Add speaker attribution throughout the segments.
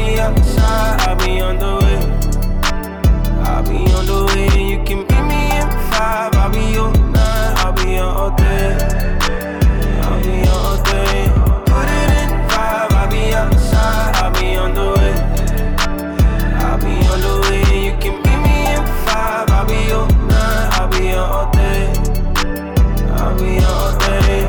Speaker 1: outside, I'll be on the way. I'll be on the way, you can beat me in five. I'll be on nine, I'll be on all day. I'll be on all day. Put it in five, I'll be outside, I'll be on the way. I'll be on the way, you can beat me in five. I'll be on nine, I'll be on all day. I'll be on all day.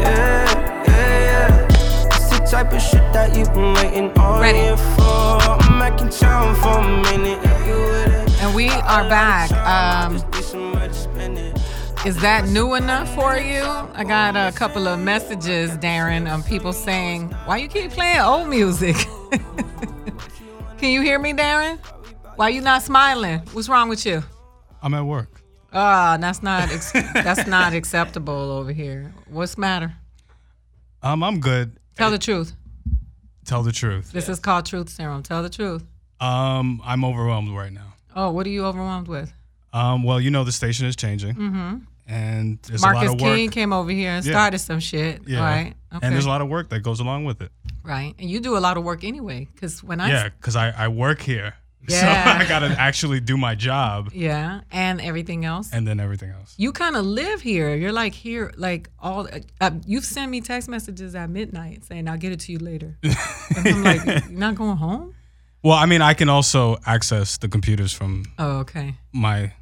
Speaker 1: Yeah, yeah, yeah. It's the type of shit that you've been waiting on
Speaker 2: Ready.
Speaker 1: here for. I'm making time for a minute. You with it?
Speaker 2: And we are back. Um, is that new enough for you? I got a couple of messages, Darren, of people saying, "Why you keep playing old music?" Can you hear me, Darren? Why you not smiling? What's wrong with you?
Speaker 3: I'm at work.
Speaker 2: Ah, that's not ex- that's not acceptable over here. What's the matter?
Speaker 3: Um, I'm good.
Speaker 2: Tell the truth.
Speaker 3: Tell the truth.
Speaker 2: This is called truth serum. Tell the truth.
Speaker 3: Um, I'm overwhelmed right now.
Speaker 2: Oh, what are you overwhelmed with?
Speaker 3: Um, well, you know the station is changing, and there's a
Speaker 2: Mm-hmm. Marcus
Speaker 3: lot of work.
Speaker 2: King came over here and
Speaker 3: Yeah.
Speaker 2: started some shit.
Speaker 3: yeah,
Speaker 2: Right. Okay.
Speaker 3: and there's a lot of work that goes along with it.
Speaker 2: right. And you do a lot of work anyway. Because when I.
Speaker 3: Yeah, because I, I work here,
Speaker 2: Yeah.
Speaker 3: so I gotta actually do my job,
Speaker 2: Yeah, And everything else.
Speaker 3: and then everything else.
Speaker 2: you kind of live here. You're like here, like all. Uh, uh, you've sent me text messages at midnight saying, I'll get it to you later. and I'm like, you're not going home?
Speaker 3: Well, I mean, I can also access the computers from
Speaker 2: Oh, okay.
Speaker 3: my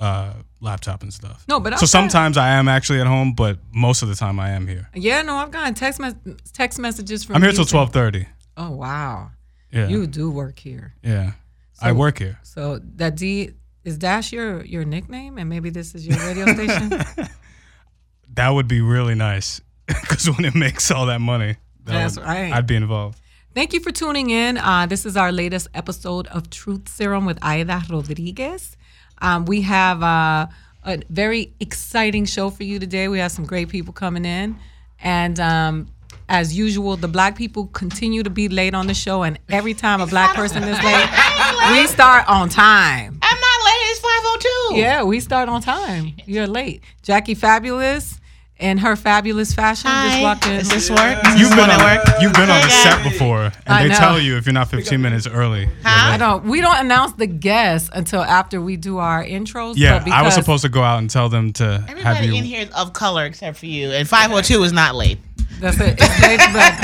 Speaker 3: uh, laptop and stuff.
Speaker 2: No, but
Speaker 3: so
Speaker 2: I'm saying-
Speaker 3: sometimes I am actually at home, but most of the time I am here.
Speaker 2: Yeah, no, I've gotten text, mes- text messages from
Speaker 3: I'm here
Speaker 2: you
Speaker 3: till
Speaker 2: saying-
Speaker 3: twelve thirty.
Speaker 2: Oh, wow.
Speaker 3: Yeah,
Speaker 2: You do work here.
Speaker 3: yeah. I work here.
Speaker 2: So that D is Dash your your nickname, and maybe this is your radio station.
Speaker 3: That would be really nice because when it makes all that money, that
Speaker 2: That's
Speaker 3: would-
Speaker 2: right.
Speaker 3: I'd be involved.
Speaker 2: Thank you for tuning in. Uh, this is our latest episode of Truth Serum with Aida Rodriguez. Um, we have uh, a very exciting show for you today. We have some great people coming in, and um, as usual, the black people continue to be late on the show. And every time a black person is late, we start on time.
Speaker 4: I'm not late. It's 502.
Speaker 2: Yeah, we start on time. You're late. Jackie Fabulous in her fabulous fashion just
Speaker 4: Hi.
Speaker 2: walked in.
Speaker 4: Is this work? Is this
Speaker 3: You've been
Speaker 4: one
Speaker 3: on
Speaker 4: at work?
Speaker 3: you've been on the
Speaker 4: Okay.
Speaker 3: set before, and
Speaker 2: I
Speaker 3: they
Speaker 2: know.
Speaker 3: tell you if you're not 15 minutes early.
Speaker 4: Huh?
Speaker 2: I don't. We don't announce the guests until after we do our intros.
Speaker 3: Yeah,
Speaker 2: but
Speaker 3: I was
Speaker 2: because-
Speaker 3: supposed to go out and tell them to have
Speaker 4: Everybody
Speaker 3: you.
Speaker 4: in here is of color except for you. And 502 is not late.
Speaker 2: That's it. It's late to black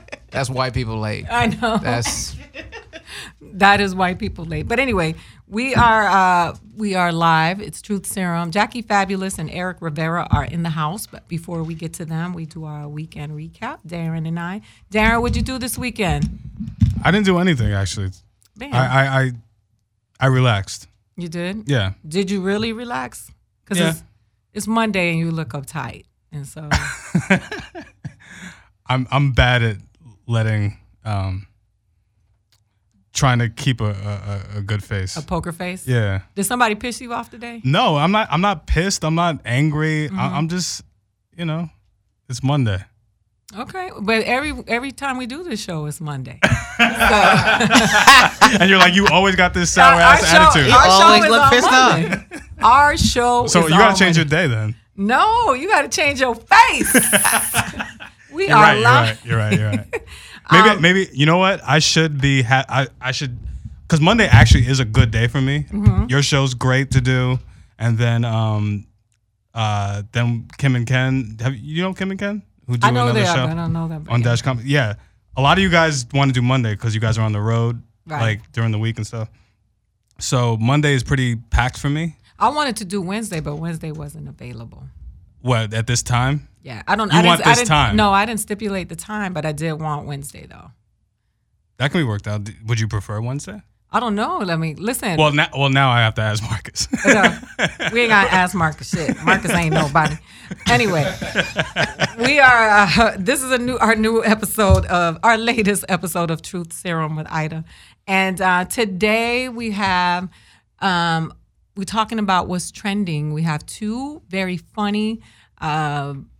Speaker 2: people.
Speaker 5: That's white people late.
Speaker 2: I know.
Speaker 5: That's
Speaker 2: That is white people late. But anyway, we are uh, we are live. It's Truth Serum. Jackie Fabulous and Eric Rivera are in the house. But before we get to them, we do our weekend recap. Darren and I. Darren, what'd you do this weekend?
Speaker 3: I didn't do anything actually.
Speaker 2: Man,
Speaker 3: I I I, I relaxed.
Speaker 2: you did.
Speaker 3: Yeah.
Speaker 2: Did you really relax? Because
Speaker 3: Yeah.
Speaker 2: it's, it's Monday and you look uptight, and so
Speaker 3: I'm I'm bad at letting um trying to keep a a, a- a good face.
Speaker 2: a poker face.
Speaker 3: yeah.
Speaker 2: Did somebody piss you off today?
Speaker 3: No, I'm not I'm not pissed. I'm not angry. I, I'm just, you know, it's Monday.
Speaker 2: Okay, but every every time we do this show, it's Monday.
Speaker 3: and you're like you always got this sour ass attitude.
Speaker 4: You always look
Speaker 2: on
Speaker 4: pissed
Speaker 2: Monday. Our show.
Speaker 3: so
Speaker 2: is
Speaker 3: you got
Speaker 2: on
Speaker 3: to change your
Speaker 2: Monday.
Speaker 3: day then.
Speaker 2: No, you got to change your face. we
Speaker 3: You're
Speaker 2: are
Speaker 3: right,
Speaker 2: live. Um,
Speaker 3: you're right. You're right. You're right. Maybe maybe you know what? I should be ha- I I should cuz Monday actually is a good day for me.
Speaker 2: Mm-hmm.
Speaker 3: Your show's great to do and then um uh then Kim and Ken, have you know Kim and Ken who do
Speaker 2: I know
Speaker 3: another
Speaker 2: they
Speaker 3: show?
Speaker 2: are. But I don't know them. but
Speaker 3: on
Speaker 2: yeah.
Speaker 3: Dash Com. Yeah, a lot of you guys want to do Monday because you guys are on the road,
Speaker 2: Right.
Speaker 3: like during the week and stuff. So Monday is pretty packed for me.
Speaker 2: I wanted to do Wednesday, but Wednesday wasn't available.
Speaker 3: What at this time?
Speaker 2: Yeah, I don't.
Speaker 3: You
Speaker 2: I
Speaker 3: want
Speaker 2: didn't, I
Speaker 3: this
Speaker 2: didn't,
Speaker 3: time.
Speaker 2: No, I didn't stipulate the time, but I did want Wednesday though.
Speaker 3: That can be worked out. D- Would you prefer Wednesday?
Speaker 2: I don't know. Let me listen.
Speaker 3: Well, now, well, now I have to ask Marcus.
Speaker 2: No, we ain't gotta ask Marcus shit. Marcus ain't nobody. Anyway, we are. Uh, this is a new our new episode of our latest episode of Truth Serum with Ida, and uh, today we have um, we're talking about what's trending. We have two very funny. um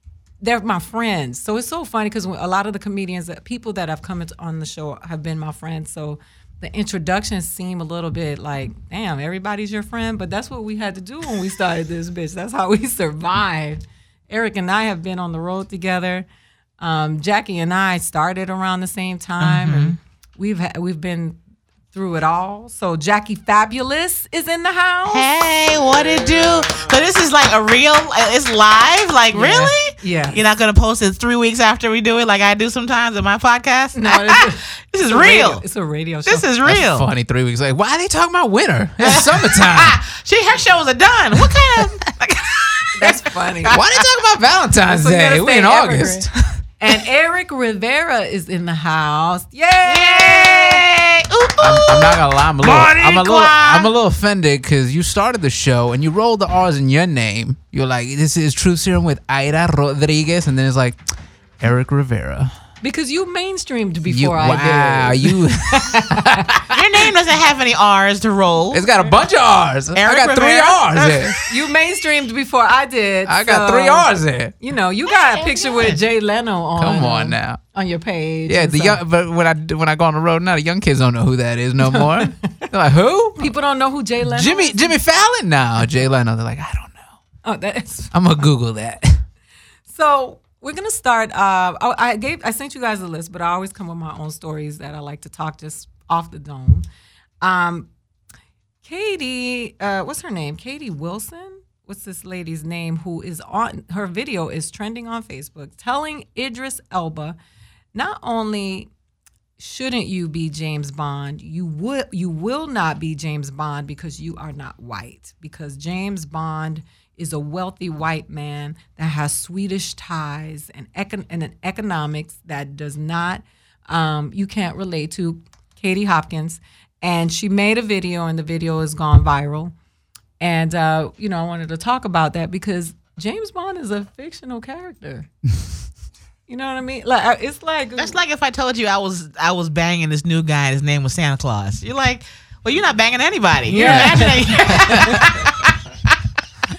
Speaker 2: they're my friends, so it's so funny because a lot of the comedians, that people that have come into- on the show, have been my friends. So the introductions seem a little bit like, damn, everybody's your friend, but that's what we had to do when we started this bitch. That's how we survived. Eric and I have been on the road together. Um, Jackie and I started around the same time, and
Speaker 5: Mm-hmm.
Speaker 2: We've ha- we've been through it all. So Jackie Fabulous is in the house.
Speaker 4: Hey, what it do? So this is like a real. uh, It's live. Like really?
Speaker 2: Yeah.
Speaker 4: You're not gonna post it three weeks after we do it, like I do sometimes in my podcast.
Speaker 2: No, this is-
Speaker 4: this is
Speaker 2: It's a radio-
Speaker 4: real.
Speaker 2: It's a radio show.
Speaker 4: This is
Speaker 5: That's
Speaker 4: real.
Speaker 5: funny. Three weeks later, why are they talking about winter? It's summertime.
Speaker 4: Ah, she her show was a done. What kind of?
Speaker 2: that's funny.
Speaker 5: why are they talking about Valentine's
Speaker 2: So you gotta
Speaker 5: Day? We
Speaker 2: stay evergreen.
Speaker 5: in August.
Speaker 2: and Eric Rivera is in the house. Yay!
Speaker 4: Yay! Ooh, ooh.
Speaker 5: I'm, I'm not gonna lie, I'm a little,
Speaker 4: Mardi
Speaker 5: I'm a little,
Speaker 4: Gras.
Speaker 5: I'm a little offended because you started the show and you rolled the R's in your name. You're like, this is Truth Serum with Ira Rodriguez, and then it's like Eric Rivera.
Speaker 2: Because you mainstreamed before
Speaker 5: You,
Speaker 2: I
Speaker 5: wow,
Speaker 2: did.
Speaker 5: you,
Speaker 4: Your name doesn't have any R's to roll.
Speaker 5: it's got a bunch of R's. I
Speaker 4: Eric
Speaker 5: got
Speaker 4: Rivera.
Speaker 5: three R's there.
Speaker 2: You mainstreamed before I did.
Speaker 5: I got
Speaker 2: so,
Speaker 5: three R's there.
Speaker 2: You know, you got a picture with Jay Leno on.
Speaker 5: Come on
Speaker 2: um,
Speaker 5: now.
Speaker 2: On your page.
Speaker 5: Yeah,
Speaker 2: and
Speaker 5: the
Speaker 2: so-
Speaker 5: young, but when I when I go on the road now, the young kids don't know who that is no more. They're like, who?
Speaker 2: people don't know who Jay Leno.
Speaker 5: Jimmy Jimmy Fallon now. Jay Leno. They're like, I don't know.
Speaker 2: Oh, that's
Speaker 5: I'm gonna Google that.
Speaker 2: so. We're gonna start. Uh, I, I gave, I sent you guys a list, but I always come with my own stories that I like to talk just off the dome. Um, Katie, uh, what's her name? Katie Wilson. What's this lady's name? Who is on her video is trending on Facebook, telling Idris Elba, not only shouldn't you be James Bond, you would you will not be James Bond because you are not white. Because James Bond is a wealthy white man that has Swedish ties and econ- and an economics that does not um, you can't relate to Katie Hopkins. And she made a video, and the video has gone viral. And uh, you know, I wanted to talk about that because James Bond is a fictional character. you know what I mean? Like I- it's like
Speaker 4: That's like if I told you I was I was banging this new guy and his name was Santa Claus. You're like, well, you're not banging anybody. You're
Speaker 2: Yeah.
Speaker 4: imagining.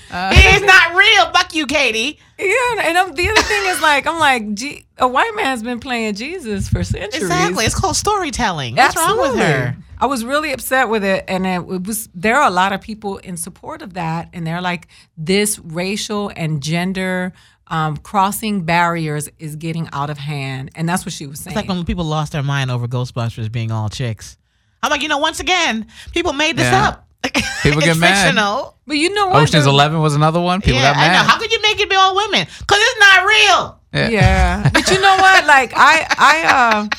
Speaker 4: Uh, He's not real. Fuck you, Katie.
Speaker 2: Uh, yeah. And I'm, the other thing is like I'm like gee, a white man's been playing Jesus for centuries.
Speaker 4: Exactly. It's called storytelling. What's wrong with
Speaker 2: Absolutely.
Speaker 4: her?
Speaker 2: I was really upset with it, and it, it was there are a lot of people in support of that, and they're like, this racial and gender um, crossing barriers is getting out of hand, and that's what she was saying.
Speaker 4: It's like when people lost their mind over Ghostbusters being all chicks. I'm like, you know, once again, people made this
Speaker 5: Yeah.
Speaker 4: up.
Speaker 5: People
Speaker 4: it's
Speaker 5: get mad.
Speaker 4: fictional.
Speaker 2: but you know what?
Speaker 5: Ocean's
Speaker 2: There-
Speaker 5: Eleven was another one. People
Speaker 4: yeah,
Speaker 5: got
Speaker 4: I know. How
Speaker 5: mad.
Speaker 4: could you make it be all women? Because it's not real.
Speaker 2: Yeah, but you know what? Like I, I um,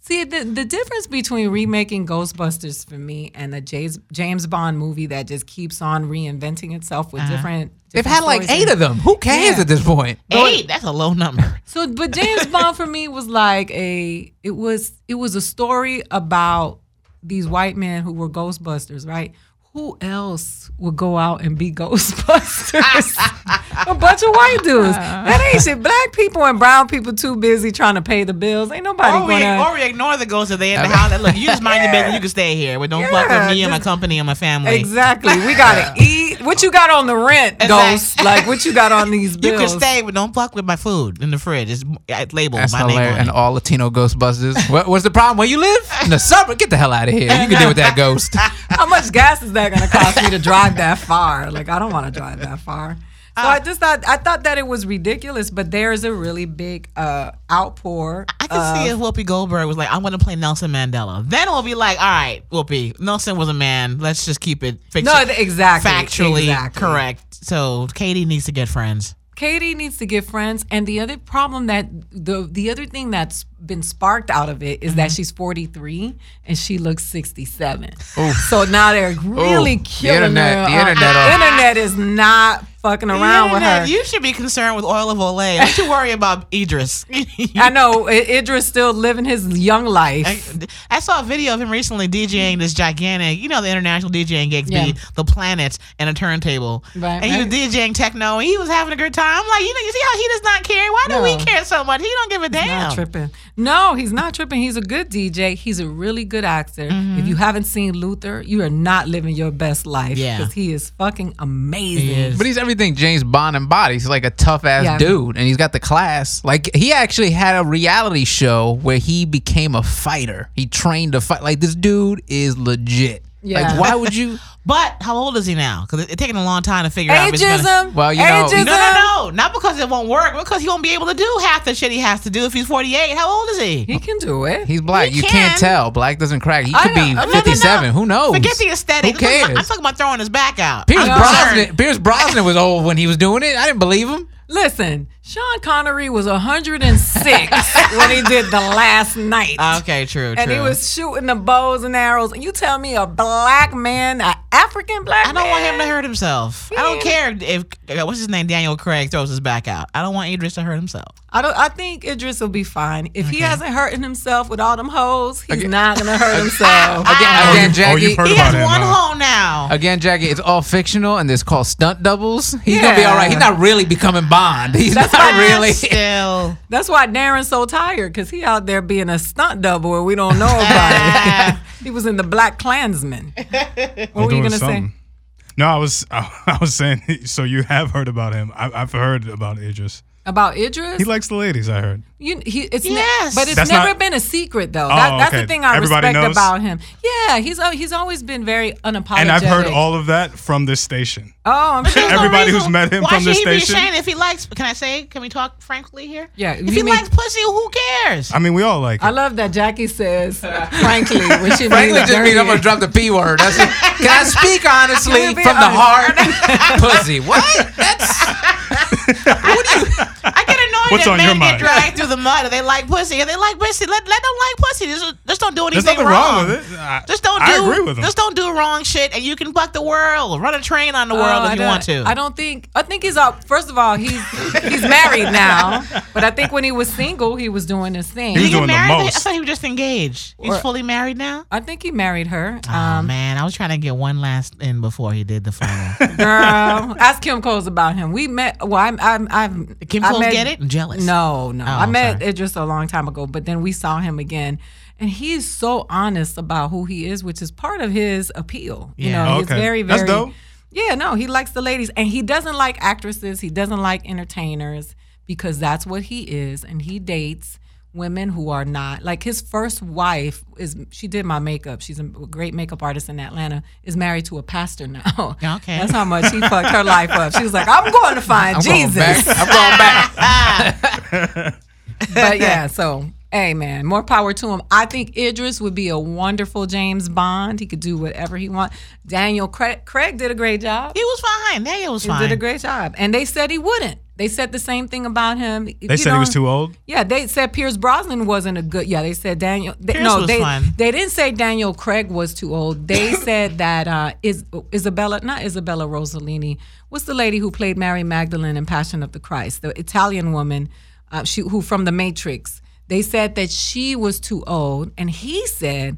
Speaker 2: see the the difference between remaking Ghostbusters for me and a James James Bond movie that just keeps on reinventing itself
Speaker 4: Uh-huh.
Speaker 2: with different.
Speaker 5: They've
Speaker 2: different
Speaker 5: had like
Speaker 2: stories
Speaker 5: eight
Speaker 2: and-
Speaker 5: of them. Who cares
Speaker 2: Yeah.
Speaker 5: at this point?
Speaker 4: Eight. That's a low number.
Speaker 2: So, but James Bond for me was like a it was it was a story about these white men who were Ghostbusters, right? Who else would go out and be Ghostbusters? a bunch of white dudes.
Speaker 4: Uh-huh.
Speaker 2: That ain't shit. Black people and brown people too busy trying to pay the bills. Ain't nobody
Speaker 4: Or we,
Speaker 2: gonna.
Speaker 4: or we ignore the ghosts if they in the house. Look, you just mind your business. You can stay here, but don't fuck
Speaker 2: Yeah,
Speaker 4: with me and my
Speaker 2: just-
Speaker 4: company and my family.
Speaker 2: Exactly. We gotta eat. What you got on the rent,
Speaker 4: Exact-
Speaker 2: ghost? Like what you got on these
Speaker 4: You
Speaker 2: bills?
Speaker 4: can stay, but don't fuck with my food in the fridge. It's it's labeled
Speaker 5: That's
Speaker 4: my
Speaker 5: hilarious.
Speaker 4: name.
Speaker 5: And
Speaker 4: On it.
Speaker 5: all Latino Ghostbusters. what, what's the problem? Where you live? In the suburb? Get the hell out of here. You can deal with that ghost.
Speaker 2: How much gas is that going to cost me to drive that far? Like, I don't want to drive that far. So
Speaker 4: Ah.
Speaker 2: I just thought I thought that it was ridiculous, but there is a really big uh, outpour.
Speaker 4: I can see
Speaker 2: Uh,
Speaker 4: if Whoopi Goldberg was like, "I'm gonna play Nelson Mandela." Then we'll be like, "All right, Whoopi, Nelson was a man. Let's just keep it fiction-
Speaker 2: No, th- exactly,
Speaker 4: factually
Speaker 2: exactly.
Speaker 4: correct." So Katie needs to get friends.
Speaker 2: Katie needs to get friends, and the other problem that the the other thing that's been sparked out of it is that
Speaker 4: Mm-hmm.
Speaker 2: she's 43 and she looks 67. So now they're really
Speaker 5: Ooh, the
Speaker 2: killing her.
Speaker 5: internet- the
Speaker 2: Uh,
Speaker 5: internet on-
Speaker 2: internet is not fucking around with
Speaker 4: Internet,
Speaker 2: her.
Speaker 4: You should be concerned with oil of Olay. Don't you worry about Idris.
Speaker 2: I know I- Idris still living his young life.
Speaker 4: I, I saw a video of him recently DJing this gigantic, you know, the international DJing gigs
Speaker 2: Yeah.
Speaker 4: be the planets and a turntable.
Speaker 2: Right,
Speaker 4: and he was
Speaker 2: right.
Speaker 4: DJing techno and he was having a good time. I'm like, you know, you see how he does not care? Why do
Speaker 2: No.
Speaker 4: we care so much? He don't give a
Speaker 2: Not
Speaker 4: damn.
Speaker 2: tripping. No, he's not tripping. He's a good DJ. He's a really good actor.
Speaker 4: Mm-hmm.
Speaker 2: If you haven't seen Luther, you are not living your best life.
Speaker 4: Yeah.
Speaker 2: Because he is fucking amazing.
Speaker 4: He is.
Speaker 5: But he's everything James Bond embodies. He's like a tough ass
Speaker 2: Yeah.
Speaker 5: dude, and he's got the class. Like he actually had a reality show where he became a fighter. He trained to fight. Like this dude is legit.
Speaker 2: Yeah.
Speaker 5: Like why would you?
Speaker 4: But how old is he now? Because it's taking a long time to figure out. if it's gonna-
Speaker 2: Ageism.
Speaker 5: Well, you know-
Speaker 2: ageism.
Speaker 4: No, no, no. Not because it won't work, because he won't be able to do half the shit he has to do if he's 48. How old is he?
Speaker 2: He can do it.
Speaker 5: He's black.
Speaker 4: He
Speaker 5: you can't
Speaker 4: can.
Speaker 5: tell. Black doesn't crack. He
Speaker 2: I
Speaker 5: could
Speaker 2: know.
Speaker 5: be
Speaker 2: No, no, no.
Speaker 5: 57. Who knows?
Speaker 4: Forget the aesthetic.
Speaker 5: Who
Speaker 4: I'm talking about-
Speaker 5: cares?
Speaker 4: I'm talking about throwing his back out.
Speaker 5: Pierce
Speaker 4: I'm
Speaker 5: Brosnan,
Speaker 4: concerned.
Speaker 5: Pierce Brosnan was old when he was doing it. I didn't believe him.
Speaker 2: Listen, Sean Connery was 106 when he did the last night.
Speaker 4: ah, Okay, true, true.
Speaker 2: and he was shooting the bows and arrows. And you tell me a black man, an African black
Speaker 4: I don't want him to
Speaker 2: man?
Speaker 4: hurt himself. I don't care if uh, what's his name, Daniel Craig, throws his back out. I don't want Idris to hurt himself.
Speaker 2: I don't. I think Idris will be fine if he hasn't hurting himself with all them hoes. He's not gonna hurt himself.
Speaker 5: Again,
Speaker 4: Ah.
Speaker 5: again
Speaker 3: Oh, you- oh, you
Speaker 5: Jackie.
Speaker 3: heard
Speaker 4: He
Speaker 3: about
Speaker 4: has
Speaker 3: him,
Speaker 4: one
Speaker 3: huh?
Speaker 4: home now.
Speaker 5: Again, Jackie, it's all fictional and it's called stunt doubles. He's gonna be
Speaker 2: Yeah.
Speaker 5: all right. He's not really becoming Bond. He's
Speaker 2: That's
Speaker 5: not
Speaker 2: why-
Speaker 5: really.
Speaker 4: Still.
Speaker 2: That's why Darren's so tired because he out there being a stunt double and we don't know about it.
Speaker 4: Ah.
Speaker 2: he was in the Black Klansman. What
Speaker 3: I'm
Speaker 2: were you
Speaker 3: doing
Speaker 2: gonna
Speaker 3: something.
Speaker 2: say?
Speaker 3: No, I was I, I was saying. So you have heard about him. I, I've heard about Idris.
Speaker 2: About Idris,
Speaker 3: He likes the ladies. I heard.
Speaker 2: you, he, it's ne-
Speaker 4: Yes.
Speaker 2: but it's
Speaker 3: That's
Speaker 2: never
Speaker 3: not- Oh,
Speaker 2: been a secret though. that, that's the
Speaker 3: okay.
Speaker 2: thing I
Speaker 3: Everybody
Speaker 2: respect
Speaker 3: knows?
Speaker 2: about him. Yeah, he's al- he's always been very unapologetic.
Speaker 3: And I've heard all of that from this station.
Speaker 2: Oh, I'm sure.
Speaker 4: There's no
Speaker 3: Everybody
Speaker 4: reason
Speaker 3: who's met him
Speaker 4: why
Speaker 3: from
Speaker 4: should
Speaker 3: this
Speaker 4: he be
Speaker 3: station?
Speaker 4: ashamed if he likes? Can I say? Can we talk frankly here?
Speaker 2: Yeah,
Speaker 4: If
Speaker 2: you
Speaker 4: he
Speaker 2: mean-
Speaker 4: likes pussy, who cares?
Speaker 3: I mean, we all like.
Speaker 2: I
Speaker 3: It.
Speaker 2: love that Jackie says, frankly, which she
Speaker 5: Frankly, just means I'm
Speaker 2: dirty.
Speaker 5: gonna drop the p word. That's it. Can I speak honestly
Speaker 2: Can we
Speaker 5: from
Speaker 2: be
Speaker 5: the
Speaker 2: honest?
Speaker 5: heart? Pussy. What? That's
Speaker 4: I get annoyed
Speaker 3: What's
Speaker 4: that
Speaker 3: on
Speaker 4: men
Speaker 3: your
Speaker 4: get
Speaker 3: mind?
Speaker 4: dragged through the mud. If they like pussy, if they like pussy, let, let them like pussy. Just, just don't do
Speaker 3: There's
Speaker 4: anything
Speaker 3: nothing wrong, with it. I,
Speaker 4: Just don't do.
Speaker 3: I agree with him.
Speaker 4: Just don't do wrong shit, and you can fuck the world. Run a train on the world
Speaker 2: Oh,
Speaker 4: if
Speaker 2: I
Speaker 4: you
Speaker 2: don't-
Speaker 4: want to.
Speaker 2: I don't think. I think he's out. First of all, he's he's married now, but I think when he was single, he was doing his thing.
Speaker 3: He was
Speaker 4: Did he
Speaker 3: doing
Speaker 4: get
Speaker 3: the
Speaker 4: married? I
Speaker 3: most.
Speaker 4: thought he was just engaged. He's
Speaker 2: Or-
Speaker 4: fully married now.
Speaker 2: I think he married her.
Speaker 4: Oh
Speaker 2: Um,
Speaker 4: man, I was trying to get one last in before he did the final.
Speaker 2: girl, ask Kim Coles about him. We met. Well, I'm. I'm. I'm
Speaker 4: Kim
Speaker 2: I
Speaker 4: Cole
Speaker 2: met-
Speaker 4: get it? I'm jealous. Oh,
Speaker 2: No, no. I
Speaker 4: I'm
Speaker 2: met
Speaker 4: sorry.
Speaker 2: Idris a long time ago, but then we saw him again. And he's so honest about who he is, which is part of his appeal. You
Speaker 4: Yeah.
Speaker 2: know, he's
Speaker 3: Okay.
Speaker 2: very, very
Speaker 3: That's dope.
Speaker 2: Yeah, no, he likes the ladies. And he doesn't like actresses. He doesn't like entertainers because that's what he is. And he dates women who are not like his first wife is she did my makeup she's a great makeup artist in atlanta is married to a pastor now
Speaker 4: Okay.
Speaker 2: that's how much he fucked her life up she was like i'm going to find
Speaker 5: I'm going
Speaker 2: jesus
Speaker 5: back. I'm going back.
Speaker 2: but yeah, so hey man, more power to him. I think Idris would be a wonderful James Bond. He could do whatever he wants. Daniel Craig, Craig did a great job.
Speaker 4: he was fine. Daniel was
Speaker 2: He
Speaker 4: fine.
Speaker 2: did a great job, and they said he wouldn't. They said the same thing about him. If
Speaker 3: They
Speaker 2: you
Speaker 3: said he was
Speaker 2: don't-
Speaker 3: too old.
Speaker 2: Yeah, they said Pierce Brosnan wasn't a good. Yeah, they said Daniel. They,
Speaker 4: Pierce
Speaker 2: no,
Speaker 4: was
Speaker 2: they
Speaker 4: fine.
Speaker 2: they didn't say Daniel Craig was too old. They said that uh, is Isabella, not Isabella Rossellini. What's the lady who played Mary Magdalene in Passion of the Christ? The Italian woman, uh, she who from The Matrix. They said that she was too old, and he said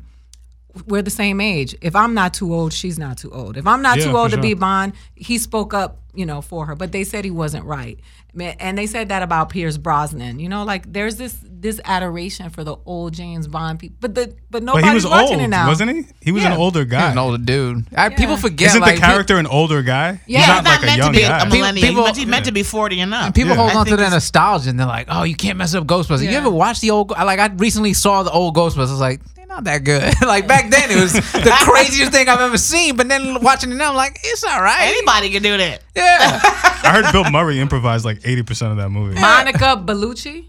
Speaker 2: we're the same age. If I'm not too old, she's not too old. If I'm not
Speaker 3: Yeah,
Speaker 2: too old
Speaker 3: for
Speaker 2: to be
Speaker 3: sure.
Speaker 2: Bond, he spoke up, you know, for her. But they said he wasn't right, Ma- and they said that about Pierce Brosnan. You know, like there's this this adoration for the old James Bond people, but the but
Speaker 3: But
Speaker 2: nobody's
Speaker 3: he was
Speaker 2: watching
Speaker 3: old,
Speaker 2: it now,
Speaker 3: wasn't he? He was
Speaker 2: Yeah.
Speaker 3: an older
Speaker 5: He's
Speaker 3: guy.
Speaker 5: an older dude. I, People forget.
Speaker 3: Isn't
Speaker 5: like,
Speaker 3: the
Speaker 5: pe-
Speaker 3: character an older guy?
Speaker 2: Yeah,
Speaker 3: he's
Speaker 4: He's
Speaker 3: not, like a
Speaker 4: meant
Speaker 3: young
Speaker 4: to be
Speaker 3: guy.
Speaker 4: a millennial.
Speaker 5: People-
Speaker 4: People, he's meant, he's meant to be forty and up.
Speaker 5: People
Speaker 3: Yeah.
Speaker 5: hold
Speaker 4: I
Speaker 5: on to
Speaker 4: think
Speaker 5: that
Speaker 4: it's-
Speaker 5: nostalgia and they're like, "Oh, you can't mess up Ghostbusters." You
Speaker 2: Yeah.
Speaker 5: ever watch the old? Like I recently saw the old Ghostbusters. I was like, they're not that good. like back then, it was the craziest thing I've ever seen. But then watching it now, I'm like, it's all right.
Speaker 4: Anybody can do that.
Speaker 5: Yeah.
Speaker 3: I heard Bill Murray improvised like eighty percent of that movie.
Speaker 2: Monica Bellucci.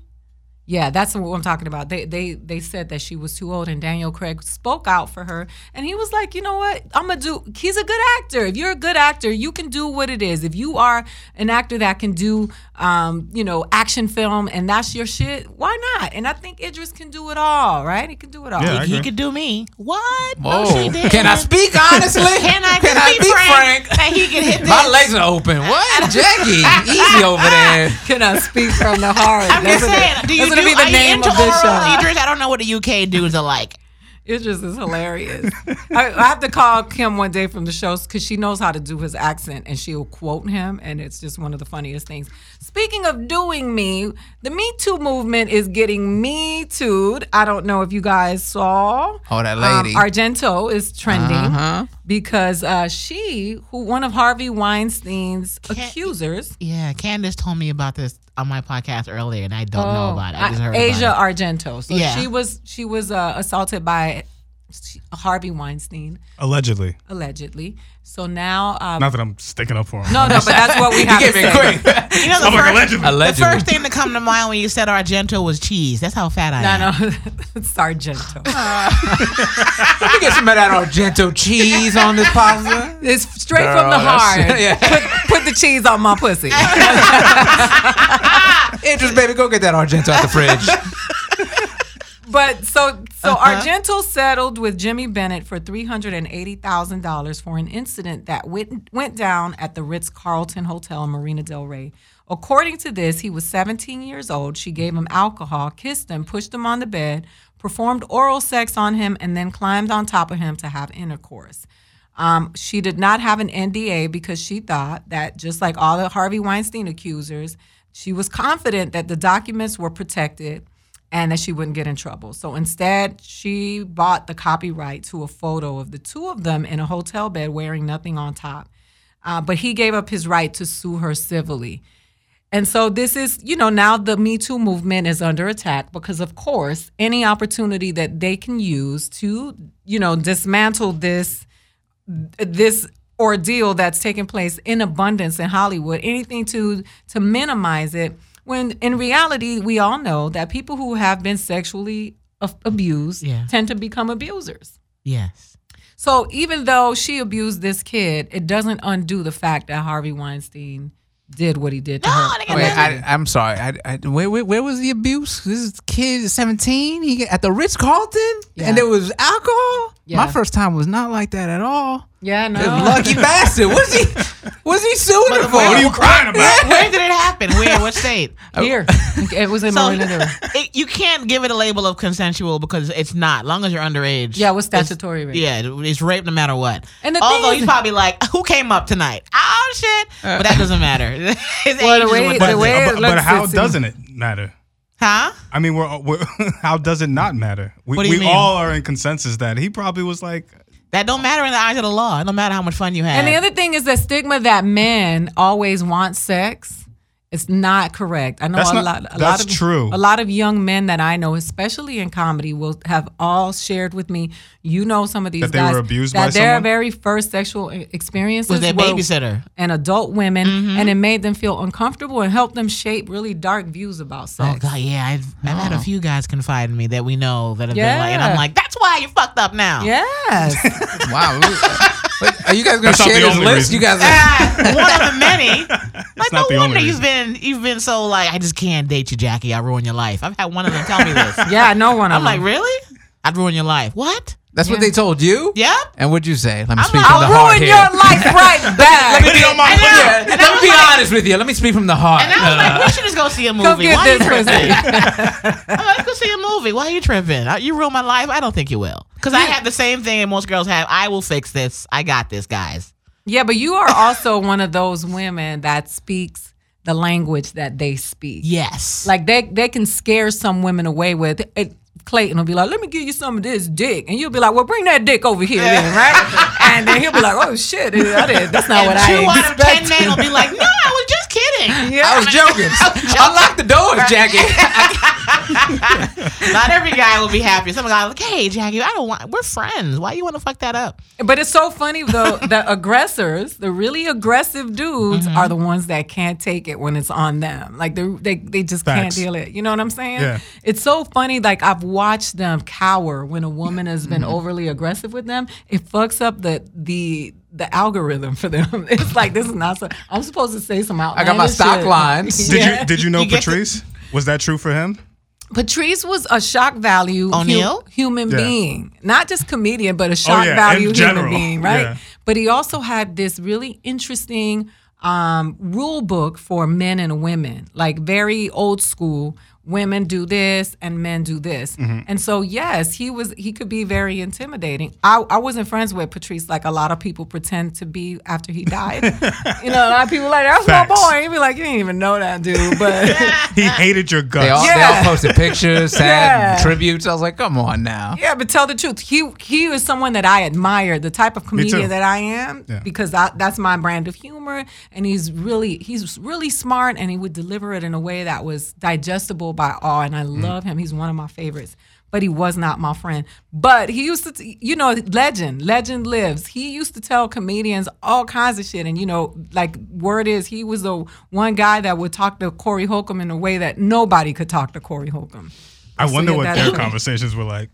Speaker 2: Yeah, that's what I'm talking about. They they they said that she was too old, and Daniel Craig spoke out for her, and he was like, you know what, I'm gonna do. He's a good actor. If you're a good actor, you can do what it is. If you are an actor that can do, um, you know, action film, and that's your shit, why not? And I think Idris can do it all, right? He can do it all.
Speaker 3: Yeah, I
Speaker 4: He
Speaker 3: agree.
Speaker 4: could do me. What?
Speaker 5: Whoa.
Speaker 4: No, she did.
Speaker 5: can I speak honestly?
Speaker 4: Can I, can be frank? That he can hit this.
Speaker 5: My legs are open. What, Jackie? Easy over there.
Speaker 2: Can I speak from the heart?
Speaker 4: I'm just
Speaker 2: That's gonna-
Speaker 4: saying. Do you
Speaker 2: that's
Speaker 4: do?
Speaker 2: gonna be the
Speaker 4: are
Speaker 2: name
Speaker 4: you into
Speaker 2: of this
Speaker 4: oral,
Speaker 2: show.
Speaker 4: Idris? I don't know what the UK dudes are like.
Speaker 2: It just is hilarious. I, I have to call Kim one day from the show because she knows how to do his accent and she'll quote him, and it's just one of the funniest things. Speaking of doing me, the Me Too movement is getting me tooed. I don't know if you guys saw.
Speaker 5: Oh, that
Speaker 2: Um,
Speaker 5: lady.
Speaker 2: Argento is trending
Speaker 4: Uh-huh.
Speaker 2: because uh, she, who one of Harvey Weinstein's accusers,
Speaker 4: Yeah, Candace told me about this on my podcast earlier, and I don't know about it. I just
Speaker 2: Oh, I-
Speaker 4: heard
Speaker 2: Asia
Speaker 4: about
Speaker 2: Argento. So
Speaker 4: Yeah.
Speaker 2: she was she was uh, assaulted by she- Harvey Weinstein,
Speaker 3: Allegedly.
Speaker 2: allegedly. So now, um,
Speaker 3: Not that I'm sticking up for him.
Speaker 2: no, no, but that's what we have to say.
Speaker 4: You know, the,
Speaker 3: I'm like,
Speaker 4: first,
Speaker 3: allegedly.
Speaker 4: the
Speaker 5: Allegedly.
Speaker 4: first thing to come to mind when you said Argento was cheese. That's how fat I am.
Speaker 2: No, no, Sargento.
Speaker 5: Let me get some of that Argento cheese on this pasta.
Speaker 2: It's straight from
Speaker 5: Girl,
Speaker 2: the
Speaker 5: that's-
Speaker 2: heart.
Speaker 5: yeah.
Speaker 2: Put, put the cheese on my pussy.
Speaker 5: Idris, baby, go get that Argento out the fridge.
Speaker 2: But so so Argento settled with Jimmy Bennett for three hundred and eighty thousand dollars for an incident that went went down at the Ritz Carlton Hotel in Marina Del Rey. According to this, he was seventeen years old. She gave him alcohol, kissed him, pushed him on the bed, performed oral sex on him, and then climbed on top of him to have intercourse. Um, she did not have an NDA because she thought that just like all the Harvey Weinstein accusers, she was confident that the documents were protected and that she wouldn't get in trouble. So instead, she bought the copyright to a photo of the two of them in a hotel bed wearing nothing on top. Uh, but he gave up his right to sue her civilly. And so this is, you know, now the Me Too movement is under attack because, of course, any opportunity that they can use to, you know, dismantle this this ordeal that's taking place in abundance in Hollywood, anything to to minimize it. When in reality, we all know that people who have been sexually a- abused
Speaker 4: Yeah.
Speaker 2: tend to become abusers.
Speaker 4: Yes.
Speaker 2: So even though she abused this kid, it doesn't undo the fact that Harvey Weinstein did what he did to
Speaker 4: No,
Speaker 2: her.
Speaker 4: nigga,
Speaker 5: Wait,
Speaker 4: no.
Speaker 5: I, I'm sorry. I, I, where, where, where was the abuse? This is kid is 17. He get- at the Ritz Carlton,
Speaker 2: Yeah.
Speaker 5: and there was alcohol.
Speaker 2: Yeah.
Speaker 5: My first time was not like that at all.
Speaker 2: Yeah, no.
Speaker 5: Lucky bastard. What's he? What's he suing her for?
Speaker 3: What are you crying about?
Speaker 4: Where did it happen? Where? What state?
Speaker 6: Oh.
Speaker 2: Here, it was in
Speaker 4: So
Speaker 2: Marina. Del Rey.
Speaker 4: it, you can't give it a label of consensual because it's not. Long as you're underage.
Speaker 2: Yeah, it was statutory rape.
Speaker 4: Yeah, it's rape no matter what.
Speaker 2: And the
Speaker 4: Although
Speaker 2: thing
Speaker 4: he's
Speaker 2: is- Uh.
Speaker 4: probably like, who came up tonight? Oh shit! But that doesn't matter. His
Speaker 2: Well, the
Speaker 4: age is
Speaker 2: way-
Speaker 4: what
Speaker 2: the
Speaker 4: does it.
Speaker 2: way-
Speaker 3: But, but
Speaker 2: let's
Speaker 3: how
Speaker 2: see.
Speaker 3: doesn't it matter?
Speaker 4: huh?
Speaker 3: I mean, we're, we're how does it not matter? We,
Speaker 4: What do you
Speaker 3: we
Speaker 4: mean?
Speaker 3: all are in consensus that he probably was like,
Speaker 4: That don't matter in the eyes of the law. It don't matter how much fun you had.
Speaker 2: And the other thing is the stigma that men always want sex. It's not correct. I know
Speaker 3: That's
Speaker 2: a
Speaker 3: not-
Speaker 2: lot. A lot
Speaker 3: that's
Speaker 2: of,
Speaker 3: true.
Speaker 2: A lot of young men that I know, especially in comedy, will have all shared with me. You know, some of these
Speaker 3: That they
Speaker 2: guys
Speaker 3: were abused
Speaker 2: that
Speaker 3: by
Speaker 2: their
Speaker 3: someone?
Speaker 2: very first sexual e- experiences
Speaker 4: was their
Speaker 2: were-
Speaker 4: babysitter. Mm-hmm.
Speaker 2: and adult women, and it made them feel uncomfortable and helped them shape really dark views about
Speaker 4: Oh
Speaker 2: sex. Oh.
Speaker 4: god, yeah, I've, I've had a few guys confide in me that we know that have been like, and
Speaker 2: Yeah.
Speaker 4: I'm like, that's why you fucked up now.
Speaker 2: Yes,
Speaker 5: Wow. Wait, are you guys gonna
Speaker 3: That's not
Speaker 5: share
Speaker 3: the
Speaker 5: this
Speaker 3: only
Speaker 5: list?
Speaker 3: reason.
Speaker 5: You guys are.
Speaker 4: Ah, one of the many. Like
Speaker 3: not the
Speaker 4: no
Speaker 3: only
Speaker 4: wonder you've
Speaker 3: reason.
Speaker 4: been you've been so like I just can't date you, Jackie. I ruined your life. I've had one of them tell me this.
Speaker 2: yeah, no one.
Speaker 4: I'm like, really? I'd ruin your life. What?
Speaker 5: That's what they told you.
Speaker 4: Yep.
Speaker 5: And what'd you say? Let
Speaker 4: I'm
Speaker 5: me speak
Speaker 4: like,
Speaker 5: from
Speaker 2: I'll
Speaker 5: the heart
Speaker 2: ruin
Speaker 5: here.
Speaker 2: your life right back.
Speaker 3: put it on my
Speaker 4: I know.
Speaker 3: plate.
Speaker 5: Yeah, let me be honest with you. Let me speak from the heart.
Speaker 4: And I was like, we should just go see a movie.
Speaker 2: Go get
Speaker 4: Why
Speaker 2: this
Speaker 4: you tripping?
Speaker 2: pussy.
Speaker 4: I'm like, let's go see a movie. Why are you tripping? Uh, You ruined my life. I don't think you will. Because I have the same thing that most girls have. I will fix this. I got this, guys.
Speaker 2: Yeah, but you are also one of those women that speaks the language that they speak.
Speaker 4: Yes.
Speaker 2: Like they they can scare some women away with it. Clayton will be like, "Let me give you some of this dick," and you'll be like, "Well, bring that dick over here, then, right?" and then he'll be like, "Oh shit, I did. that's not
Speaker 4: and
Speaker 2: what
Speaker 4: two
Speaker 2: I
Speaker 4: out of ten
Speaker 2: expected."
Speaker 4: men will be like, no, I was just kidding.
Speaker 2: Yeah.
Speaker 5: I was joking. Unlock the doors, Jackie.
Speaker 4: Not every guy will be happy. Some guy like, hey, Jackie, I don't want. We're friends. Why you want to fuck that up?
Speaker 2: But it's so funny though. The aggressors, the really aggressive dudes,
Speaker 3: Mm-hmm.
Speaker 2: are the ones that can't take it when it's on them. Like they they, they just can't
Speaker 3: Facts.
Speaker 2: deal it. You know what I'm saying?
Speaker 3: Yeah.
Speaker 2: It's so funny. Like I've watched them cower when a woman has
Speaker 3: Mm-hmm.
Speaker 2: been overly aggressive with them. It fucks up the the the algorithm for them. It's like this is not. So, I'm supposed to say some
Speaker 5: I
Speaker 2: outlandish.
Speaker 5: got my stock
Speaker 2: shit.
Speaker 5: lines.
Speaker 3: Did
Speaker 2: Yeah.
Speaker 3: you did you know
Speaker 4: You get to-
Speaker 3: Patrice? Was that true for him?
Speaker 2: Patrice was a shock value hu-
Speaker 4: O'Neal?
Speaker 2: human
Speaker 3: Yeah. Oh,
Speaker 2: being, not just comedian, but a shock
Speaker 3: yeah, in
Speaker 2: value human
Speaker 3: general,
Speaker 2: being, right?
Speaker 3: yeah.
Speaker 2: But he also had this really interesting um, rule book for men and women, like very old school. Women do this and men do this,
Speaker 3: Mm-hmm.
Speaker 2: and so yes, he was he could be very intimidating. I, I wasn't friends with Patrice like a lot of people pretend to be after he died. you know, a lot of people like that's
Speaker 3: Facts.
Speaker 2: my boy. He'd be like, you didn't even know that dude, but
Speaker 3: He hated your guts.
Speaker 5: They all, they
Speaker 2: Yeah.
Speaker 5: all posted pictures, sad
Speaker 2: Yeah.
Speaker 5: tributes. I was like, come on now.
Speaker 2: Yeah, but tell the truth. He he is someone that I admire, the type of
Speaker 3: too.
Speaker 2: comedian that I am,
Speaker 3: Yeah.
Speaker 2: because I, that's my brand of humor. And he's really he's really smart, and he would deliver it in a way that was digestible by all, and I
Speaker 3: Mm.
Speaker 2: love him. He's one of my favorites. But he was not my friend. But he used to, t- you know, legend, legend lives. He used to tell comedians all kinds of shit. And, you know, like, word is he was the one guy that would talk to Corey Holcomb in a way that nobody could talk to Corey Holcomb.
Speaker 3: I wonder
Speaker 2: yeah,
Speaker 3: what
Speaker 2: that
Speaker 3: their
Speaker 2: is-
Speaker 3: conversations were like.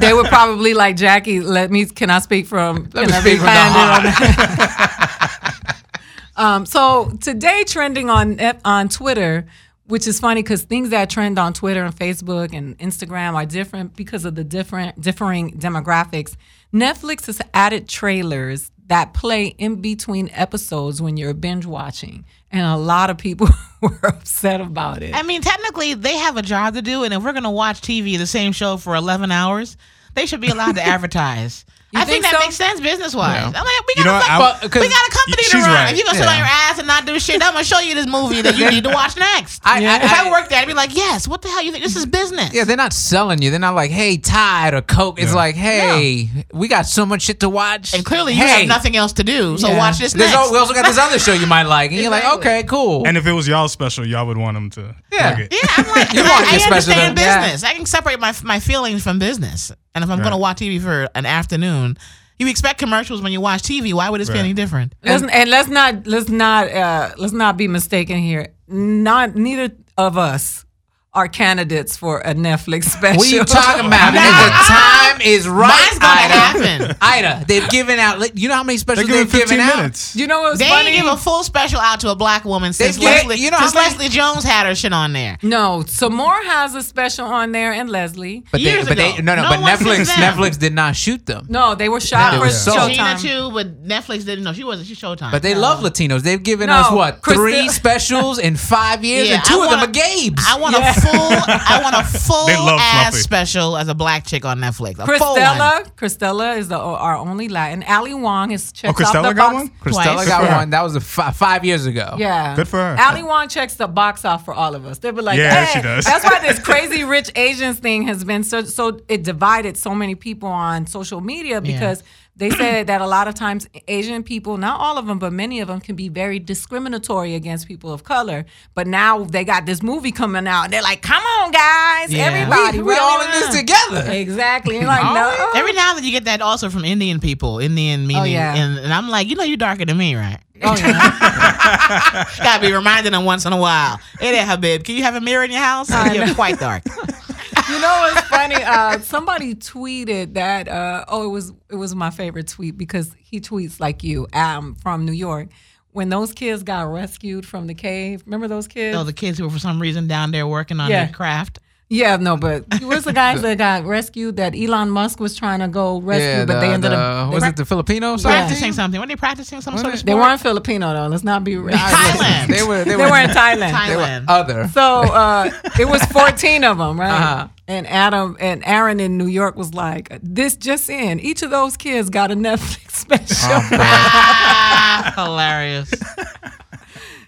Speaker 2: They were probably like, Jackie, let me, can I speak from, let
Speaker 5: me speak from the
Speaker 2: um, so today trending on Ep- on Twitter, which is funny because things that trend on Twitter and Facebook and Instagram are different because of the different differing demographics. Netflix has added trailers that play in between episodes when you're binge watching, and a lot of people were upset about it.
Speaker 4: I mean, technically, they have a job to do, and if we're gonna watch TV the same show for eleven hours, they should be allowed to advertise.
Speaker 2: You
Speaker 4: I think,
Speaker 2: think
Speaker 4: that
Speaker 2: so?
Speaker 4: makes sense business wise.
Speaker 5: Yeah.
Speaker 4: I'm like, we got,
Speaker 3: You know
Speaker 4: a,
Speaker 3: what, I-
Speaker 4: fuck-
Speaker 5: Well,
Speaker 4: we got a company to
Speaker 3: she's
Speaker 4: run.
Speaker 3: right.
Speaker 4: If you're gonna sit on
Speaker 5: Yeah.
Speaker 4: your ass and not do shit, I'm gonna show you this movie that you need to watch next.
Speaker 5: I- I-
Speaker 4: if I,
Speaker 5: I-
Speaker 4: worked there, I'd be like, yes, what the hell? You think this is business?
Speaker 5: Yeah, they're not selling you. They're not like, hey, Tide or Coke. It's
Speaker 3: Yeah.
Speaker 5: like, hey, we got so much shit to watch.
Speaker 4: and clearly, you
Speaker 5: Hey.
Speaker 4: have nothing else to do, so
Speaker 5: Yeah.
Speaker 4: watch this
Speaker 5: There's
Speaker 4: next.
Speaker 5: al- we also got this other show you might like. And you're like,
Speaker 4: Exactly.
Speaker 5: okay, cool.
Speaker 3: and if it was y'all special, y'all would want them to.
Speaker 5: Yeah.
Speaker 3: plug it.
Speaker 4: yeah, I'm like,
Speaker 5: You
Speaker 4: I,
Speaker 5: want
Speaker 4: I
Speaker 5: this special
Speaker 4: understand
Speaker 5: though.
Speaker 4: business. I can separate my my feelings from business. And if I'm gonna
Speaker 3: Right.
Speaker 4: watch TV for an afternoon, you expect commercials when you watch TV. Why would this be
Speaker 3: Right.
Speaker 4: any different?
Speaker 2: Let's, and let's not let's not uh, let's not be mistaken here. Not neither of us are candidates for a Netflix special.
Speaker 5: what are you talking about?
Speaker 4: Nah.
Speaker 5: Nigga, the time is right.
Speaker 4: Mine's gonna
Speaker 5: Ida.
Speaker 4: happen.
Speaker 5: Ida, they've given out. like, You know how many
Speaker 3: They
Speaker 5: specials
Speaker 3: give it
Speaker 5: they've given
Speaker 3: 15
Speaker 5: out?
Speaker 3: minutes.
Speaker 2: You know what's
Speaker 4: They
Speaker 2: funny?
Speaker 4: didn't give a full special out to a black woman since
Speaker 5: They did-
Speaker 4: Leslie.
Speaker 5: you know
Speaker 4: since
Speaker 5: how many-
Speaker 4: Leslie Jones had her shit on there.
Speaker 2: no, Samora has a special on there, and Leslie.
Speaker 5: But
Speaker 4: Years
Speaker 5: they, but
Speaker 4: ago.
Speaker 5: they, no, no,
Speaker 4: No
Speaker 5: but
Speaker 4: one sees
Speaker 5: Netflix,
Speaker 4: them.
Speaker 5: Netflix did not shoot them.
Speaker 2: No, they were shot
Speaker 5: They
Speaker 2: for
Speaker 5: were sold.
Speaker 4: Gina
Speaker 2: Showtime.
Speaker 4: too, but Netflix didn't know she wasn't. She Showtime.
Speaker 5: But they love Latinos. They've given
Speaker 2: No,
Speaker 5: us what
Speaker 2: Christi-
Speaker 5: three specials in five years,
Speaker 4: Yeah,
Speaker 5: and two
Speaker 4: I
Speaker 5: of them
Speaker 4: wanna-
Speaker 5: are Gabe's.
Speaker 4: I want a full. I want a full
Speaker 3: They love
Speaker 4: ass
Speaker 3: Fluffy.
Speaker 4: special as a black chick on Netflix. A full one.
Speaker 2: Christella, Christella is the, our only Latin. Ali Wong is
Speaker 3: Oh,
Speaker 2: checks off the
Speaker 3: Christella got
Speaker 2: box.
Speaker 3: one.
Speaker 5: Cristela
Speaker 4: Twice.
Speaker 5: got
Speaker 3: Good for her.
Speaker 5: one. That was a fi- five years ago.
Speaker 2: Yeah.
Speaker 3: Good for her.
Speaker 2: Ali Wong checks the box off for all of us. They'll be like,
Speaker 3: Yeah,
Speaker 2: hey.
Speaker 3: she does.
Speaker 2: That's why this crazy rich Asians thing has been so, so it divided so many people on social media because they said that a lot of times Asian people, not all of them, but many of them can be very discriminatory against people of color. But now they got this movie coming out and they're like, come on, guys,
Speaker 4: Yeah.
Speaker 2: everybody.
Speaker 5: We- we
Speaker 2: rally
Speaker 5: all in this
Speaker 2: around."
Speaker 5: together.
Speaker 2: Exactly. And like, no.
Speaker 4: Every now and then you get that also from Indian people, Indian meaning,
Speaker 2: Oh, yeah.
Speaker 4: and, and I'm like, you know, you darker than me, right?
Speaker 2: Oh, yeah.
Speaker 4: Gotta be reminding them once in a while. Hey there, Habib, can you have a mirror in your house? You're quite dark.
Speaker 2: You know what's funny? Uh, somebody tweeted that. Uh, oh, it was it was my favorite tweet because he tweets like you. Um, from New York, when those kids got rescued from the cave. Remember those kids?
Speaker 4: So the kids who were for some reason down there working on
Speaker 2: Yeah.
Speaker 4: their craft.
Speaker 2: yeah, no, but where's the guys that got rescued that Elon Musk was trying to go rescue,
Speaker 5: Yeah,
Speaker 2: but
Speaker 5: the-
Speaker 2: they ended up.
Speaker 5: the-
Speaker 2: They,
Speaker 5: was it the Filipino side?
Speaker 4: Practicing something. Were they practicing some sort of
Speaker 5: it-
Speaker 4: sport?
Speaker 2: they weren't Filipino though. Let's not be
Speaker 4: Thailand.
Speaker 5: They were. They
Speaker 2: They
Speaker 5: were.
Speaker 2: were in Thailand.
Speaker 5: They were
Speaker 4: Thailand.
Speaker 5: other.
Speaker 2: So uh, it was 14 of them, right?
Speaker 5: Uh-huh.
Speaker 2: And Adam and Aaron in New York was like, this just in. Each of those kids got a Netflix special.
Speaker 5: Oh, man.
Speaker 4: Ah, hilarious.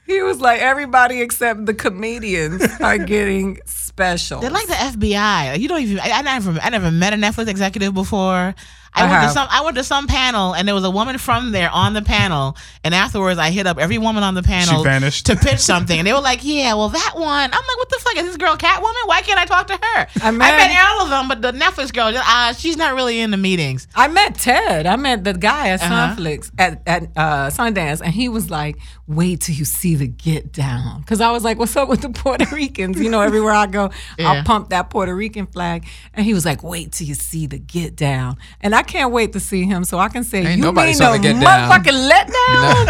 Speaker 2: He was like, everybody except the comedians are getting special.
Speaker 4: They're like the FBI. Like, you don't even. I, I never. I never met a Netflix executive before. I,
Speaker 2: I
Speaker 4: went
Speaker 2: have.
Speaker 4: to some. I went to some panel, and there was a woman from there on the panel. And afterwards, I hit up every woman on the panel
Speaker 3: vanished.
Speaker 4: to pitch something, and they were like, "Yeah, well, that one." I'm like, "What the fuck is this girl Catwoman? Why can't I talk to her?"
Speaker 2: I
Speaker 4: I
Speaker 2: met-
Speaker 4: met, all of them, but the Netflix girl, uh, she's not really in the meetings.
Speaker 2: I met Ted. I met the guy at
Speaker 4: Uh-huh.
Speaker 2: Sunflix at, at uh, Sundance, and he was like, "Wait till you see the get down." Because I was like, "What's up with the Puerto Ricans?" You know, everywhere I go, I'll
Speaker 4: Yeah.
Speaker 2: pump that Puerto Rican flag, and he was like, "Wait till you see the get down." And I can't wait to see him, so I can say,
Speaker 5: Ain't
Speaker 2: "You
Speaker 5: nobody
Speaker 2: mean
Speaker 5: saw
Speaker 2: the
Speaker 5: the get down."
Speaker 2: motherfucking letdown? You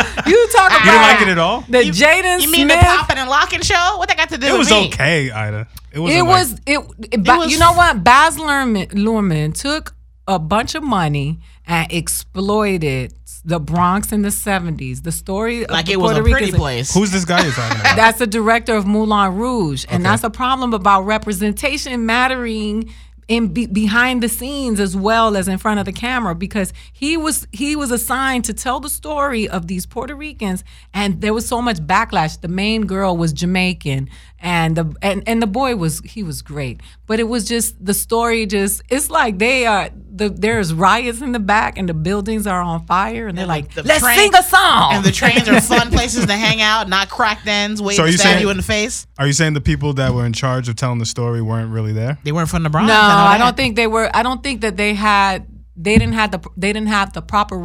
Speaker 2: talk about
Speaker 3: You didn't like it at all.
Speaker 2: the Jaden
Speaker 4: You
Speaker 2: Smith?"
Speaker 4: mean the popping and locking show? What that got to do
Speaker 3: It
Speaker 4: with
Speaker 3: was
Speaker 4: me?
Speaker 3: okay, Ida. It was.
Speaker 2: It was it. it, ba-
Speaker 4: was-
Speaker 2: you know what? Baz Luhrmann, Luhrmann took a bunch of money and exploited the Bronx in the seventies. The story of
Speaker 4: Like
Speaker 2: the
Speaker 4: it was
Speaker 2: Puerto
Speaker 4: a pretty
Speaker 2: Ricans-
Speaker 4: place.
Speaker 3: Who's this guy you're talking about?
Speaker 2: That's the director of Moulin Rouge, and that's a problem about representation mattering in be- behind the scenes as well as in front of the camera because he was he was assigned to tell the story of these Puerto Ricans, and there was so much backlash. The main girl was Jamaican, and the and, and the boy was he was great, but it was just the story. Just it's like they are the there's riots in the back and the buildings are on fire and they're like,
Speaker 4: the
Speaker 2: let's
Speaker 4: train-
Speaker 2: sing a song.
Speaker 4: And the trains are fun places to hang out, not cracked ends waiting
Speaker 3: So
Speaker 4: to
Speaker 3: you
Speaker 4: stab
Speaker 3: saying-
Speaker 4: you in the face.
Speaker 3: Are you saying the people that were in charge of telling the story weren't really there?
Speaker 4: They weren't from the Bronx.
Speaker 2: no,
Speaker 4: and all
Speaker 2: I
Speaker 4: that.
Speaker 2: don't think they were. I don't think that they had. They didn't have the. They didn't have the proper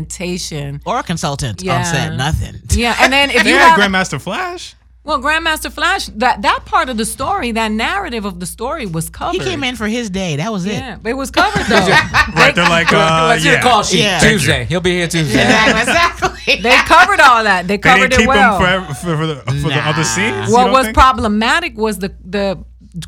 Speaker 2: representation.
Speaker 4: Or a consultant yeah.
Speaker 2: Yeah.
Speaker 4: said nothing.
Speaker 2: Yeah, and then if
Speaker 3: They
Speaker 2: you
Speaker 3: had
Speaker 2: have,
Speaker 3: Grandmaster Flash.
Speaker 2: well, Grandmaster Flash, that that part of the story, that narrative of the story was
Speaker 4: He
Speaker 2: covered.
Speaker 4: came in for his day. That was it.
Speaker 2: Yeah, but it was covered though.
Speaker 3: Right, they're like, uh,
Speaker 7: Let's hear
Speaker 3: yeah.
Speaker 7: the call sheet
Speaker 4: Yeah. Thank
Speaker 7: Tuesday. He'll be here Tuesday.
Speaker 4: Exactly. exactly.
Speaker 2: they covered all that. They
Speaker 3: They
Speaker 2: covered
Speaker 3: didn't keep
Speaker 2: it well.
Speaker 3: them for, for, for the, for the
Speaker 4: Nah.
Speaker 3: other scenes. You
Speaker 2: what
Speaker 3: don't
Speaker 2: was
Speaker 3: think?
Speaker 2: problematic was the the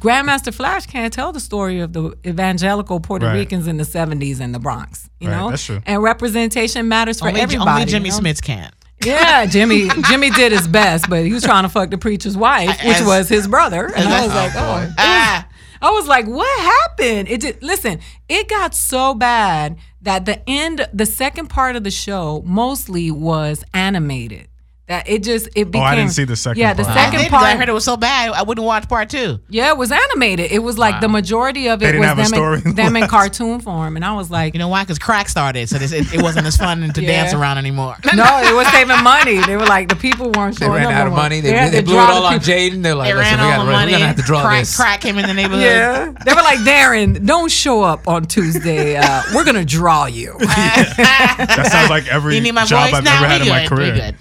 Speaker 2: Grandmaster Flash can't tell the story of the evangelical Puerto
Speaker 3: Right.
Speaker 2: Ricans in the '70s and the Bronx. You
Speaker 3: Right,
Speaker 2: know,
Speaker 3: that's true.
Speaker 2: And representation matters for
Speaker 4: only,
Speaker 2: everybody.
Speaker 4: only Jimmy
Speaker 2: you know?
Speaker 4: Smiths can't.
Speaker 2: Yeah, Jimmy. Jimmy did his best, but he was trying to fuck the preacher's wife, which
Speaker 4: As-
Speaker 2: was his brother. And I was like, oh, it was-
Speaker 4: Ah.
Speaker 2: I was like, what happened? It did, listen, it got so bad that the end, the second part of the show mostly was animated. That it just it became.
Speaker 3: Oh, I didn't see the second
Speaker 2: Yeah, the
Speaker 3: part. I
Speaker 4: I,
Speaker 2: second
Speaker 4: did, but
Speaker 2: part.
Speaker 4: I heard it was so bad, I wouldn't watch part two.
Speaker 2: yeah, it was animated. It was like the majority of
Speaker 3: They
Speaker 2: it
Speaker 3: didn't
Speaker 2: was
Speaker 3: have a
Speaker 2: them,
Speaker 3: story
Speaker 2: in, them in
Speaker 3: left.
Speaker 2: cartoon form, and I was like,
Speaker 4: You know why? Because crack started, so this, it, it wasn't as fun to
Speaker 2: Yeah.
Speaker 4: dance around anymore.
Speaker 2: no, it was saving money. They were like the people weren't.
Speaker 5: They
Speaker 2: showing
Speaker 5: ran
Speaker 2: up
Speaker 5: out of
Speaker 2: no more.
Speaker 5: money. They,
Speaker 2: had
Speaker 5: they,
Speaker 2: to
Speaker 5: blew it
Speaker 2: drive the
Speaker 5: all on
Speaker 2: people-
Speaker 5: Jaden. They're like,
Speaker 4: They
Speaker 5: listen,
Speaker 4: ran
Speaker 5: we
Speaker 4: all
Speaker 5: gotta,
Speaker 4: the
Speaker 5: we're
Speaker 4: money.
Speaker 5: gonna have to draw
Speaker 4: crack,
Speaker 5: this.
Speaker 4: crack him in the neighborhood.
Speaker 2: Yeah. They were like, Darren, don't show up on Tuesday. Uh, we're going to draw you.
Speaker 3: That sounds like every
Speaker 4: You need my
Speaker 3: job
Speaker 4: voice
Speaker 3: I've
Speaker 4: now.
Speaker 3: ever
Speaker 4: we
Speaker 3: had in my
Speaker 4: good. we
Speaker 3: career.
Speaker 4: good.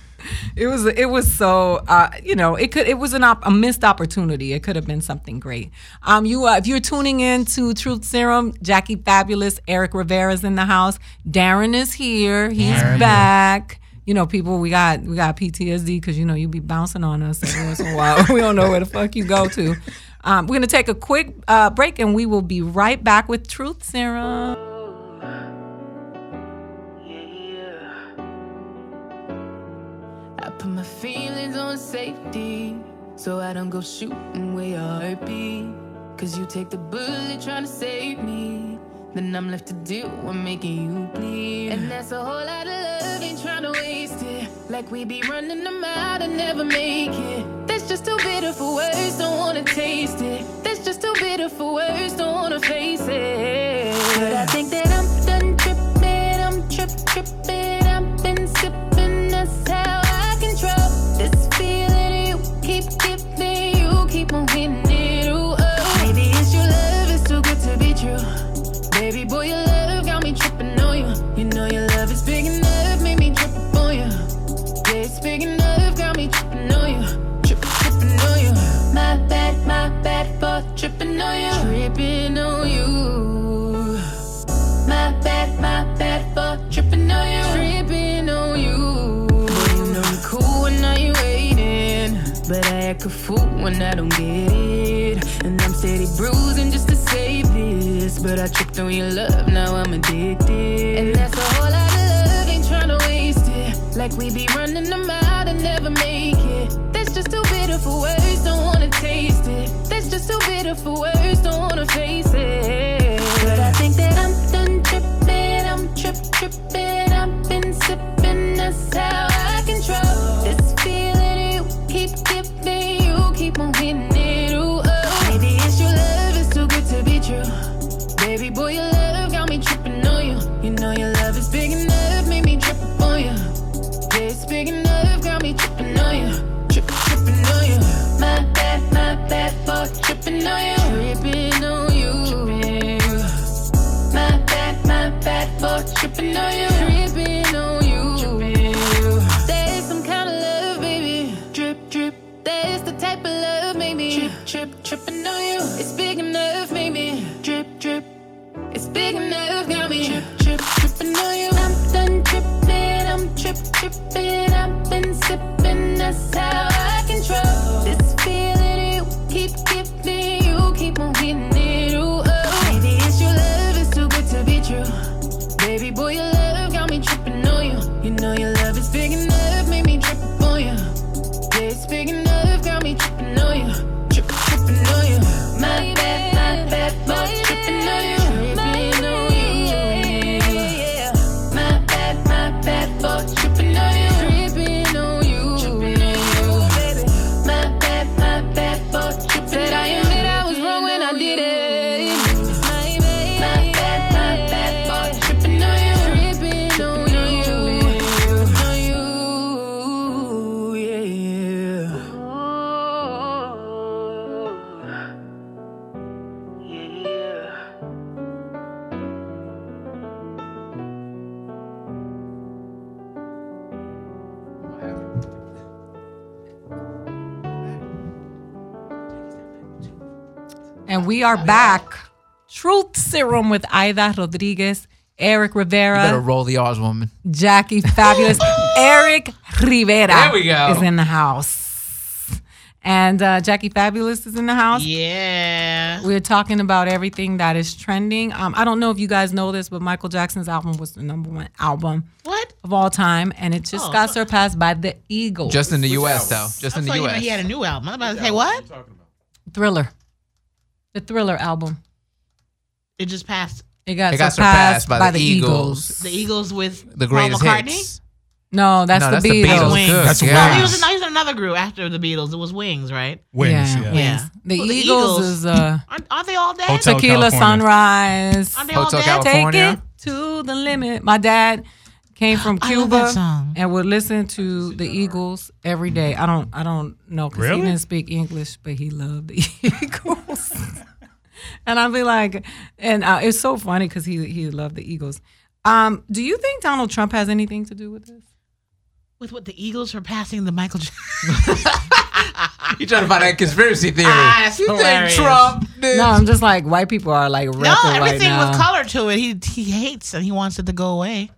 Speaker 2: It was it was so uh, you know it could it was an op- a missed opportunity. It could have been something great. Um, you uh, if you're tuning in to Truth Serum, Jackie Fabulous, Eric Rivera's in the house. Darren is here. He's back. You know, people, we got we got PTSD because you know you be bouncing on us every once in a while. we don't know where the fuck you go to. Um, we're gonna take a quick uh, break and we will be right back with Truth Serum.
Speaker 6: I put my feelings on safety so I don't go shooting where your heart be. Cause you take the bullet trying to save me. Then I'm left to deal with making you bleed. And that's a whole lot of love, ain't trying to waste it. Like we be running them out and never make it. That's just too bitter for words, don't wanna taste it. That's just too bitter for words, don't wanna face it. But I think that I'm done tripping, I'm trip tripping, I've been sipping, that's how I control this feeling. You keep giving, you keep on hitting it. Ooh, oh. Maybe it's your love, it's too good to be true. Baby boy, your love got me tripping on you. You know your love is big enough, made me trip on you. Yeah, it's big enough, got me tripping on you. Tripping, tripping on you. My bad, my bad for tripping on you. Tripping on you. My bad, my bad for tripping on you. Tripping on you. Boy, you know you cool when now you waiting. But I act a fool when I don't get it. And I'm steady bruising just to save this. But I tripped on your love, now I'm addicted. And that's a whole lot of love, ain't tryna waste it. Like we be running them out and never make it. That's just too bitter for words, don't wanna taste it. That's just too bitter for words, don't wanna face it. But I think that I'm done tripping, I'm trip tripping, I've been sipping, that's how I control this feeling. You keep giving, you keep on hitting it. Ooh, oh. Maybe it's your love, it's too good to be true. Baby boy, your love got me tripping on you. You know your love is big enough, made me trip on you. Yeah, it's big enough, got me tripping on you. Tripping, tripping on you. My bad, my bad for tripping on you. Tripping on you. My bad, my bad for tripping on you. Tripping on you. There's some kind of love, baby. Drip, drip. That's the type of love, maybe. Trip, trip, tripping on you. It's big enough, maybe. Drip, drip. It's big enough, got me trip, trip, tripping on you. I'm done tripping, I'm trip, tripping. I've been sipping, that's how I control this feeling. You keep giving, you keep on hitting it. Ooh, oh. Maybe it's your love, it's too good to be true. Baby boy, your love got me tripping on you. You know your love is big enough, made me trip on you. Yeah, it's big enough, got me tripping on you. Tripping, tripping on you. My bad, my
Speaker 2: And we are back. Truth Serum with Aida Rodriguez, Eric
Speaker 5: Better
Speaker 2: Rivera,
Speaker 5: roll the R's, woman.
Speaker 2: Jackie Fabulous. Eric Rivera
Speaker 5: There we go.
Speaker 2: is in the house. And uh, Jackie Fabulous is in the house.
Speaker 4: Yeah.
Speaker 2: We're talking about everything that is trending. Um, I don't know if you guys know this, but Michael Jackson's album was the number one album
Speaker 4: What?
Speaker 2: of all time, and it just
Speaker 4: Oh,
Speaker 2: got
Speaker 4: so-
Speaker 2: surpassed by the Eagles.
Speaker 5: Just in the
Speaker 7: album?
Speaker 5: U.S. though. Just
Speaker 4: I
Speaker 5: in the
Speaker 4: thought you meant
Speaker 5: U.S.
Speaker 4: he had a new album. I'm about to say what?
Speaker 7: you talking about?
Speaker 2: Thriller, the Thriller album.
Speaker 4: It just passed
Speaker 2: It got,
Speaker 5: It got
Speaker 2: surpassed, by, the Eagles.
Speaker 5: Eagles.
Speaker 4: the Eagles with
Speaker 5: the
Speaker 4: Paul
Speaker 5: greatest
Speaker 4: McCartney.
Speaker 5: hits.
Speaker 2: No, that's,
Speaker 5: no,
Speaker 2: the,
Speaker 5: that's
Speaker 2: Beatles.
Speaker 5: the Beatles.
Speaker 4: Wings.
Speaker 5: Good
Speaker 3: That's
Speaker 5: God.
Speaker 4: No,
Speaker 3: Wings.
Speaker 4: he was, in, no, he was in another group after the Beatles. It was Wings, right?
Speaker 3: Wings. Yeah.
Speaker 2: Wings. The,
Speaker 4: Well, the
Speaker 2: Eagles
Speaker 4: Eagles.
Speaker 2: is uh,
Speaker 4: Aren't, aren't they all dead?
Speaker 3: Hotel-
Speaker 2: Tequila
Speaker 3: California.
Speaker 2: Sunrise.
Speaker 4: Aren't they
Speaker 5: Hotel
Speaker 4: all dead?
Speaker 5: California.
Speaker 2: Take it to the limit. My dad came from
Speaker 4: I
Speaker 2: Cuba
Speaker 4: love that song.
Speaker 2: and would listen to the Eagles every day. I don't I don't know because
Speaker 3: Really?
Speaker 2: he didn't speak English, but he loved the Eagles. and I'd be like, and uh, it's so funny because he he loved the Eagles. Um, do you think Donald Trump has anything to do with this?
Speaker 4: With what the Eagles were passing the Michael Jackson.
Speaker 5: You trying to find that conspiracy theory?
Speaker 4: Ah, that's
Speaker 5: you think
Speaker 4: hilarious.
Speaker 5: Trump? Dude.
Speaker 2: No, I'm just like white people are like
Speaker 4: No,
Speaker 2: rapping right
Speaker 4: everything
Speaker 2: now.
Speaker 4: with color to it. He he hates and he wants it to go away.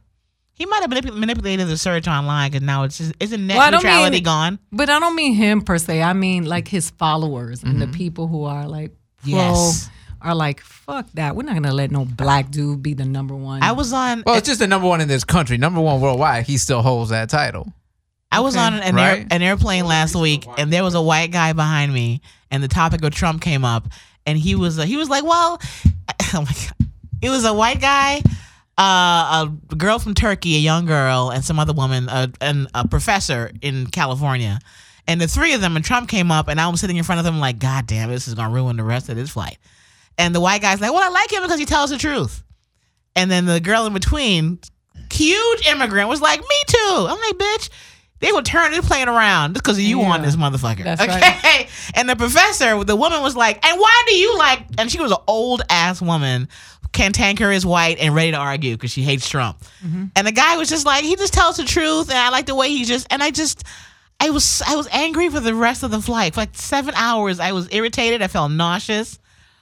Speaker 4: He might have manip- manipulated the search online because now it's just, isn't net
Speaker 2: Well, I don't
Speaker 4: neutrality
Speaker 2: mean-
Speaker 4: gone?
Speaker 2: But I don't mean him per se. I mean like his followers and the people who are like pro
Speaker 4: Mm-hmm. Yes.
Speaker 2: are like fuck that. We're not gonna let no black dude be the number one.
Speaker 4: I was on.
Speaker 5: Well, it's just the number one in this country, number one worldwide. He still holds that title.
Speaker 4: I was on an,
Speaker 5: Right?
Speaker 4: air, an airplane last week, and there was a white guy behind me, and the topic of Trump came up, and he was he was like, "Well, oh my god, it was a white guy, uh, a girl from Turkey, a young girl, and some other woman, a, and a professor in California." And the three of them, and Trump came up, and I was sitting in front of them like, "God damn, this is gonna ruin the rest of this flight." And the white guy's like, "Well, I like him because he tells the truth." And then the girl in between, huge immigrant, was like, "Me too." I'm like, "Bitch, they will turn this plane around just because you on
Speaker 2: Yeah.
Speaker 4: this motherfucker."
Speaker 2: That's
Speaker 4: okay. And the professor, the woman was like, "And why do you like?" And she was an old ass woman, cantankerous, white, and ready to argue because she hates Trump.
Speaker 2: Mm-hmm.
Speaker 4: And the guy was just like, "He just tells the truth, and I like the way he just." And I just. I was I was angry for the rest of the flight. For like seven hours, I was irritated. I felt nauseous.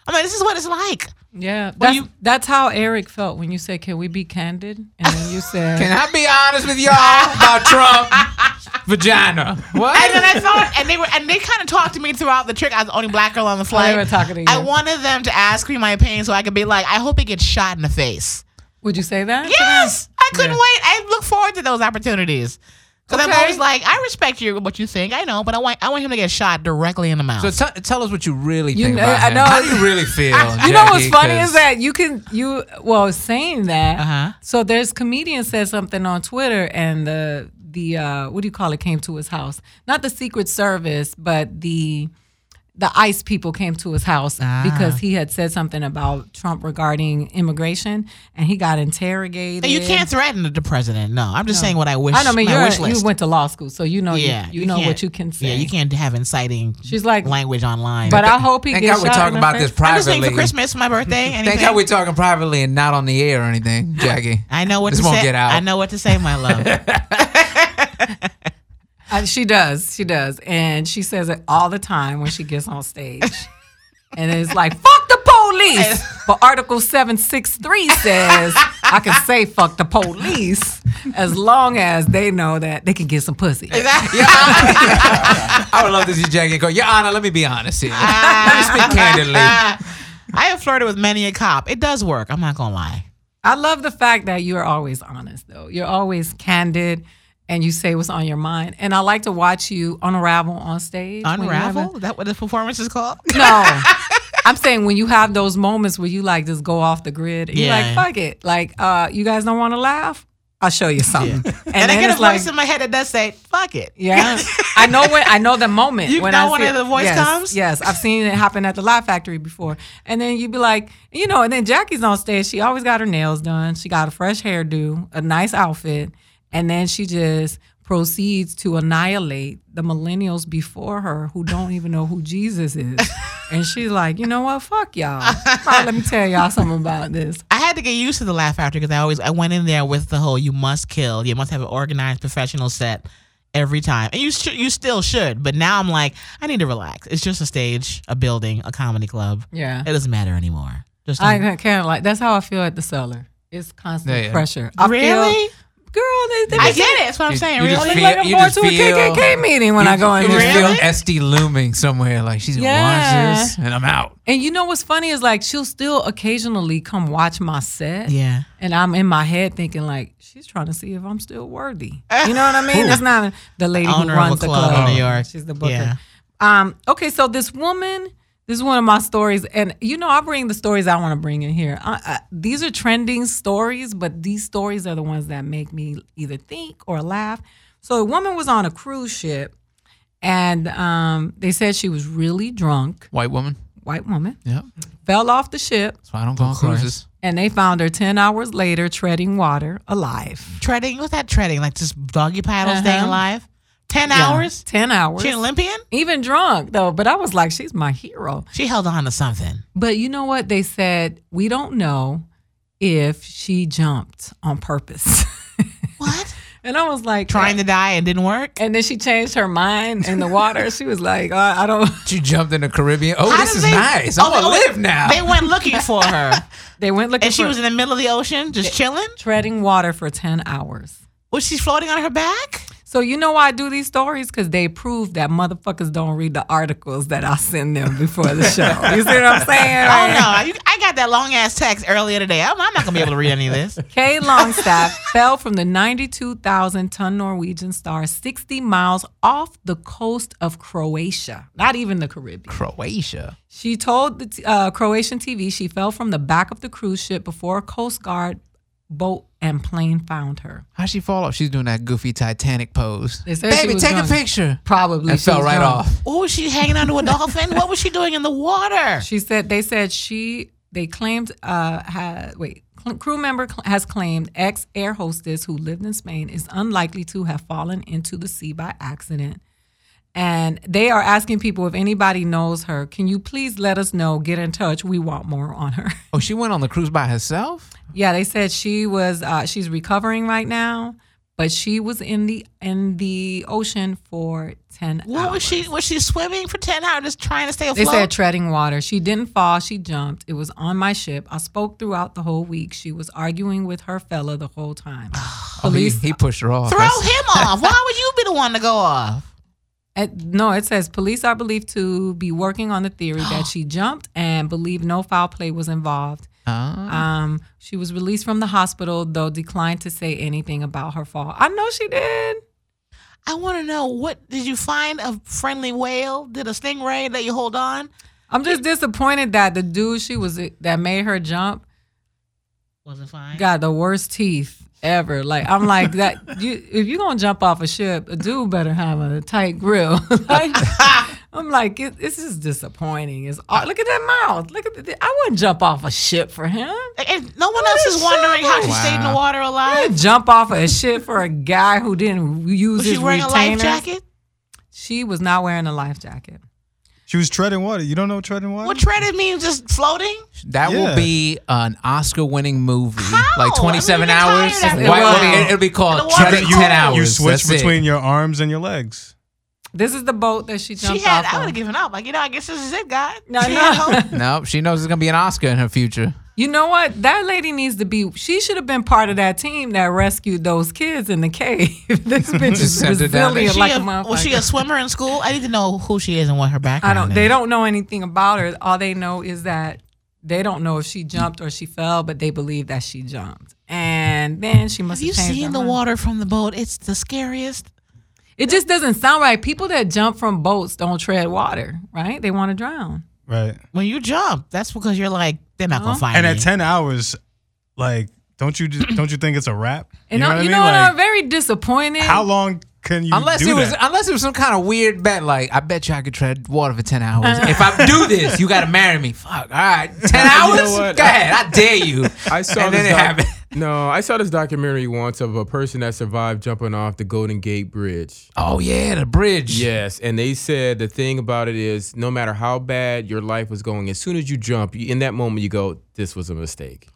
Speaker 4: I'm like, this is what it's like.
Speaker 2: yeah. That's,
Speaker 4: Well, you-
Speaker 2: that's how Eric felt when you said, "Can we be candid?" And then you said,
Speaker 5: Can I be honest with y'all about Trump
Speaker 4: And
Speaker 5: vagina?
Speaker 4: then
Speaker 5: What?
Speaker 4: I thought, and they were, and they kind of talked to me throughout the trip. I was the only black girl on the flight.
Speaker 2: were Oh, talking to you.
Speaker 4: I wanted them to ask me my opinion so I could be like, I hope it gets shot in the face.
Speaker 2: "Would you say that?"
Speaker 4: Yes, I couldn't
Speaker 2: Yeah.
Speaker 4: wait. I look forward to those opportunities because I'm
Speaker 5: Okay.
Speaker 4: always like, I respect you, what you think. I know, but I want, I want him to get shot directly in the mouth.
Speaker 5: So t- tell us what you really
Speaker 2: You
Speaker 5: think
Speaker 2: know-
Speaker 5: about
Speaker 2: I
Speaker 5: him.
Speaker 2: know-
Speaker 5: How do you really feel?
Speaker 2: You know what's
Speaker 5: Jackie?
Speaker 2: funny
Speaker 5: 'Cause
Speaker 2: is that you can you well saying that.
Speaker 4: Uh-huh.
Speaker 2: So there's comedian said something on Twitter and the the uh, what do you call it came to his house. Not the Secret Service, but the the ICE people came to his house because he had said something about Trump regarding immigration, and he got interrogated.
Speaker 4: And you can't threaten the president. No, I'm just saying what I wish.
Speaker 2: I know. I mean,
Speaker 4: my
Speaker 2: you're,
Speaker 4: wish list.
Speaker 2: you went to law school, so you know.
Speaker 4: yeah,
Speaker 2: you, you know what
Speaker 4: can't-
Speaker 2: you can say.
Speaker 4: Yeah, you can't have inciting.
Speaker 2: She's like-
Speaker 4: language online.
Speaker 2: But I hope he
Speaker 5: Thank
Speaker 2: gets
Speaker 5: God we're
Speaker 2: shot in
Speaker 5: talking
Speaker 2: the
Speaker 5: about
Speaker 2: face.
Speaker 5: this
Speaker 4: I'm just saying
Speaker 5: privately.
Speaker 4: for Christmas, my birthday.
Speaker 5: Thank
Speaker 4: anything.
Speaker 5: God we're talking privately and not on the air or anything, Jackie.
Speaker 4: I know what
Speaker 5: This
Speaker 4: to
Speaker 5: won't
Speaker 4: say.
Speaker 5: get out.
Speaker 4: I know what to say, my love.
Speaker 2: Uh, she does. She does. And she says it all the time when she gets on stage. and it's like, fuck the police. But Article 763 says I can say fuck the police as long as they know that they can get some pussy.
Speaker 5: I would love to see Jackie go, Your Honor, let me be honest here.
Speaker 4: Ah.
Speaker 5: let me speak candidly.
Speaker 4: I have flirted with many a cop. It does work. I'm not gonna lie.
Speaker 2: I love the fact that you're always honest, though. You're always candid and you say what's on your mind. And I like to watch you unravel on stage. when you have a-
Speaker 4: Unravel? Is that what this performance is called?
Speaker 2: No. I'm saying when you have those moments where you like just go off the grid, and you're
Speaker 4: Yeah.
Speaker 2: like, fuck it. Like, uh, you guys don't want to laugh? I'll show you something. And,
Speaker 4: And, I
Speaker 2: then
Speaker 4: get a
Speaker 2: it's
Speaker 4: voice
Speaker 2: like,
Speaker 4: in my head that does say, "Fuck it."
Speaker 2: yeah. I know when I know the moment.
Speaker 4: You
Speaker 2: when
Speaker 4: know
Speaker 2: I
Speaker 4: when
Speaker 2: see it.
Speaker 4: the voice
Speaker 2: yes,
Speaker 4: comes?
Speaker 2: Yes. I've seen it happen at the Live Factory before. And then you'd be like, you know, and then Jackie's on stage. She always got her nails done. She got a fresh hairdo, a nice outfit. And then she just proceeds to annihilate the millennials before her who don't even know who Jesus is. And she's like, you know what? Fuck y'all. All right, let me tell y'all something about this.
Speaker 4: I had to get used to the laugh after because I always I went in there with the whole "you must kill," you must have an organized professional set, every time, and you should, you still should. But now I'm like, I need to relax. It's just a stage, a building, a comedy club.
Speaker 2: Yeah.
Speaker 4: It doesn't matter anymore. Just
Speaker 2: I kind of like that's how I feel at the cellar. It's constant
Speaker 5: Yeah, yeah.
Speaker 2: pressure. I
Speaker 4: Really?
Speaker 2: Feel, girl, they, they
Speaker 4: I
Speaker 2: just-
Speaker 4: get it. That's what I'm
Speaker 5: You-
Speaker 4: saying.
Speaker 5: you just
Speaker 2: I
Speaker 4: Really?
Speaker 2: look like I'm
Speaker 5: You
Speaker 2: going
Speaker 5: just
Speaker 2: to a
Speaker 5: feel-
Speaker 2: KKK meeting when I go in
Speaker 5: you
Speaker 2: there.
Speaker 5: just feel
Speaker 4: Really?
Speaker 5: Esty looming somewhere. Like she's gonna
Speaker 2: Yeah.
Speaker 5: watch this, and I'm out.
Speaker 2: And you know what's funny is like she'll still occasionally come watch my set.
Speaker 4: yeah.
Speaker 2: And I'm in my head thinking like she's trying to see if I'm still worthy. You know what I mean? That's not the lady
Speaker 4: Owner
Speaker 2: who
Speaker 4: of a
Speaker 2: runs the
Speaker 4: club
Speaker 2: club.
Speaker 4: in New York.
Speaker 2: She's the booker.
Speaker 4: Yeah.
Speaker 2: Um, okay, so this woman, this is one of my stories, and you know I bring the stories I want to bring in here. I, I, these are trending stories, but these stories are the ones that make me either think or laugh. So a woman was on a cruise ship, and um, they said she was really drunk,
Speaker 5: White woman.
Speaker 2: white woman,
Speaker 5: Yep.
Speaker 2: fell off the ship,
Speaker 5: That's why I don't go on cruises.
Speaker 2: and they found her ten hours later treading water alive.
Speaker 4: Treading. What's that treading? Like just doggy paddle,
Speaker 2: Uh-huh.
Speaker 4: staying alive. Ten hours.
Speaker 2: ten hours,
Speaker 4: She an Olympian.
Speaker 2: even drunk though. But I was like, she's my hero.
Speaker 4: She held on to something.
Speaker 2: But you know what? They said, we don't know if she jumped on purpose.
Speaker 4: What?
Speaker 2: and I was like,
Speaker 4: Trying to die and didn't work.
Speaker 2: And then she changed her mind in the water. she was like, uh, I don't.
Speaker 5: She jumped in the Caribbean. Oh,
Speaker 4: How
Speaker 5: this
Speaker 4: did
Speaker 5: is
Speaker 4: they-
Speaker 5: nice.
Speaker 4: Oh,
Speaker 5: I'm gonna
Speaker 4: they-
Speaker 5: live now.
Speaker 4: They went looking for her,
Speaker 2: They went looking
Speaker 4: and she
Speaker 2: for-
Speaker 4: was in the middle of the ocean, just chilling.
Speaker 2: treading water for 10 hours.
Speaker 4: Was she floating on her back?
Speaker 2: So you know why I do these stories? Because they prove that motherfuckers don't read the articles that I send them before the show. You see what I'm saying?
Speaker 4: Oh no! You, I got that long ass text earlier today. I'm, I'm not gonna be able to read any of this.
Speaker 2: Kay Longstaff fell from the 92,000 ton Norwegian star 60 miles off the coast of Croatia, not even the Caribbean.
Speaker 5: Croatia.
Speaker 2: She told the t- uh, Croatian TV she fell from the back of the cruise ship before a Coast Guard boat and plane found her.
Speaker 5: How'd she fall off? She's doing that goofy Titanic pose.
Speaker 2: They said she
Speaker 5: Baby,
Speaker 2: was
Speaker 5: take
Speaker 2: drunk.
Speaker 5: a picture.
Speaker 2: Probably
Speaker 5: And
Speaker 2: she
Speaker 5: fell
Speaker 2: was
Speaker 5: right
Speaker 2: drunk.
Speaker 5: off.
Speaker 4: Oh, was she hanging onto a dolphin? What was she doing in the water?
Speaker 2: She said they said she they claimed uh had wait cl- crew member cl- has claimed ex air hostess who lived in Spain is unlikely to have fallen into the sea by accident. And they are asking people if anybody knows her, can you please let us know? Get in touch. We want more on her.
Speaker 5: Oh, she went on the cruise by herself.
Speaker 2: yeah, they said she was uh, she's recovering right now, but she was in the in the ocean for ten
Speaker 4: What
Speaker 2: hours.
Speaker 4: was she? Was she swimming for ten hours, just trying to stay
Speaker 2: They
Speaker 4: afloat?
Speaker 2: said treading water. She didn't fall. She jumped. It was on my ship. I spoke throughout the whole week. She was arguing with her fella the whole time.
Speaker 5: Oh, he,
Speaker 2: Police.
Speaker 5: he pushed her off.
Speaker 4: Throw
Speaker 5: That's-
Speaker 4: him off. Why would you be the one to go off?
Speaker 2: Uh, no, it says police are believed to be working on the theory that she jumped and believe no foul play was involved.
Speaker 4: Oh.
Speaker 5: Ah.
Speaker 2: Um, she was released from the hospital, though declined to say anything about her fall. I know she did.
Speaker 4: I want to know what did you find a friendly whale? Did a stingray that you hold on?
Speaker 2: I'm just disappointed that the dude she was that made her jump
Speaker 4: Wasn't fine.
Speaker 2: got the worst teeth ever. Like I'm like that. You if you gonna jump off a ship, a dude better have a tight grill. like, I'm like it, this is disappointing. It's all, look at that mouth. Look at the, I wouldn't jump off a ship for him.
Speaker 4: And no one else is wondering how she stayed in the
Speaker 5: Wow.
Speaker 4: water
Speaker 2: I
Speaker 4: alive.
Speaker 2: would jump off a ship for a guy who didn't use
Speaker 4: Was
Speaker 2: his
Speaker 4: she wearing a life
Speaker 2: retainers.
Speaker 4: jacket?
Speaker 2: She was not wearing a life jacket.
Speaker 3: She was treading water. You don't know treading water?
Speaker 4: What treaded means just floating?
Speaker 5: That
Speaker 3: Yeah.
Speaker 5: will be an Oscar-winning movie, like
Speaker 4: I
Speaker 5: 27
Speaker 4: mean, you're tired
Speaker 5: hours.
Speaker 4: after
Speaker 2: a
Speaker 5: Why-
Speaker 2: while.
Speaker 5: what- it- it'll be
Speaker 4: The
Speaker 5: called
Speaker 4: water-
Speaker 5: Treading
Speaker 4: You-
Speaker 5: 10 hours.
Speaker 3: You switch
Speaker 5: That's it.
Speaker 3: between your arms and your legs.
Speaker 2: This is the boat that she
Speaker 4: She
Speaker 2: jumped
Speaker 4: had.
Speaker 2: off
Speaker 4: I would
Speaker 2: of.
Speaker 4: have given up. Like you know, I guess this is it, God.
Speaker 2: No,
Speaker 4: She had
Speaker 2: no.
Speaker 4: hope.
Speaker 5: Nope, she knows there's gonna be an Oscar in her future.
Speaker 2: You know what? That lady needs to be. She should have been part of that team that rescued those kids in the cave. this bitch is
Speaker 5: Just sent her down
Speaker 2: resilient
Speaker 4: She
Speaker 2: like a,
Speaker 4: a-
Speaker 2: motherfucker.
Speaker 4: was she a swimmer in school? I need to know who she is and what her
Speaker 2: I
Speaker 4: background.
Speaker 2: don't.
Speaker 4: is.
Speaker 2: They don't know anything about her. All they know is that they don't know if she jumped or she fell, but they believe that she jumped. And then she must
Speaker 4: Have
Speaker 2: have,
Speaker 4: you
Speaker 2: changed
Speaker 4: seen
Speaker 2: her
Speaker 4: the
Speaker 2: mind.
Speaker 4: water from the boat? It's the scariest.
Speaker 2: It just doesn't sound right. People that jump from boats don't tread water, right? They want to drown.
Speaker 3: Right.
Speaker 4: When you jump, that's because you're like they're not gonna
Speaker 2: Uh-huh.
Speaker 4: find
Speaker 3: And
Speaker 4: me.
Speaker 3: at 10 hours, like, don't you just, don't you think it's a wrap?
Speaker 2: And I- you know, what? I'm very disappointed.
Speaker 3: how long can you
Speaker 5: Unless
Speaker 3: do
Speaker 5: it was,
Speaker 3: that?
Speaker 5: unless it was some kind of weird bet, like I bet you I could tread water for 10 hours.
Speaker 4: Uh-huh.
Speaker 5: if I do this, you gotta marry me. Fuck. All right, 10
Speaker 7: You know
Speaker 5: hours.
Speaker 7: what?
Speaker 5: Go ahead, I dare you.
Speaker 7: I saw
Speaker 5: And
Speaker 7: this
Speaker 5: then it
Speaker 7: doc-
Speaker 5: happened.
Speaker 7: No, I saw this documentary once of a person that survived jumping off the Golden Gate Bridge.
Speaker 5: Oh yeah, the bridge.
Speaker 7: Yes, and they said the thing about it is no matter how bad your life was going, as soon as you jump, you, in that moment you go, this was a mistake.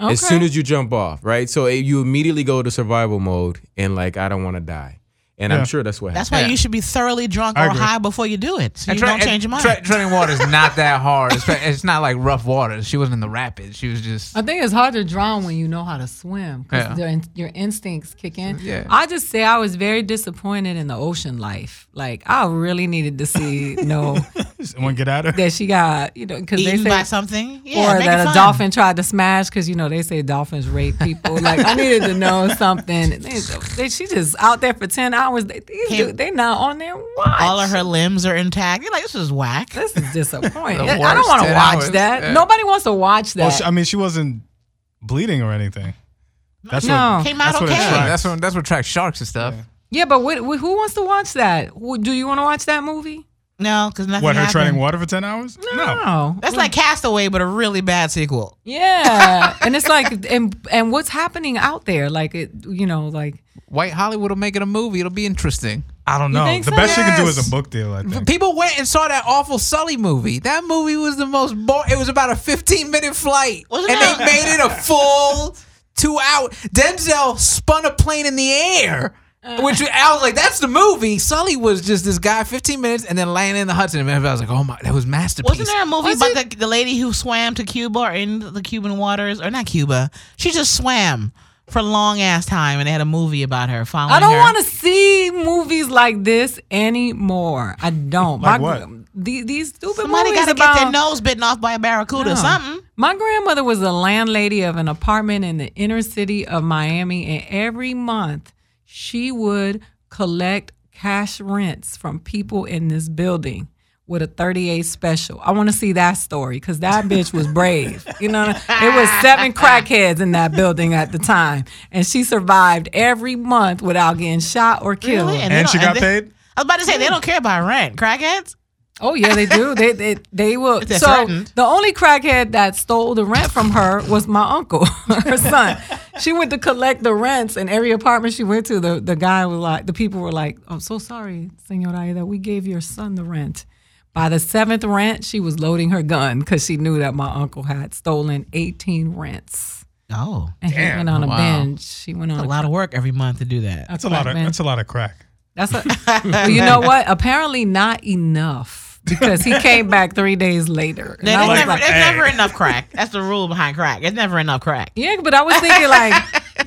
Speaker 7: As soon as you jump off, right? So eh, you immediately go to survival mode and like I don't want to die. And
Speaker 3: Yeah.
Speaker 7: I'm sure that's what
Speaker 4: That's why
Speaker 7: happened.
Speaker 5: Yeah.
Speaker 4: you should be thoroughly drunk
Speaker 3: I
Speaker 4: or
Speaker 3: agree.
Speaker 4: high before you do it, so you don't change your mind.
Speaker 5: Tre- treading water's not that hard. It's, it's not like rough waters. She wasn't in the rapids. She was just.
Speaker 2: I think it's hard to drown when you know how to swim
Speaker 5: Yeah.
Speaker 2: because your instincts kick in.
Speaker 5: Yeah.
Speaker 2: I just say I was very disappointed in the ocean life. Like I really needed to see know
Speaker 3: Someone get out of
Speaker 2: that she got you know because they
Speaker 4: Eaten by
Speaker 2: say
Speaker 4: something, yeah,
Speaker 2: or
Speaker 4: make
Speaker 2: that
Speaker 4: it
Speaker 2: a
Speaker 4: fun.
Speaker 2: dolphin tried to smash because you know they say dolphins rape people. like I needed to know something. They, they, she just out there for ten hours. They these
Speaker 4: Can't-
Speaker 2: dude- they not on their watch.
Speaker 4: All of her limbs are intact. You're like, this is whack.
Speaker 2: This is disappointing.
Speaker 5: The
Speaker 2: I don't
Speaker 5: worst
Speaker 2: want to
Speaker 5: 10
Speaker 2: watch
Speaker 5: hours.
Speaker 2: that.
Speaker 5: Yeah.
Speaker 2: Nobody wants to watch that.
Speaker 3: Well, Oh, she, I mean, she wasn't bleeding or anything. That's
Speaker 2: No.
Speaker 3: what,
Speaker 4: Came out
Speaker 3: that's what it
Speaker 4: okay.
Speaker 5: Yeah,
Speaker 3: tracks.
Speaker 5: that's what that's what tracks sharks and stuff.
Speaker 2: yeah, but what, wh- who wants to watch that? Who- Do you want to watch that movie?
Speaker 4: No, because nothing
Speaker 3: What, her
Speaker 4: happened.
Speaker 3: treading water for 10 hours?
Speaker 2: No.
Speaker 4: That's like Castaway, but a really bad sequel.
Speaker 2: Yeah, and it's like, and and what's happening out there? Like it, you know, like
Speaker 5: White Hollywood will make it a movie. It'll be interesting.
Speaker 3: I don't know.
Speaker 2: think
Speaker 3: The
Speaker 2: so?
Speaker 3: best she can do
Speaker 5: Yes.
Speaker 3: is a book deal, I think.
Speaker 5: People went and saw that awful Sully movie. That movie was the most boring. It was about a 15 minute flight,
Speaker 4: Wasn't
Speaker 5: and
Speaker 4: it?
Speaker 5: they made it a full two hour. Denzel spun a plane in the air.
Speaker 4: Uh.
Speaker 5: Which I was like, that's the movie. Sully was just this guy, 15 minutes, and then landing in the Hudson. And I was like, oh my, that was masterpiece.
Speaker 4: Wasn't there a movie
Speaker 5: Was
Speaker 4: about
Speaker 5: it?
Speaker 4: the, the lady who swam to Cuba or in the Cuban waters, or not Cuba? She just swam for a long ass time, and they had a movie about her following.
Speaker 2: I don't
Speaker 4: her.
Speaker 2: want to see movies like this anymore. I don't.
Speaker 3: Like
Speaker 2: My-
Speaker 3: what?
Speaker 2: the- these stupid
Speaker 4: Somebody
Speaker 2: movies
Speaker 4: got to
Speaker 2: about.
Speaker 4: get their nose bitten off by a barracuda, or
Speaker 2: No.
Speaker 4: something.
Speaker 2: My grandmother was the landlady of an apartment in the inner city of Miami, and every month she would collect cash rents from people in this building with a 38 special. I want to see that story because that bitch was brave. You know, what I- it was seven crackheads in that building at the time, and she survived every month without getting shot or killed.
Speaker 4: Really? they
Speaker 3: And she
Speaker 4: don't-
Speaker 3: got
Speaker 4: they-
Speaker 3: paid?
Speaker 4: I was about to say they don't care about rent, crackheads.
Speaker 2: Oh yeah, they do. they they they will.
Speaker 4: They're
Speaker 2: so
Speaker 4: threatened.
Speaker 2: the only crackhead that stole the rent from her was my uncle, her son. She went to collect the rents, and every apartment she went to, the the guy was like, the people were like, "I'm so sorry, Señora, that we gave your son the rent." By the seventh rent, she was loading her gun because she knew that my uncle had stolen 18 rents,
Speaker 4: Oh,
Speaker 2: and he went on a
Speaker 5: Wow.
Speaker 2: binge. She went on
Speaker 4: a lot of work every month to do that.
Speaker 3: That's a lot of
Speaker 2: man.
Speaker 3: that's a lot of crack.
Speaker 2: That's a, well, you know what? Apparently not enough because he came back three days later. And
Speaker 4: There's,
Speaker 2: I was
Speaker 4: never,
Speaker 2: like,
Speaker 4: there's
Speaker 3: "Hey."
Speaker 4: never enough crack. That's the rule behind crack. It's never enough crack.
Speaker 2: yeah, but I was thinking like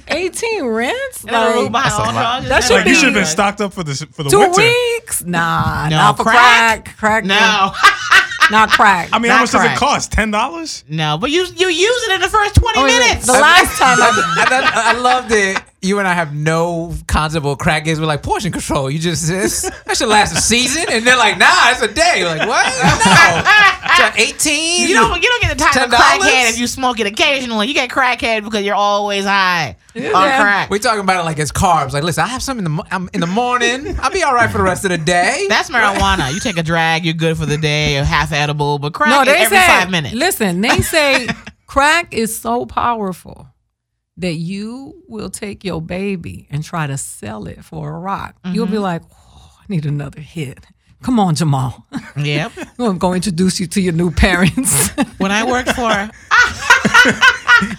Speaker 2: eighteen rents,
Speaker 4: And the rule
Speaker 2: like,
Speaker 4: behind all drugs
Speaker 2: That
Speaker 4: is never
Speaker 2: should
Speaker 3: Like you
Speaker 2: be-
Speaker 3: should have
Speaker 4: enough
Speaker 3: been
Speaker 4: crack.
Speaker 3: stocked up for the for the
Speaker 2: two
Speaker 3: winter.
Speaker 2: weeks. Nah,
Speaker 4: No,
Speaker 2: Uh, not for
Speaker 4: crack.
Speaker 2: crack, crack,
Speaker 4: No,
Speaker 2: not crack.
Speaker 3: I mean,
Speaker 4: Not
Speaker 3: how much does
Speaker 4: crack.
Speaker 3: it cost? Ten dollars?
Speaker 4: no. But you you use it in the first twenty
Speaker 2: Oh, wait, wait.
Speaker 4: minutes.
Speaker 2: The last time I
Speaker 5: I, thought- I love that you and I have no concept of what crack is. We're like portion control. You just this that should last a season, and they're like, nah, it's a day. You're like what? No, it's eighteen.
Speaker 4: You don't you don't get the type of
Speaker 5: $10?
Speaker 4: crackhead if you smoke it occasionally. You get crackhead because you're always high on
Speaker 2: Yeah.
Speaker 4: crack.
Speaker 5: We're talking about it like it's carbs. Like, listen, I have some in the mo- I'm, in the morning. I'll be all right for the rest of the day.
Speaker 4: That's marijuana. You take a drag, you're good for the day, you're half edible, but crack
Speaker 2: no,
Speaker 4: is
Speaker 2: they
Speaker 4: every
Speaker 2: say,
Speaker 4: five minutes.
Speaker 2: Listen, they say crack is so powerful that you will take your baby and try to sell it for a rock. You'll
Speaker 4: Mm-hmm.
Speaker 2: be like, oh, I need another hit. Come on, Jamal.
Speaker 4: Yep.
Speaker 2: I'm going to introduce you to your new parents.
Speaker 4: When I worked for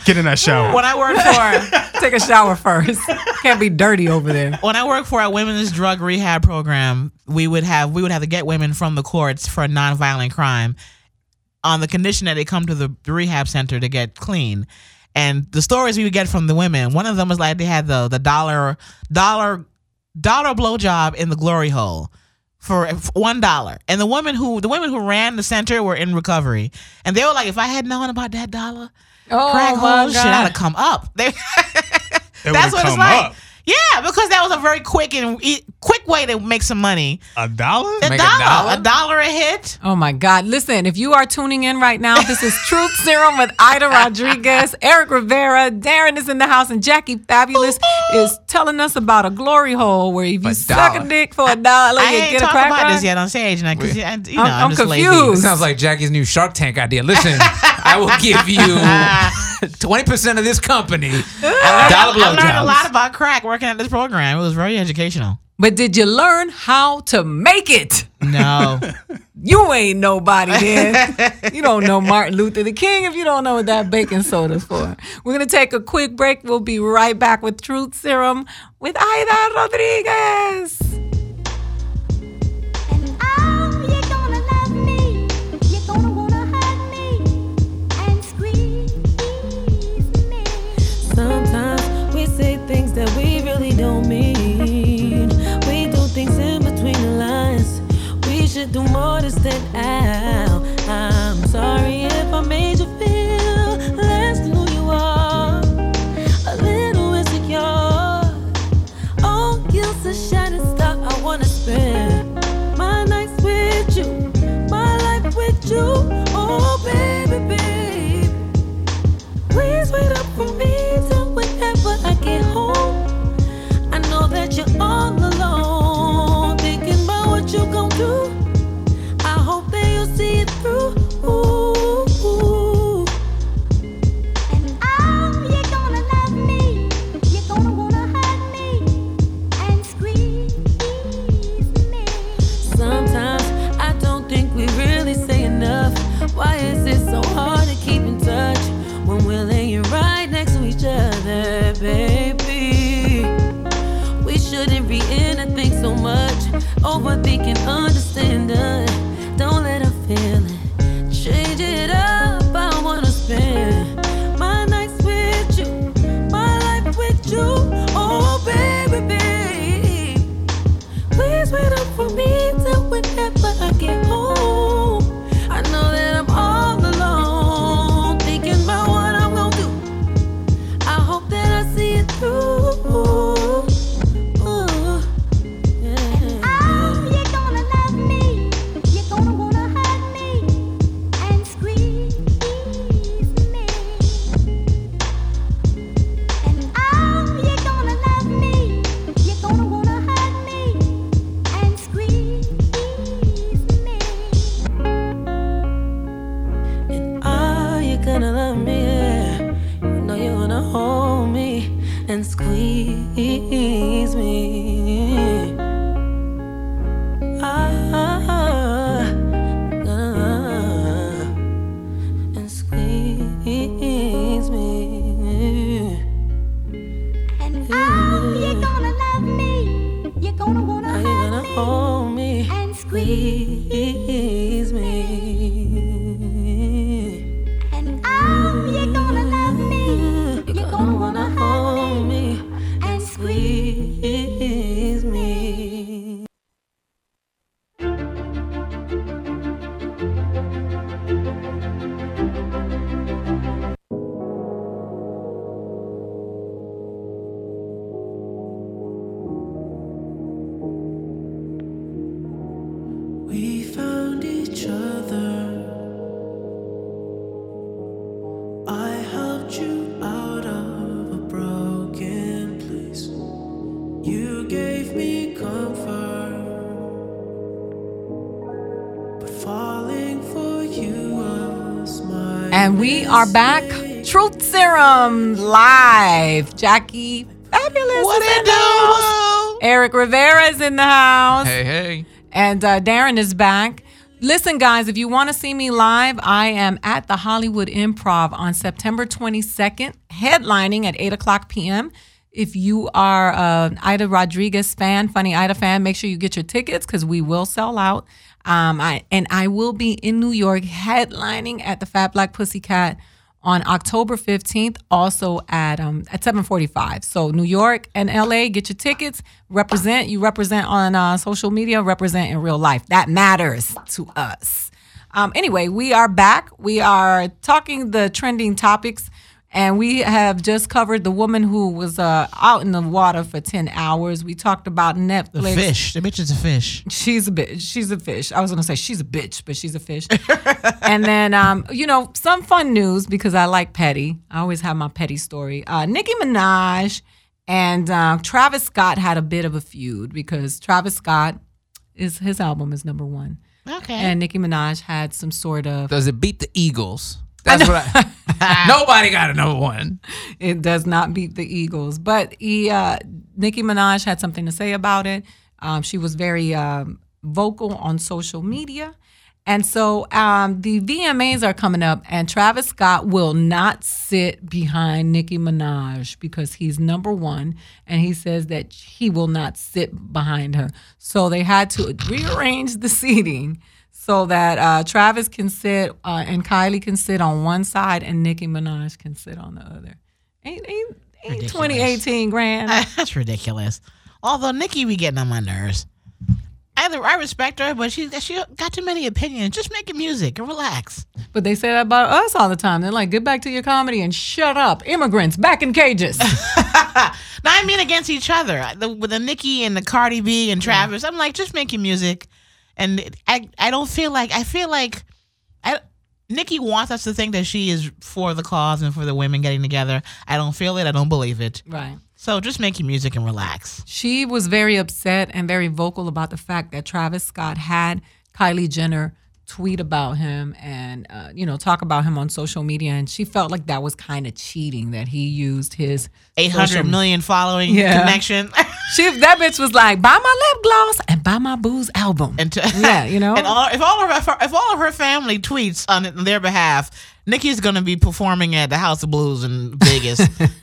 Speaker 3: Get in that shower.
Speaker 4: when I worked for
Speaker 2: Take a shower first. Can't be dirty over there.
Speaker 4: when I worked for a women's drug rehab program, we would have we would have to get women from the courts for nonviolent crime on the condition that they come to the rehab center to get clean. And the stories we would get from the women, one of them was like they had the the dollar dollar dollar blowjob in the glory hole for for one dollar. And the women who the women who ran the center were in recovery, and they were like, if I had known about that dollar,
Speaker 2: Oh,
Speaker 4: crack
Speaker 2: my
Speaker 4: hole shit I'd have come up. They, that's
Speaker 3: would've
Speaker 4: what it's
Speaker 3: come
Speaker 4: like.
Speaker 3: up.
Speaker 4: Yeah, because that was a very quick and e- quick way to make some money.
Speaker 3: A dollar?
Speaker 4: A
Speaker 5: Make a
Speaker 4: dollar,
Speaker 5: dollar?
Speaker 4: a dollar a hit.
Speaker 2: Oh my God. Listen, if you are tuning in right now, this is Truth Serum with Ida Rodriguez, Eric Rivera, Darren is in the house, and Jackie Fabulous is telling us about a glory hole where if you
Speaker 5: A
Speaker 2: suck a
Speaker 5: dollar.
Speaker 2: dick for a dollar,
Speaker 4: I
Speaker 2: you
Speaker 4: ain't
Speaker 2: Uh, get a
Speaker 4: talking
Speaker 2: crack
Speaker 4: about
Speaker 2: rock.
Speaker 4: this yet on stage, and I, cause, I- you
Speaker 2: I'm-
Speaker 4: know, I'm,
Speaker 2: I'm
Speaker 4: just
Speaker 5: It
Speaker 2: confused.
Speaker 5: sounds like Jackie's new Shark Tank idea. Listen, I will give you twenty percent of this company.
Speaker 4: lazy.
Speaker 5: Dollar
Speaker 4: I learned a
Speaker 5: blowjobs.
Speaker 4: lot about crack working at this program. It was very educational.
Speaker 2: But did you learn how to make it?
Speaker 4: No.
Speaker 2: You ain't nobody then. you don't know Martin Luther the King if you don't know what that baking soda's for. We're going to take a quick break. We'll be right back with Truth Serum with Aida Rodriguez.
Speaker 8: Oh, you're gonna love me. You're gonna wanna hug me and squeeze me.
Speaker 9: Sometimes we say things that we really don't mean. We do things in between the lines. We should do more to stand out. I'm sorry if I made you feel less than who you are, a little insecure. Oh, guilt's a shining star. I wanna spend my nights with you, my life with you. Oh, baby, baby. Please wait up for me till whenever I get home. I know that you're all alone, thinking about what you're gonna do. I hope that you'll see it through.
Speaker 8: Oh, you're gonna love me. You're gonna wanna hug me and squeeze me.
Speaker 9: Sometimes I don't think we really say enough. Why is it so hard to keep in touch when we're laying right next to each other, baby? We shouldn't be in a thing so much. Overthinking, understanding. Don't let her feel it. Change it up. I wanna spend my nights with you, my life with you. Oh, baby, babe. Please wait up for me till whenever I get home. I know that I'm all alone, thinking about what I'm gonna do. I hope that I see it through.
Speaker 8: Oh,
Speaker 9: Yeah.
Speaker 8: you're gonna love me. You're gonna wanna hug me and squeeze me. Oh, you're gonna love me. You're gonna wanna hug me and squeeze me.
Speaker 9: And oh, you're gonna love me. Yeah. You know you're gonna hold me and squeeze me. Ah, you're gonna love and squeeze me.
Speaker 8: And oh, you're gonna love me. You're gonna wanna
Speaker 9: Now you're gonna
Speaker 8: hug me
Speaker 9: hold me,
Speaker 8: and squeeze.
Speaker 9: squeeze me.
Speaker 8: And oh, you're gonna love me.
Speaker 9: You're gonna wanna hold me and squeeze me.
Speaker 6: We found each other. I helped you out of a broken place. You gave me comfort. But falling for you was my.
Speaker 2: And we are back. Truth Serum live. Jackie Fabulous.
Speaker 4: what
Speaker 2: is in
Speaker 4: it
Speaker 2: the house.
Speaker 4: do?
Speaker 2: Eric Rivera is in the house.
Speaker 5: Hey, hey.
Speaker 2: And uh, Darren is back. Listen, guys, if you want to see me live, I am at the Hollywood Improv on September 22nd, headlining at 8 o'clock p.m. If you are an Ida Rodriguez fan, funny Ida fan, make sure you get your tickets because we will sell out. Um, I, and I will be in New York headlining at the Fat Black Pussycat on October 15th, also at um, at 7:45. So New York and LA, get your tickets. Represent you represent on uh, social media, represent in real life. That matters to us. Um, anyway, we are back. We are talking the trending topics, and we have just covered the woman who was uh, out in the water for 10 hours. We talked about Netflix.
Speaker 4: The fish. The bitch is a fish.
Speaker 2: She's a bitch. She's a fish. I was gonna say she's a bitch, but she's a fish. and then, um, you know, some fun news because I like petty. I always have my petty story. Uh, Nicki Minaj and uh, Travis Scott had a bit of a feud because Travis Scott is his album is number one,
Speaker 4: Okay.
Speaker 2: and Nicki Minaj had some sort of.
Speaker 5: Does it beat the Eagles? That's what I. Nobody got a number one.
Speaker 2: It does not beat the Eagles, but he, uh, Nicki Minaj had something to say about it. Um, she was very um, vocal on social media. And so um, the VMAs are coming up, and Travis Scott will not sit behind Nicki Minaj because he's number one, and he says that he will not sit behind her. So they had to rearrange the seating so that uh, Travis can sit uh, and Kylie can sit on one side, and Nicki Minaj can sit on the other. Ain't, ain't, ain't
Speaker 4: Ridiculous.
Speaker 2: 2018 grand?
Speaker 4: That's ridiculous. Although Nikki be getting on my nerves. I, I respect her, but she she got too many opinions. Just make music and relax.
Speaker 2: But they say that about us all the time. They're like, get back to your comedy and shut up. Immigrants back in cages.
Speaker 4: No, I mean against each other. I- The, with the Nicki and the Cardi B and Travis, I'm like, just make your music. And it- I, I don't feel like I feel like I Nicki wants us to think that she is for the cause and for the women getting together. I don't feel it. I don't believe it.
Speaker 2: right.
Speaker 4: So just make your music and relax.
Speaker 2: She was very upset and very vocal about the fact that Travis Scott had Kylie Jenner tweet about him and uh, you know talk about him on social media, and she felt like that was kind of cheating that he used his
Speaker 4: Eight hundred
Speaker 2: social-
Speaker 4: million following
Speaker 2: Yeah.
Speaker 4: connection.
Speaker 2: She that bitch was like, buy my lip gloss and buy my booze album.
Speaker 4: and to,
Speaker 2: Yeah, you know?
Speaker 4: and all, if all of her if all of her family tweets on their behalf, Nikki's going to be performing at the House of Blues in Vegas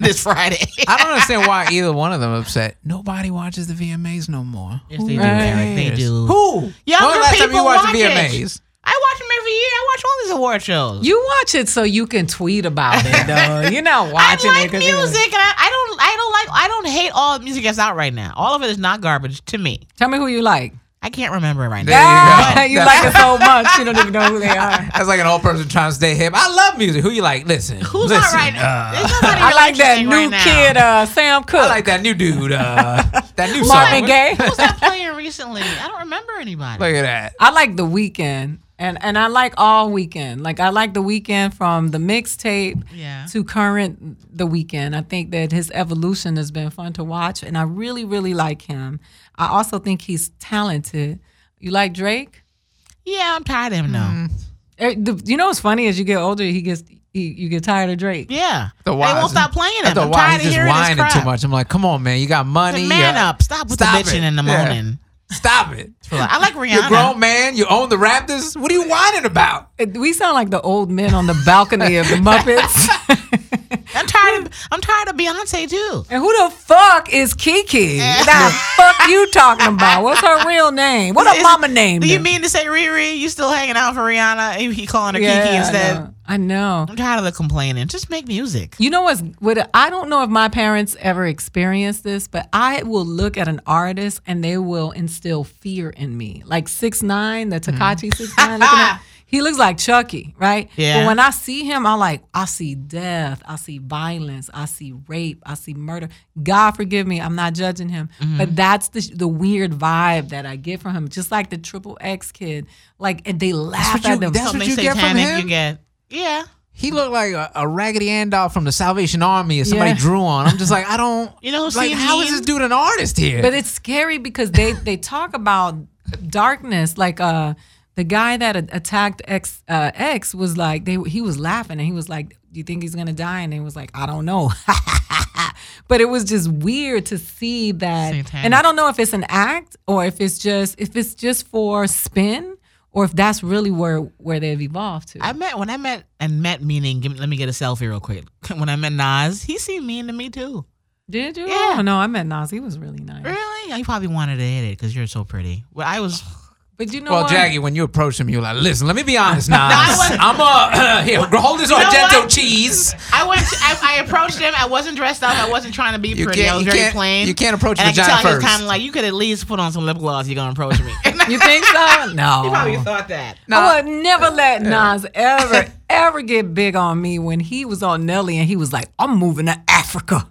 Speaker 4: this Friday.
Speaker 5: I don't understand why either one of them upset. Nobody watches the VMAs no more.
Speaker 4: Yes, they do,
Speaker 2: Right.
Speaker 4: Eric. They do.
Speaker 5: Who?
Speaker 4: Younger
Speaker 5: When was the last time
Speaker 4: people
Speaker 5: you watched the
Speaker 4: watch it.
Speaker 5: VMAs?
Speaker 4: I watch them every year. I watch all these award shows.
Speaker 2: you watch it so you can tweet about it, though. You're not
Speaker 4: I
Speaker 2: watching
Speaker 4: like
Speaker 2: it 'cause it. was-
Speaker 4: music, and I, I don't. I don't like. I don't hate all the music that's out right now. All of it is not garbage to me.
Speaker 2: Tell me who you like.
Speaker 4: I can't remember it right now.
Speaker 2: Yeah,
Speaker 5: you
Speaker 2: you
Speaker 5: go.
Speaker 2: like it so much you don't even know who they are.
Speaker 5: That's like an old person trying to stay hip. I love music. Who you like? Listen.
Speaker 4: Who's
Speaker 5: listen,
Speaker 4: all right?
Speaker 5: uh,
Speaker 4: There's nobody
Speaker 2: I
Speaker 4: really
Speaker 2: like that
Speaker 4: interesting
Speaker 2: new
Speaker 4: right now.
Speaker 2: kid, uh, Sam Cook.
Speaker 5: I like that new dude. Uh, that new
Speaker 2: Marvin
Speaker 5: song.
Speaker 2: Gaye.
Speaker 4: Who's that player recently? I don't remember anybody.
Speaker 5: Look at that.
Speaker 2: I like the weekend. And and I like all weekend. Like I like the weekend from the mixtape
Speaker 4: Yeah.
Speaker 2: to current the weekend. I think that his evolution has been fun to watch and I really, really like him. I also think he's talented. You like Drake?
Speaker 4: yeah, I'm tired of him now.
Speaker 2: Eh, the- You know what's funny? As you get older, he gets he, you get tired of Drake.
Speaker 4: Yeah,
Speaker 5: The
Speaker 4: they
Speaker 5: why-
Speaker 4: won't stop playing
Speaker 5: I
Speaker 4: him.
Speaker 5: thought,
Speaker 4: I'm
Speaker 5: why
Speaker 4: tired
Speaker 5: he's
Speaker 4: of
Speaker 5: just
Speaker 4: hearing this
Speaker 5: whining
Speaker 4: crap.
Speaker 5: too much. I'm like, come on, man. You got money.
Speaker 4: The man
Speaker 5: uh,
Speaker 4: up. Stop with
Speaker 5: Stop
Speaker 4: the bitching
Speaker 5: it.
Speaker 4: and the
Speaker 5: Yeah.
Speaker 4: moaning.
Speaker 5: Stop it.
Speaker 4: I like
Speaker 5: You're
Speaker 4: Rihanna.
Speaker 5: a grown man. You own the Raptors. What are you whining about?
Speaker 2: Eh, We sound like the old men on the balcony of the Muppets.
Speaker 4: I'm tired. Of, I'm tired of Beyonce too.
Speaker 2: And who the fuck is Kiki? What the fuck you talking about? What's her real name? What her
Speaker 4: Is-
Speaker 2: mama name?
Speaker 4: Do you
Speaker 2: is?
Speaker 4: mean to say Riri? You still hanging out for Rihanna? He- He calling her Kiki
Speaker 2: I
Speaker 4: instead.
Speaker 2: know. I know.
Speaker 4: I'm tired of the complaining. Just make music.
Speaker 2: You know what's what I don't know if my parents ever experienced this, but I will look at an artist and they will instill fear in me. Like six nine, the
Speaker 5: Mm-hmm.
Speaker 2: Takachi six nine. He looks like Chucky, right?
Speaker 4: Yeah.
Speaker 2: But when I see him, I like I see death, I see violence, I see rape, I see murder. God forgive me, I'm not judging him,
Speaker 5: Mm-hmm.
Speaker 2: but that's the the weird vibe that I get from him. Just like the triple X kid, like and they laugh
Speaker 5: what
Speaker 2: at
Speaker 5: you-
Speaker 2: them.
Speaker 5: that's
Speaker 2: so
Speaker 5: what
Speaker 4: Something
Speaker 5: you get from
Speaker 4: satanic
Speaker 5: him?
Speaker 4: You get. Yeah.
Speaker 5: He looked like a, a Raggedy Ann doll from the Salvation Army or somebody
Speaker 2: Yeah.
Speaker 5: drew on. I'm just like, I don't.
Speaker 4: You know who
Speaker 5: like,
Speaker 4: seemed
Speaker 5: how is
Speaker 4: mean?
Speaker 5: this dude an artist here?
Speaker 2: But it's scary because they they talk about darkness, like uh the guy that a- attacked X uh, X was like they he was laughing and he was like, "Do you think he's gonna die?" And he was like, "I don't know." but it was just weird to see that, and I
Speaker 4: Satanic.
Speaker 2: don't know if it's an act or if it's just if it's just for spin or if that's really where where they've evolved to.
Speaker 4: I met when I met and met meaning. Give, me- let me get a selfie real quick. When I met Nas, he seemed mean to me too.
Speaker 2: Did you?
Speaker 4: Yeah.
Speaker 2: Oh, no, I met Nas. He was really nice.
Speaker 4: Really? Yeah, You probably wanted to hit it because you're so pretty. Well, I was.
Speaker 2: But you know
Speaker 5: well,
Speaker 2: what?
Speaker 5: Jackie, when you approached him, you were like, listen, let me be honest now.
Speaker 4: wasn't-
Speaker 5: I'm a. here, hold this Argento
Speaker 4: what?
Speaker 5: cheese.
Speaker 4: I went. To, I, I approached him. I wasn't dressed up. I wasn't trying to be
Speaker 5: You
Speaker 4: pretty.
Speaker 5: can't-
Speaker 4: I was
Speaker 5: you
Speaker 4: very
Speaker 5: can't-
Speaker 4: plain.
Speaker 5: you can't approach
Speaker 4: and
Speaker 5: the
Speaker 4: I
Speaker 5: giant
Speaker 4: could tell he was
Speaker 5: first.
Speaker 4: kind of like you could at least put on some lip gloss. if You're gonna approach me.
Speaker 2: You think so? No.
Speaker 4: He probably thought that.
Speaker 2: I would
Speaker 4: Uh,
Speaker 2: never let Nas ever, ever get big on me when he was on Nelly and he was like, I'm moving to Africa.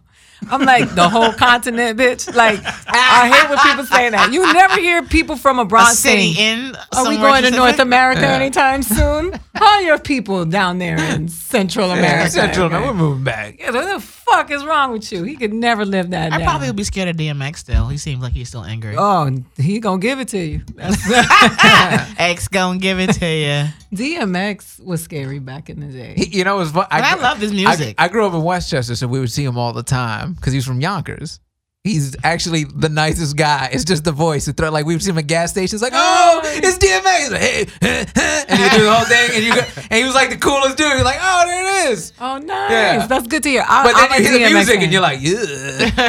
Speaker 2: I'm like the whole continent, bitch. Like I hate when people say that. You never hear people from
Speaker 4: A
Speaker 2: abroad
Speaker 4: city
Speaker 2: saying,
Speaker 4: in.
Speaker 2: "Are we
Speaker 4: somewhere
Speaker 2: going to North
Speaker 4: specific?
Speaker 2: America anytime soon?" How are your people down there in Central America?
Speaker 5: Central, man, we're moving back.
Speaker 2: Yeah, what the fuck is wrong with you? He could never live that
Speaker 4: I
Speaker 2: down.
Speaker 4: probably would be scared of DMX still. He seems like he's still angry.
Speaker 2: Oh, he gonna give it to you.
Speaker 4: X gonna give it to you.
Speaker 2: DMX was scary back in the day.
Speaker 5: He- You know, it was fun.
Speaker 4: But I
Speaker 5: gr-
Speaker 4: love his
Speaker 5: I-
Speaker 4: music.
Speaker 5: I, grew up in Westchester, so we would see him all the time because he was from Yonkers. He's actually the nicest guy. It's just the voice. The throw, like we've seen him at gas stations, like, oh, it's DMX. He's like, hey, huh, huh, and he do the whole thing, and you go, and he was like the coolest dude. You're like, oh, there it is.
Speaker 2: Oh, nice.
Speaker 5: Yeah.
Speaker 2: That's good to hear. I,
Speaker 5: But then
Speaker 2: I'm
Speaker 5: you
Speaker 2: a
Speaker 5: hear the
Speaker 2: DMX
Speaker 5: music,
Speaker 2: fan.
Speaker 5: and you're like, yeah,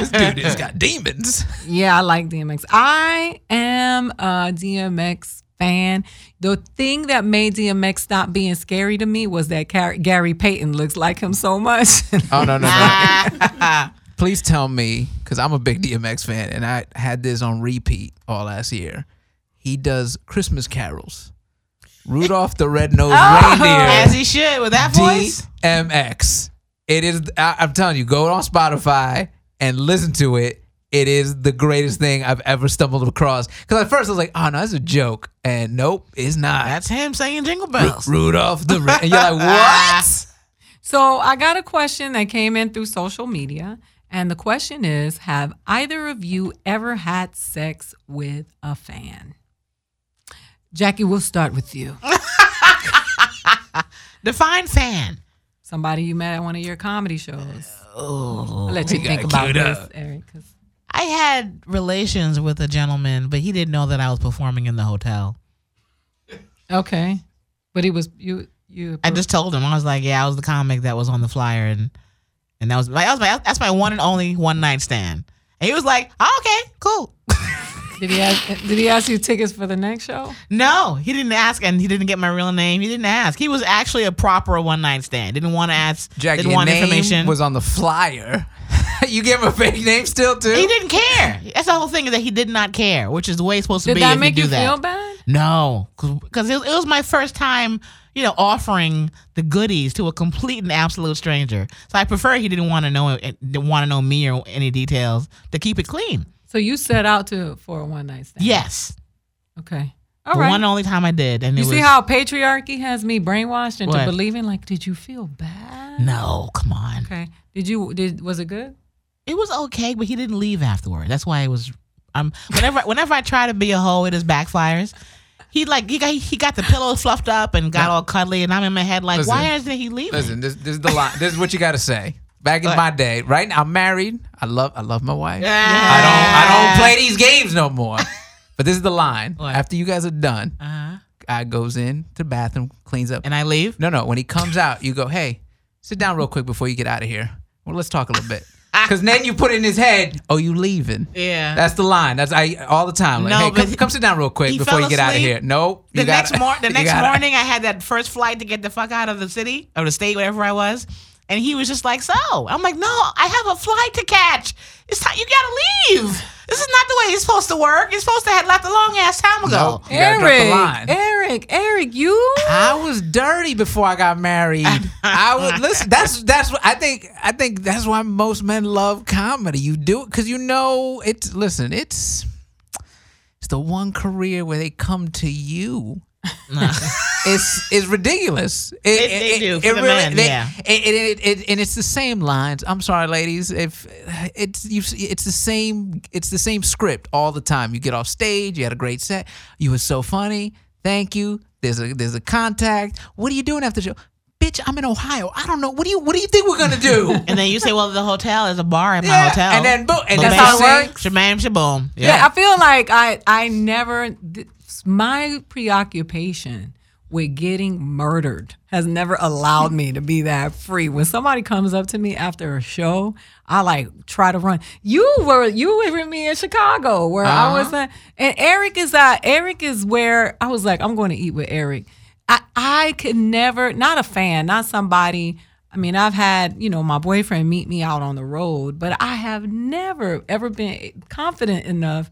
Speaker 5: this dude has got demons.
Speaker 2: Yeah, I like DMX. I am a DMX fan. The thing that made DMX stop being scary to me was that Car- Gary Payton looks like him so much.
Speaker 5: Oh no no no! Please tell me, because I'm a big DMX fan, and I had this on repeat all last year. He does Christmas carols. Rudolph the
Speaker 4: Oh,
Speaker 5: Red-Nosed
Speaker 4: As
Speaker 5: Reindeer.
Speaker 4: he should with that voice.
Speaker 5: DMX. It is. I, I'm telling you, go on Spotify and listen to it. It is the greatest thing I've ever stumbled across. Because at first I was like, "Oh no, that's a joke," and nope, it's not.
Speaker 4: That's him saying jingle
Speaker 5: Ru-
Speaker 4: bells.
Speaker 5: Rudolph the Red. And you're like, "What?"
Speaker 2: so I got a question that came in through social media. And the question is Have either of you ever had sex with a fan? Jackie, we'll start with you.
Speaker 4: Define fan.
Speaker 2: Somebody you met at one of your comedy shows. I'll
Speaker 4: Oh,
Speaker 2: let you think about this, Eric. 'cause-
Speaker 4: I had relations with a gentleman, but he didn't know that I was performing in the hotel.
Speaker 2: Okay, but he was you. You.
Speaker 4: I just told him I was like, "Yeah, I was the comic that was on the flyer, and and that was like that was my that's my one and only one night stand." And he was like, oh, "Okay, cool."
Speaker 2: Did he ask? Did he ask you tickets for the next show?
Speaker 4: No, he didn't ask, and he didn't get my real name. He didn't ask. He was actually a proper one night stand. Didn't want to ask.
Speaker 5: Jackie,
Speaker 4: didn't
Speaker 5: your
Speaker 4: want
Speaker 5: name
Speaker 4: information.
Speaker 5: was on the flyer. you gave him a fake name still too.
Speaker 4: he didn't care. That's the whole thing is that he did not care, which is the way it's supposed to
Speaker 2: Did
Speaker 4: be. if
Speaker 2: that make
Speaker 4: you,
Speaker 2: you
Speaker 4: do that.
Speaker 2: feel bad?
Speaker 4: No, because it, was- it was my first time, you know, offering the goodies to a complete and absolute stranger. So I prefer he didn't want to know eh, didn't want to know me or any details to keep it clean.
Speaker 2: So you set out to for a one night stand.
Speaker 4: Yes,
Speaker 2: Okay. All
Speaker 4: the
Speaker 2: right.
Speaker 4: one and only time I did, and
Speaker 2: you
Speaker 4: it
Speaker 2: see
Speaker 4: was,
Speaker 2: how patriarchy has me brainwashed into
Speaker 4: What?
Speaker 2: believing? Like, did you feel bad?
Speaker 4: No, come on.
Speaker 2: Okay. Did you? Did was it good?
Speaker 4: It was okay, but he didn't leave afterward. That's why it was. Um, whenever whenever I try to be a hoe, it just backfires. He like he got he got the pillow fluffed up and got all cuddly, and I'm in my head like,
Speaker 5: Listen.
Speaker 4: why isn't he leaving?
Speaker 5: Listen, this, this is the line. This is what you got to say. Back in
Speaker 4: What?
Speaker 5: my day, right now I'm married. I love I love my wife. I don't I
Speaker 4: I
Speaker 5: don't play these games no more. but this is the line.
Speaker 4: What?
Speaker 5: After you guys are done,
Speaker 4: Uh-huh.
Speaker 5: guy goes in to the bathroom, cleans up.
Speaker 4: And I leave.
Speaker 5: no, no. When he comes out, you go, hey, sit down real quick before you get out of here. Well, let's talk a little bit. Because then you put in his head, oh, you leaving?
Speaker 4: Yeah.
Speaker 5: That's the line. That's I all the time. Like,
Speaker 4: No,
Speaker 5: hey,
Speaker 4: but
Speaker 5: come, come sit down real quick
Speaker 4: he
Speaker 5: before
Speaker 4: fell
Speaker 5: you get out of
Speaker 4: asleep.
Speaker 5: here. No,
Speaker 4: the
Speaker 5: you gotta-
Speaker 4: next morning, the
Speaker 5: you
Speaker 4: next
Speaker 5: gotta-
Speaker 4: morning, I had that first flight to get the fuck out of the city or the state, whatever I was. And he was just like, "So," I'm like, "No, I have a flight to catch. It's time. You gotta leave. This is not the way it's supposed to work. It's supposed to have left a long ass time ago."
Speaker 5: Nope. You gotta drop the
Speaker 2: Eric,
Speaker 5: line.
Speaker 2: Eric, Eric, you.
Speaker 5: I was dirty before I got married. I would listen. That's that's what I think. I think that's why most men love comedy. You do it because you know it's. Listen, it's it's the one career where they come to you. it's it's ridiculous. It,
Speaker 4: They- they do, for the men, yeah.
Speaker 5: It, it, it, it, and it's the same lines. I'm sorry, ladies. If it's you, it's the same. It's the same script all the time. You get off stage. You had a great set. You were so funny. Thank you. There's a there's a contact. What are you doing after the show? Bitch, I'm in Ohio. I don't know. What do you What do you think we're gonna do?
Speaker 4: And then you say, "Well, the hotel is a bar at my
Speaker 5: Yeah,
Speaker 4: hotel."
Speaker 5: and then boom, and
Speaker 4: Boom,
Speaker 5: that's
Speaker 4: bam,
Speaker 5: how it works.
Speaker 4: Shabam, shaboom.
Speaker 2: Yeah, I feel like I I never th- my preoccupation with getting murdered has never allowed me to be that free. When somebody comes up to me after a show, I like try to run. You were you were with me in Chicago where
Speaker 4: Uh-huh.
Speaker 2: I was uh, and Eric is uh Eric is where I was like I'm going to eat with Eric. I I could never not a fan, not somebody I mean, I've had, you know, my boyfriend meet me out on the road, but I have never ever been confident enough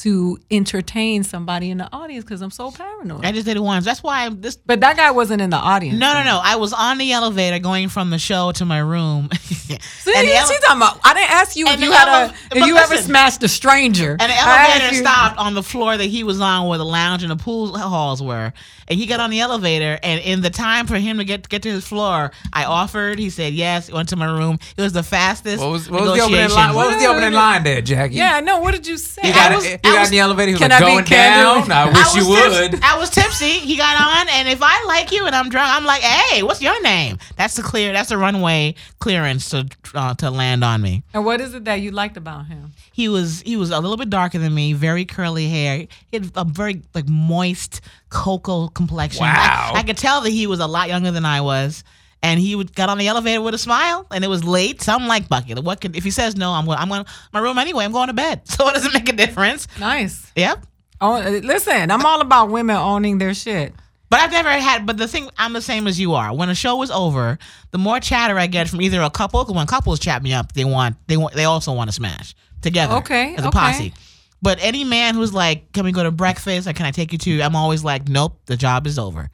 Speaker 2: to entertain somebody in the audience because I'm so paranoid.
Speaker 4: I just did it once. That's why this
Speaker 2: but that guy wasn't in the audience.
Speaker 4: No, no, no. I was on the elevator going from the show to my room.
Speaker 2: See,
Speaker 4: And the ele-
Speaker 2: she's talking about, I didn't ask you if
Speaker 4: And
Speaker 2: you
Speaker 4: the
Speaker 2: had
Speaker 4: ele-
Speaker 2: a, if
Speaker 4: but
Speaker 2: you ever
Speaker 4: listen.
Speaker 2: smashed a stranger.
Speaker 4: And the
Speaker 2: I asked
Speaker 4: elevator
Speaker 2: you-
Speaker 4: stopped on the floor that he was on where the lounge and the pool halls were. And he got on the elevator and in the time for him to get get to his floor, I offered. He said yes, went to my room. It was the fastest.
Speaker 5: What was, what was the opening
Speaker 4: negotiation.
Speaker 5: line? What was the opening line there, Jackie?
Speaker 2: Yeah, no, what did you say?
Speaker 5: You gotta-
Speaker 2: I was,
Speaker 5: you You
Speaker 4: I
Speaker 5: got
Speaker 4: was-
Speaker 5: in the elevator. He was
Speaker 2: Can
Speaker 5: like,
Speaker 2: I be
Speaker 5: going
Speaker 2: candid?
Speaker 5: down. I wish
Speaker 4: was
Speaker 5: you would.
Speaker 4: tips- I was tipsy. He got on, and if I like you and I'm drunk, I'm like, "Hey, what's your name?" That's the clear. That's the runway clearance to uh, to land on me.
Speaker 2: And what is it that you liked about him?
Speaker 4: He was he was a little bit darker than me, very curly hair. He had a very like moist cocoa complexion.
Speaker 5: Wow.
Speaker 4: I, I could tell that he was a lot younger than I was. And he would got on the elevator with a smile, and it was late. So I'm like, "Bucket, what could if he says no? I'm going. I'm going to my room anyway. I'm going to bed, so it doesn't make a difference."
Speaker 2: Nice.
Speaker 4: Yep.
Speaker 2: Oh, uh, listen, I'm all about women owning their shit.
Speaker 4: But I've never had. But the thing, I'm the same as you are. When a show is over, the more chatter I get from either a couple, 'cause when couples chat me up, they want they want they also want to smash together.
Speaker 2: Okay,
Speaker 4: as a
Speaker 2: okay.
Speaker 4: posse. But any man who's like, "Can we go to breakfast? Or can I take you to?" I'm always like, "Nope, the job is over."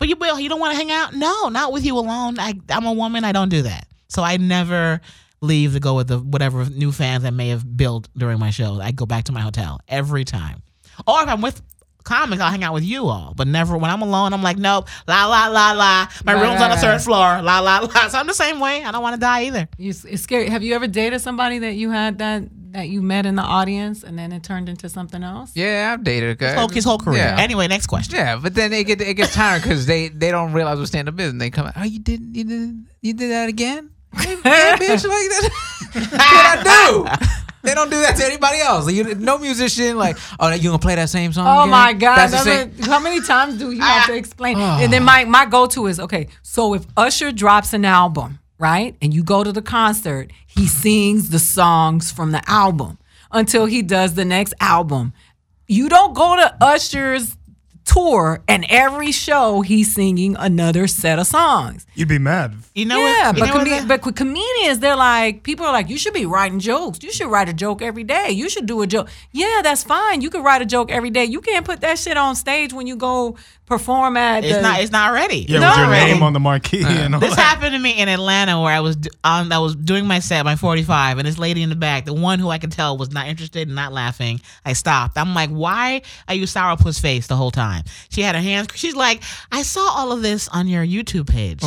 Speaker 4: But you will. You don't want to hang out? No, not with you alone. I, I'm a woman. I don't do that. So I never leave to go with the whatever new fans I may have built during my show. I go back to my hotel every time. Or if I'm with comics, I'll hang out with you all. But never when I'm alone. I'm like, nope. La la la la. My
Speaker 2: Right,
Speaker 4: room's
Speaker 2: right,
Speaker 4: on the
Speaker 2: right.
Speaker 4: third floor. La la la. So I'm the same way. I don't want to die either.
Speaker 2: You, it's scary. Have you ever dated somebody that you had that that you met in the audience and then it turned into something else?
Speaker 5: Yeah, I've dated a guy.
Speaker 4: Folk his whole career.
Speaker 5: Yeah.
Speaker 4: Anyway, next question.
Speaker 5: Yeah, but then they get it gets tired because they they don't realize what stand up is, and they come out. Oh, you did you did you did that again? Hey, hey, bitch, like that. That's what I do. They don't do that to anybody else. Like, you, no musician like, oh, you gonna play that same song?
Speaker 2: Oh
Speaker 5: again?
Speaker 2: my God!
Speaker 5: That's the
Speaker 2: doesn't-
Speaker 5: same. Ah.
Speaker 2: how many times do you have to explain? and then my my go to is okay. So if Usher drops an album, right, and you go to the concert, he sings the songs from the album until he does the next album. You don't go to Usher's tour and every show he's singing another set of songs.
Speaker 3: You'd be mad.
Speaker 4: You know
Speaker 2: yeah,
Speaker 4: what? you
Speaker 2: but,
Speaker 4: know what
Speaker 2: comed-
Speaker 4: the-
Speaker 2: but with comedians, they're like, people are like, you should be writing jokes. You should write a joke every day. You should do a joke. Yeah, that's fine. You can write a joke every day. You can't put that shit on stage when you go perform at.
Speaker 4: it's
Speaker 2: the-
Speaker 4: not it's not ready.
Speaker 3: Yeah,
Speaker 2: No,
Speaker 3: with your
Speaker 2: really.
Speaker 3: name on the marquee and all
Speaker 4: This
Speaker 3: that.
Speaker 4: happened to me in Atlanta where I was d- um, I was doing my set, my 45, and this lady in the back, the one who I could tell was not interested and not laughing, I stopped. I'm like, why are you sourpuss face the whole time? She had her hands. She's like, I saw all of this on your YouTube page.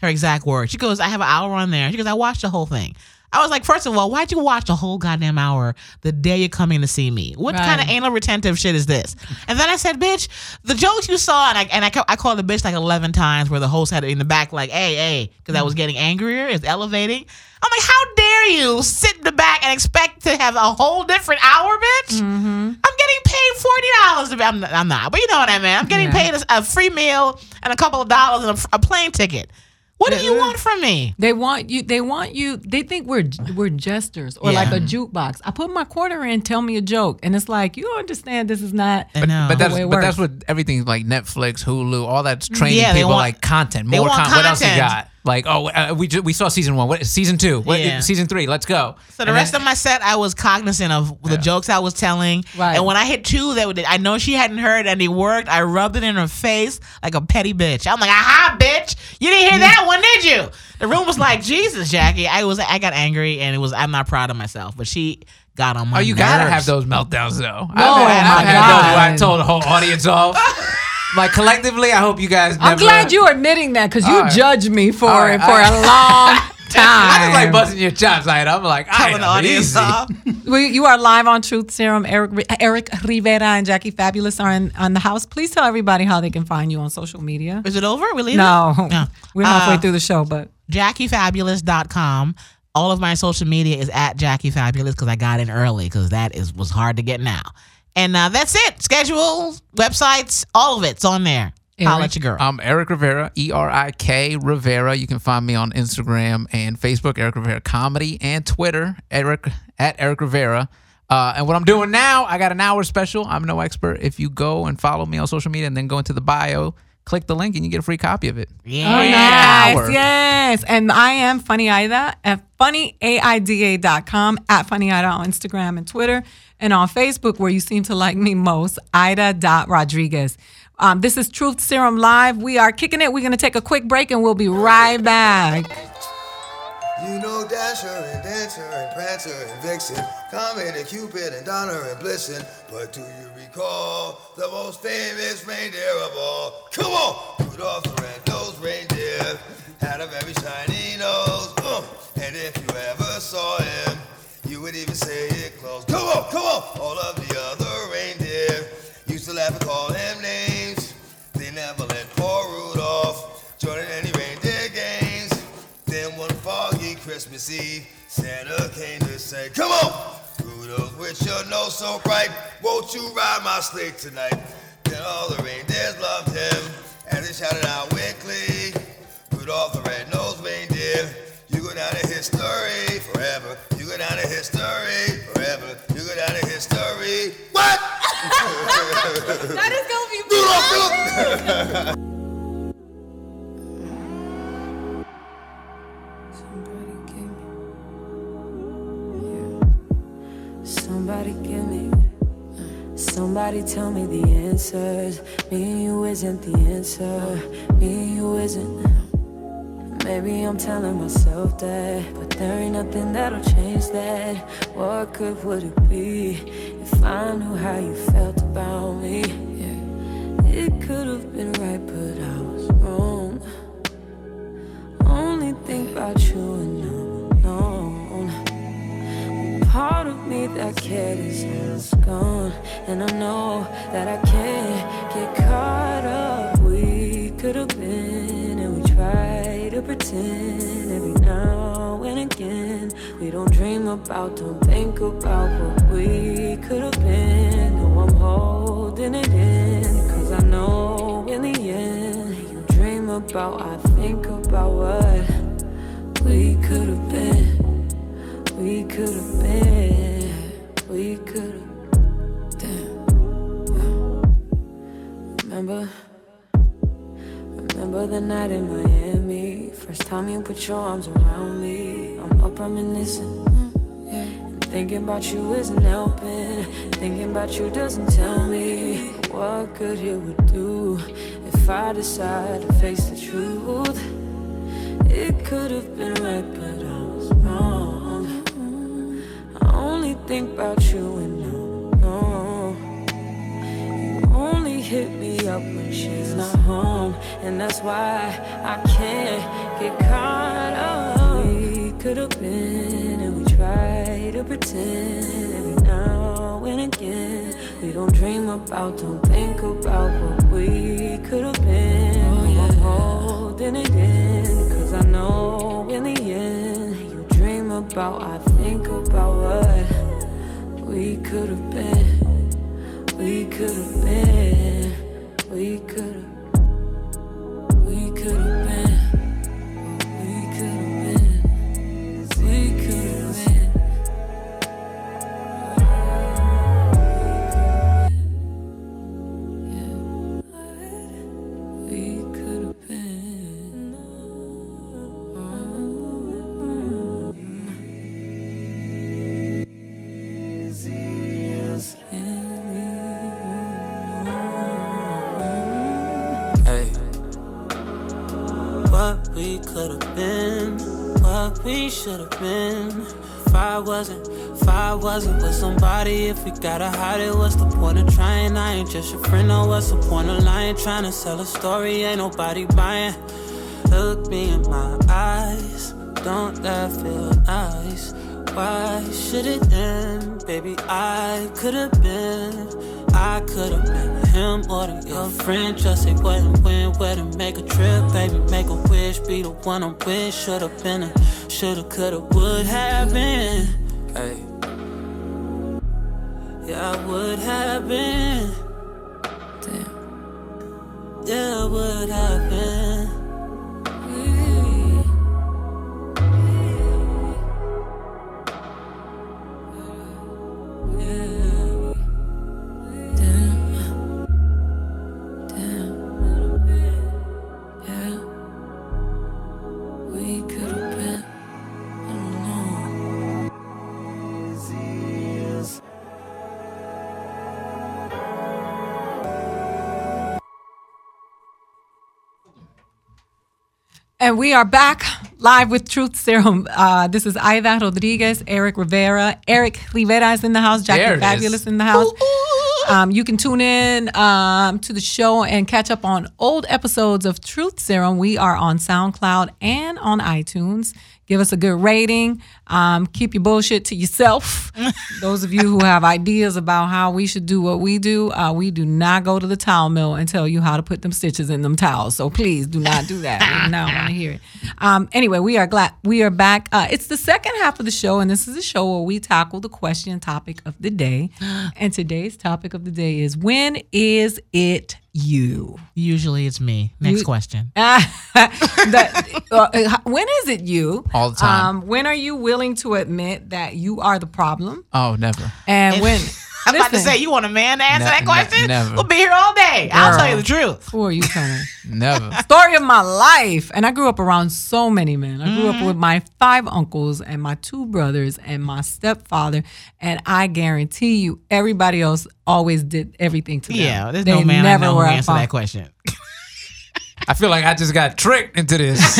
Speaker 4: Her exact words. She goes, I have an hour on there. She goes, I watched the whole thing. I was like, first of all, why'd you watch the whole goddamn hour the day you're coming to see me? What kind of anal retentive shit is this? And then I said, bitch, the jokes you saw, and I and I, ca- I called the bitch like 11 times where the host had it in the back, like, hey, hey, because I was getting angrier, it's elevating. I'm like, how dare you sit in the back and expect to have a whole different hour, bitch? I'm getting paid forty dollars to be. I'm not, I'm not, but you know what I mean. I'm getting paid a, a free meal and a couple of dollars and a, a plane ticket. What do you want from me?
Speaker 2: They want you. They want you. They think we're we're jesters or like a jukebox. I put my quarter in. Tell me a joke, and it's like you don't understand. This is not.
Speaker 4: But, no.
Speaker 5: But that's
Speaker 2: way it
Speaker 5: but that's
Speaker 2: works.
Speaker 5: what everything's like Netflix, Hulu, all that's training
Speaker 4: Yeah, they
Speaker 5: people
Speaker 4: want-
Speaker 5: like content,
Speaker 4: they
Speaker 5: more
Speaker 4: want
Speaker 5: What else you
Speaker 4: content.
Speaker 5: got? Like oh, uh, we ju- we saw season one. What season two? What
Speaker 4: Yeah.
Speaker 5: season three? Let's go.
Speaker 4: So the rest of my set, I was cognizant of the jokes I was telling.
Speaker 2: Right.
Speaker 4: And when I hit two, that would- I know she hadn't heard, and it worked. I rubbed it in her face like a petty bitch. I'm like, aha, bitch! You didn't hear that one, did you? The room was like, Jesus, Jackie. I was, I got angry, and it was, I'm not proud of myself. But she got on my.
Speaker 5: Oh, you gotta
Speaker 4: nerves.
Speaker 5: have those meltdowns though. No,
Speaker 2: Oh, my God.
Speaker 5: I told the whole audience off. like collectively, I hope you guys.
Speaker 2: I'm
Speaker 5: never-
Speaker 2: glad you're admitting that because you
Speaker 5: All right.
Speaker 2: judged me for
Speaker 5: All right,
Speaker 2: it for
Speaker 5: all
Speaker 2: a long time.
Speaker 5: I just like busting your chops. Like I'm like, I
Speaker 4: Telling the audience off.
Speaker 2: We, you are live on Truth Serum. Eric, Eric Rivera and Jackie Fabulous are in, on the house. Please tell everybody how they can find you on social media.
Speaker 4: Is it over? We leaving?
Speaker 2: No,
Speaker 4: No.
Speaker 2: we're halfway
Speaker 4: Uh,
Speaker 2: through the show, but
Speaker 4: JackieFabulous.com. All of my social media is at JackieFabulous because I got in early because that is was hard to get now. And uh, that's it. Schedule, websites, all of it's on there. Holla at your girl.
Speaker 5: I'm Eric Rivera, E R I K Rivera. You can find me on Instagram and Facebook, Eric Rivera Comedy, and Twitter, Eric at Eric Rivera. Uh, and what I'm doing now, I got an hour special. I'm no expert. If you go and follow me on social media and then go into the bio, click the link and you get a free copy of it.
Speaker 4: yeah.
Speaker 2: Oh, nice. Yes. And I am Funny Ida at funnyaida.com, at Funny Ida on Instagram and Twitter, and on Facebook, where you seem to like me most, Ida.Rodriguez. Um, this is Truth Serum Live. We are kicking it. We're going to take a quick break and we'll be right back.
Speaker 10: You know Dasher and Dancer and Prancer and Vixen, Comet and Cupid and Donner and Blitzen. But do you recall the most famous reindeer of all? Come on! Rudolph the red-nosed reindeer had a very shiny nose. Uh, and if you ever saw him, you would even say it close. Come on, come on! All of the other And one foggy Christmas Eve, Santa came to say, Come on, Rudolph, with your nose so bright, won't you ride my sleigh tonight? Then all the reindeers loved him, and they shouted out weekly, Rudolph the red-nosed reindeer, you go down in history forever. You go down in history forever. You go down in history. What?
Speaker 9: That is gonna be
Speaker 8: Somebody give me. Somebody give me. Somebody tell me the answers. Me and you isn't the answer. Me and you isn't. Maybe I'm telling myself that, but there ain't nothing that'll change that. What good would it be if I knew how you felt about me? Yeah. It could have been right, but I was wrong. Only think about you and I'm alone. Part of me that cared is almost gone, and I know that I can't get caught up. We could have been, and we try to pretend every now and again. We don't dream about, don't think about what we could have been. No, I'm holding it in, cause I know in the end, you dream about, I think about what we could have been. We could have been, we could have, damn. yeah. Remember, remember the night in Miami. First time you put your arms around me. I'm up reminiscing. mm, yeah. And Thinking about you isn't helping. Thinking about you doesn't tell me what good it would do if I decide to face the truth. It could have been right, but I was wrong. I only think about you and no, no. You only hit me up when she's not home, and that's why I can't get caught up. We could have been, and we try to pretend every now and again. We don't dream about, don't think about what we could have been. I'm holding it in, cause I know in the end, you dream about, I think about what we could have been. We could have been, we could have, we could have been, we could have been, we could have been. We could have been.
Speaker 1: Hey. What we could have been, what we should have been. If I wasn't, if I wasn't with somebody, if we gotta hide it, what's the point of trying? I ain't just your friend, no, what's the point of lying? Trying to sell a story, ain't nobody buying. Look me in my eyes, don't that feel nice? Why should it end? Baby, I could have been, I could have been him or the your friend. Just say what and when, where to make a trip, baby, make a wish, be the one I'm with. Should have been a, should have, could have, would have been. Hey. Yeah, I would have been.
Speaker 8: Damn.
Speaker 1: Yeah, I would have been.
Speaker 4: Mm-hmm.
Speaker 8: Damn. Damn. Yeah. We could have been. I don't know.
Speaker 2: And we are back live with Truth Serum. Uh, this is Aida Rodriguez, Eric Rivera. Eric Rivera is in the house. Jackie
Speaker 7: There it is.
Speaker 2: Fabulous in the house. Um, you can tune in um, to the show and catch up on old episodes of Truth Serum. We are on SoundCloud and on iTunes. Give us a good rating. Um, keep your bullshit to yourself. Those of you who have ideas about how we should do what we do, uh, we do not go to the towel mill and tell you how to put them stitches in them towels. So please do not do that. We do not want to hear it. Um, anyway, we are glad we are back. Uh, it's the second half of the show, and this is a show where we tackle the question and topic of the day. And today's topic of the day is when is it you?
Speaker 4: Usually it's me. Next question.
Speaker 2: that, uh, when is it you?
Speaker 5: All the time.
Speaker 2: Um, when are you willing to admit that you are the problem?
Speaker 5: Oh, never.
Speaker 2: And when?
Speaker 4: I'm about to
Speaker 2: Listen,
Speaker 4: say, you want a man to answer
Speaker 5: Ne-
Speaker 4: that
Speaker 5: ne-
Speaker 4: question?
Speaker 5: never.
Speaker 4: We'll be here all day. I'll tell you the truth.
Speaker 2: Who are you telling?
Speaker 5: Never.
Speaker 2: Story of my life. And I grew up around so many men. I grew
Speaker 4: Mm-hmm.
Speaker 2: up with my five uncles and my two brothers and my stepfather. And I guarantee you, everybody else always did everything to them.
Speaker 4: Yeah, there's no man I know who
Speaker 2: a
Speaker 4: answer
Speaker 2: problem.
Speaker 4: that question.
Speaker 5: I feel like I just got tricked into this.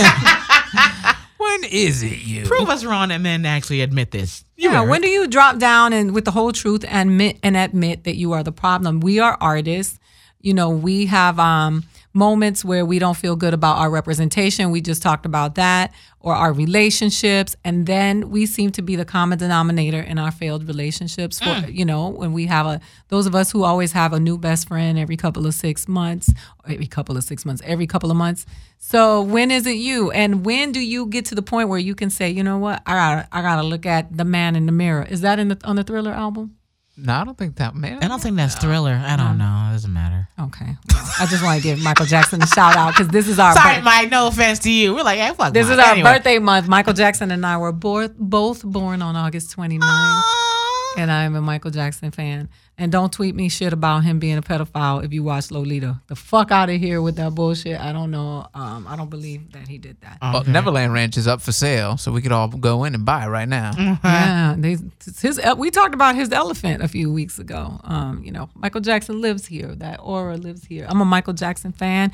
Speaker 5: when is it you?
Speaker 4: Prove us wrong that men actually admit this.
Speaker 2: Yeah, when do you drop down and with the whole truth and admit, and admit that you are the problem? We are artists. You know, we have um, moments where we don't feel good about our representation. We just talked about that, or our relationships, and then we seem to be the common denominator in our failed relationships. For,
Speaker 5: Mm.
Speaker 2: You know, when we have a those of us who always have a new best friend every couple of six months, or every couple of six months, every couple of months. So when is it you? And when do you get to the point where you can say, you know what, I gotta, I gotta look at the man in the mirror. Is that in the on the Thriller album?
Speaker 5: No, I don't think that man.
Speaker 4: I don't think that's thriller. I don't know. It doesn't matter.
Speaker 2: Okay, Well, I just want to give Michael Jackson a shout out because this is our
Speaker 4: Sorry,
Speaker 2: bir-
Speaker 4: Mike. No offense to you. We're like, hey, fuck.
Speaker 2: this is
Speaker 4: Mike.
Speaker 2: our
Speaker 4: Anyway.
Speaker 2: birthday month. Michael Jackson and I were both both born on August 29th.
Speaker 4: Aw.
Speaker 2: And I am a Michael Jackson fan. And don't tweet me shit about him being a pedophile if you watch Lolita. The fuck out of here with that bullshit. I don't know. Um, I don't believe that he did that.
Speaker 5: Well, Uh, Neverland Ranch is up for sale, so we could all go in and buy right now.
Speaker 2: Yeah, they, his we talked about his elephant a few weeks ago. Um, you know, Michael Jackson lives here. That aura lives here. I'm a Michael Jackson fan,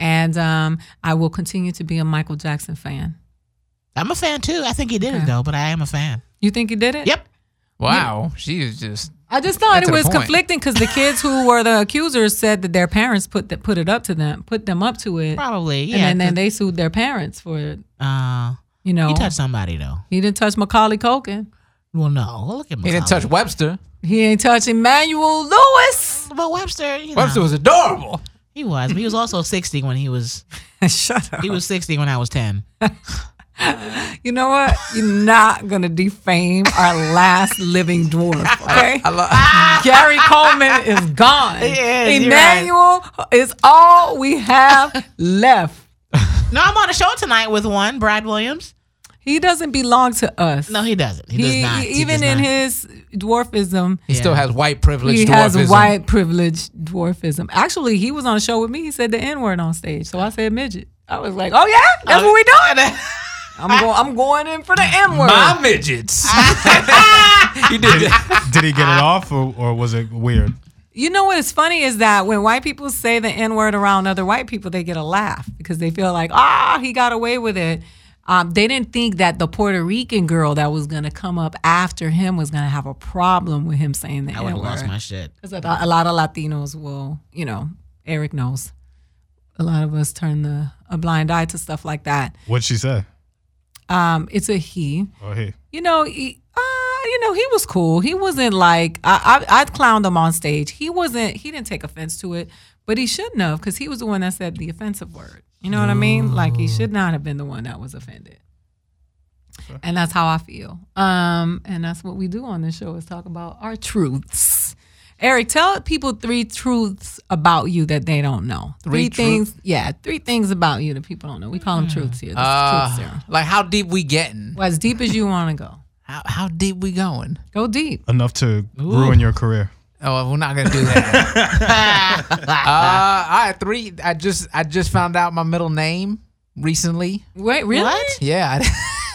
Speaker 2: and um, I will continue to be a Michael Jackson fan.
Speaker 4: I'm a fan too. I think he did
Speaker 2: Okay.
Speaker 4: it though, but I am a fan.
Speaker 2: You think he did it?
Speaker 4: Yep.
Speaker 5: Wow, she is just
Speaker 2: I just thought
Speaker 5: That's
Speaker 2: it
Speaker 5: to the
Speaker 2: was
Speaker 5: point.
Speaker 2: conflicting because the kids who were the accusers said that their parents put that put it up to them, put them up to it,
Speaker 4: Probably.
Speaker 2: and
Speaker 4: Yeah.
Speaker 2: then, then
Speaker 4: 'cause,
Speaker 2: they sued their parents for it.
Speaker 4: uh,
Speaker 2: You know,
Speaker 4: he touched somebody though.
Speaker 2: he didn't touch Macaulay Culkin.
Speaker 4: Well, no. Well, look at
Speaker 5: he didn't touch
Speaker 4: Macaulay.
Speaker 5: Webster.
Speaker 2: He ain't touch Emmanuel Lewis.
Speaker 4: But Webster, you know,
Speaker 5: Webster was adorable.
Speaker 4: he was. But he was also 60 when he was.
Speaker 2: Shut up.
Speaker 4: He was 60 when I was 10.
Speaker 2: You know what? You're not gonna defame our last living dwarf. Okay.
Speaker 5: I love.
Speaker 2: Gary Coleman is gone.
Speaker 4: is, you're right.
Speaker 2: Emmanuel is all we have left.
Speaker 4: No, I'm on a show tonight with one, Brad Williams.
Speaker 2: He doesn't belong to us.
Speaker 4: No, he doesn't. He,
Speaker 2: He,
Speaker 4: does not. He
Speaker 2: even
Speaker 4: does
Speaker 2: in
Speaker 4: not.
Speaker 2: his dwarfism,
Speaker 5: He still has white privilege.
Speaker 2: he has
Speaker 5: dwarfism.
Speaker 2: white privilege dwarfism. Actually, he was on a show with me. He said the N word on stage, so I said midget. I was like, "Oh yeah, that's what we doing." I'm going. I'm going in for the N word.
Speaker 5: My midgets. you did
Speaker 3: Did,
Speaker 5: that.
Speaker 3: did he get it off or, or was it weird?
Speaker 2: You know what is funny is that when white people say the N word around other white people, they get a laugh because they feel like, ah, he got away with it. Um, they didn't think that the Puerto Rican girl that was going to come up after him was going to have a problem with him saying the
Speaker 4: I would
Speaker 2: N
Speaker 4: have lost my
Speaker 2: word.
Speaker 4: shit.
Speaker 2: Because a lot a lot of Latinos will, you know, Eric knows. A lot of us turn the, a blind eye to stuff like that.
Speaker 3: What'd she say? Oh,
Speaker 2: Um, it's a he
Speaker 3: Or he?
Speaker 2: you know, he, uh, you know, he was cool. He wasn't like I, I, I clowned him on stage. He wasn't. He didn't take offense to it, but he shouldn't have because he was the one that said the offensive word. You know what I mean? Like he should not have been the one that was offended. And that's how I feel. Um, and that's what we do on this show is talk about our truths. Eric, tell people three truths about you that they don't know. Three,
Speaker 5: Three Hmm.
Speaker 2: things, yeah, three things about you that people don't know. We call them truths here. This is
Speaker 5: Uh,
Speaker 2: truth serum.
Speaker 5: like how deep we getting?
Speaker 2: Well, as deep as you want to go,
Speaker 5: How, how deep we going?
Speaker 2: go deep.
Speaker 3: Enough to ruin your career.
Speaker 5: Oh, we're not gonna do that. uh, I had three. I just I just found out my middle name recently.
Speaker 2: Wait, really?
Speaker 5: Yeah,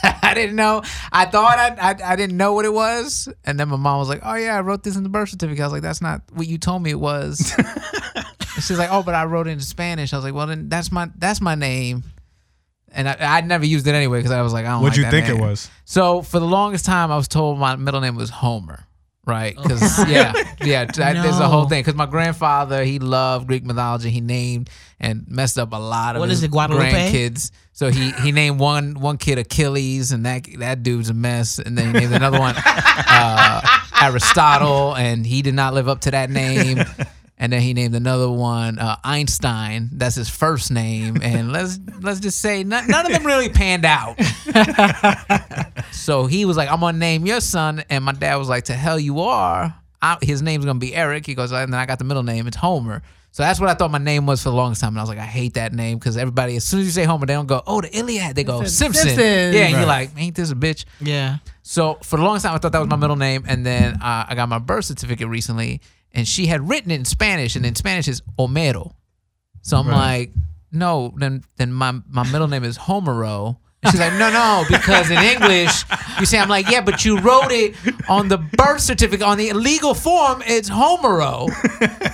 Speaker 5: I, I didn't know. I thought I, I I didn't know what it was, and then my mom was like, "Oh yeah, I wrote this in the birth certificate." I was like, "That's not what you told me it was." And She's like, "Oh, but I wrote it in Spanish." I was like, "Well, then that's my that's my name." And I, I never used it anyway because I was like, I don't
Speaker 3: What'd
Speaker 5: like
Speaker 3: you
Speaker 5: that
Speaker 3: think it
Speaker 5: name.
Speaker 3: was?
Speaker 5: So for the longest time, I was told my middle name was Homer.
Speaker 4: Oh,
Speaker 5: right? Because yeah, yeah, that, there's a whole thing. Because my grandfather, he loved Greek mythology. He named and messed up a lot of
Speaker 4: What
Speaker 5: his
Speaker 4: is it, Guadalupe?
Speaker 5: grandkids. So he he named one one kid Achilles, and that that dude's a mess. And then he named another one uh, Aristotle, and he did not live up to that name. And then he named another one uh, Einstein. That's his first name, and let's let's just say none, none of them really panned out. So he was like, I'm gonna name your son, and my dad was like, To hell you are. I, his name's gonna be Eric. He goes, and then I got the middle name. It's Homer. So that's what I thought my name was for the longest time, and I was like, I hate that name because everybody, as soon as you say Homer, they don't go, Oh, the Iliad. They go Simpson.
Speaker 2: Simpson.
Speaker 5: Yeah, and you're like, Ain't this a bitch?
Speaker 4: Yeah.
Speaker 5: So for the longest time, I thought that was my middle name, and then uh, I got my birth certificate recently, and she had written it in Spanish, and in Spanish is Homero. So I'm like, no, then then my my middle name is Homero. And she's like, no, no, because in English, oh, you say, I'm like, yeah, but you wrote it on the birth certificate on the legal form. It's Homero.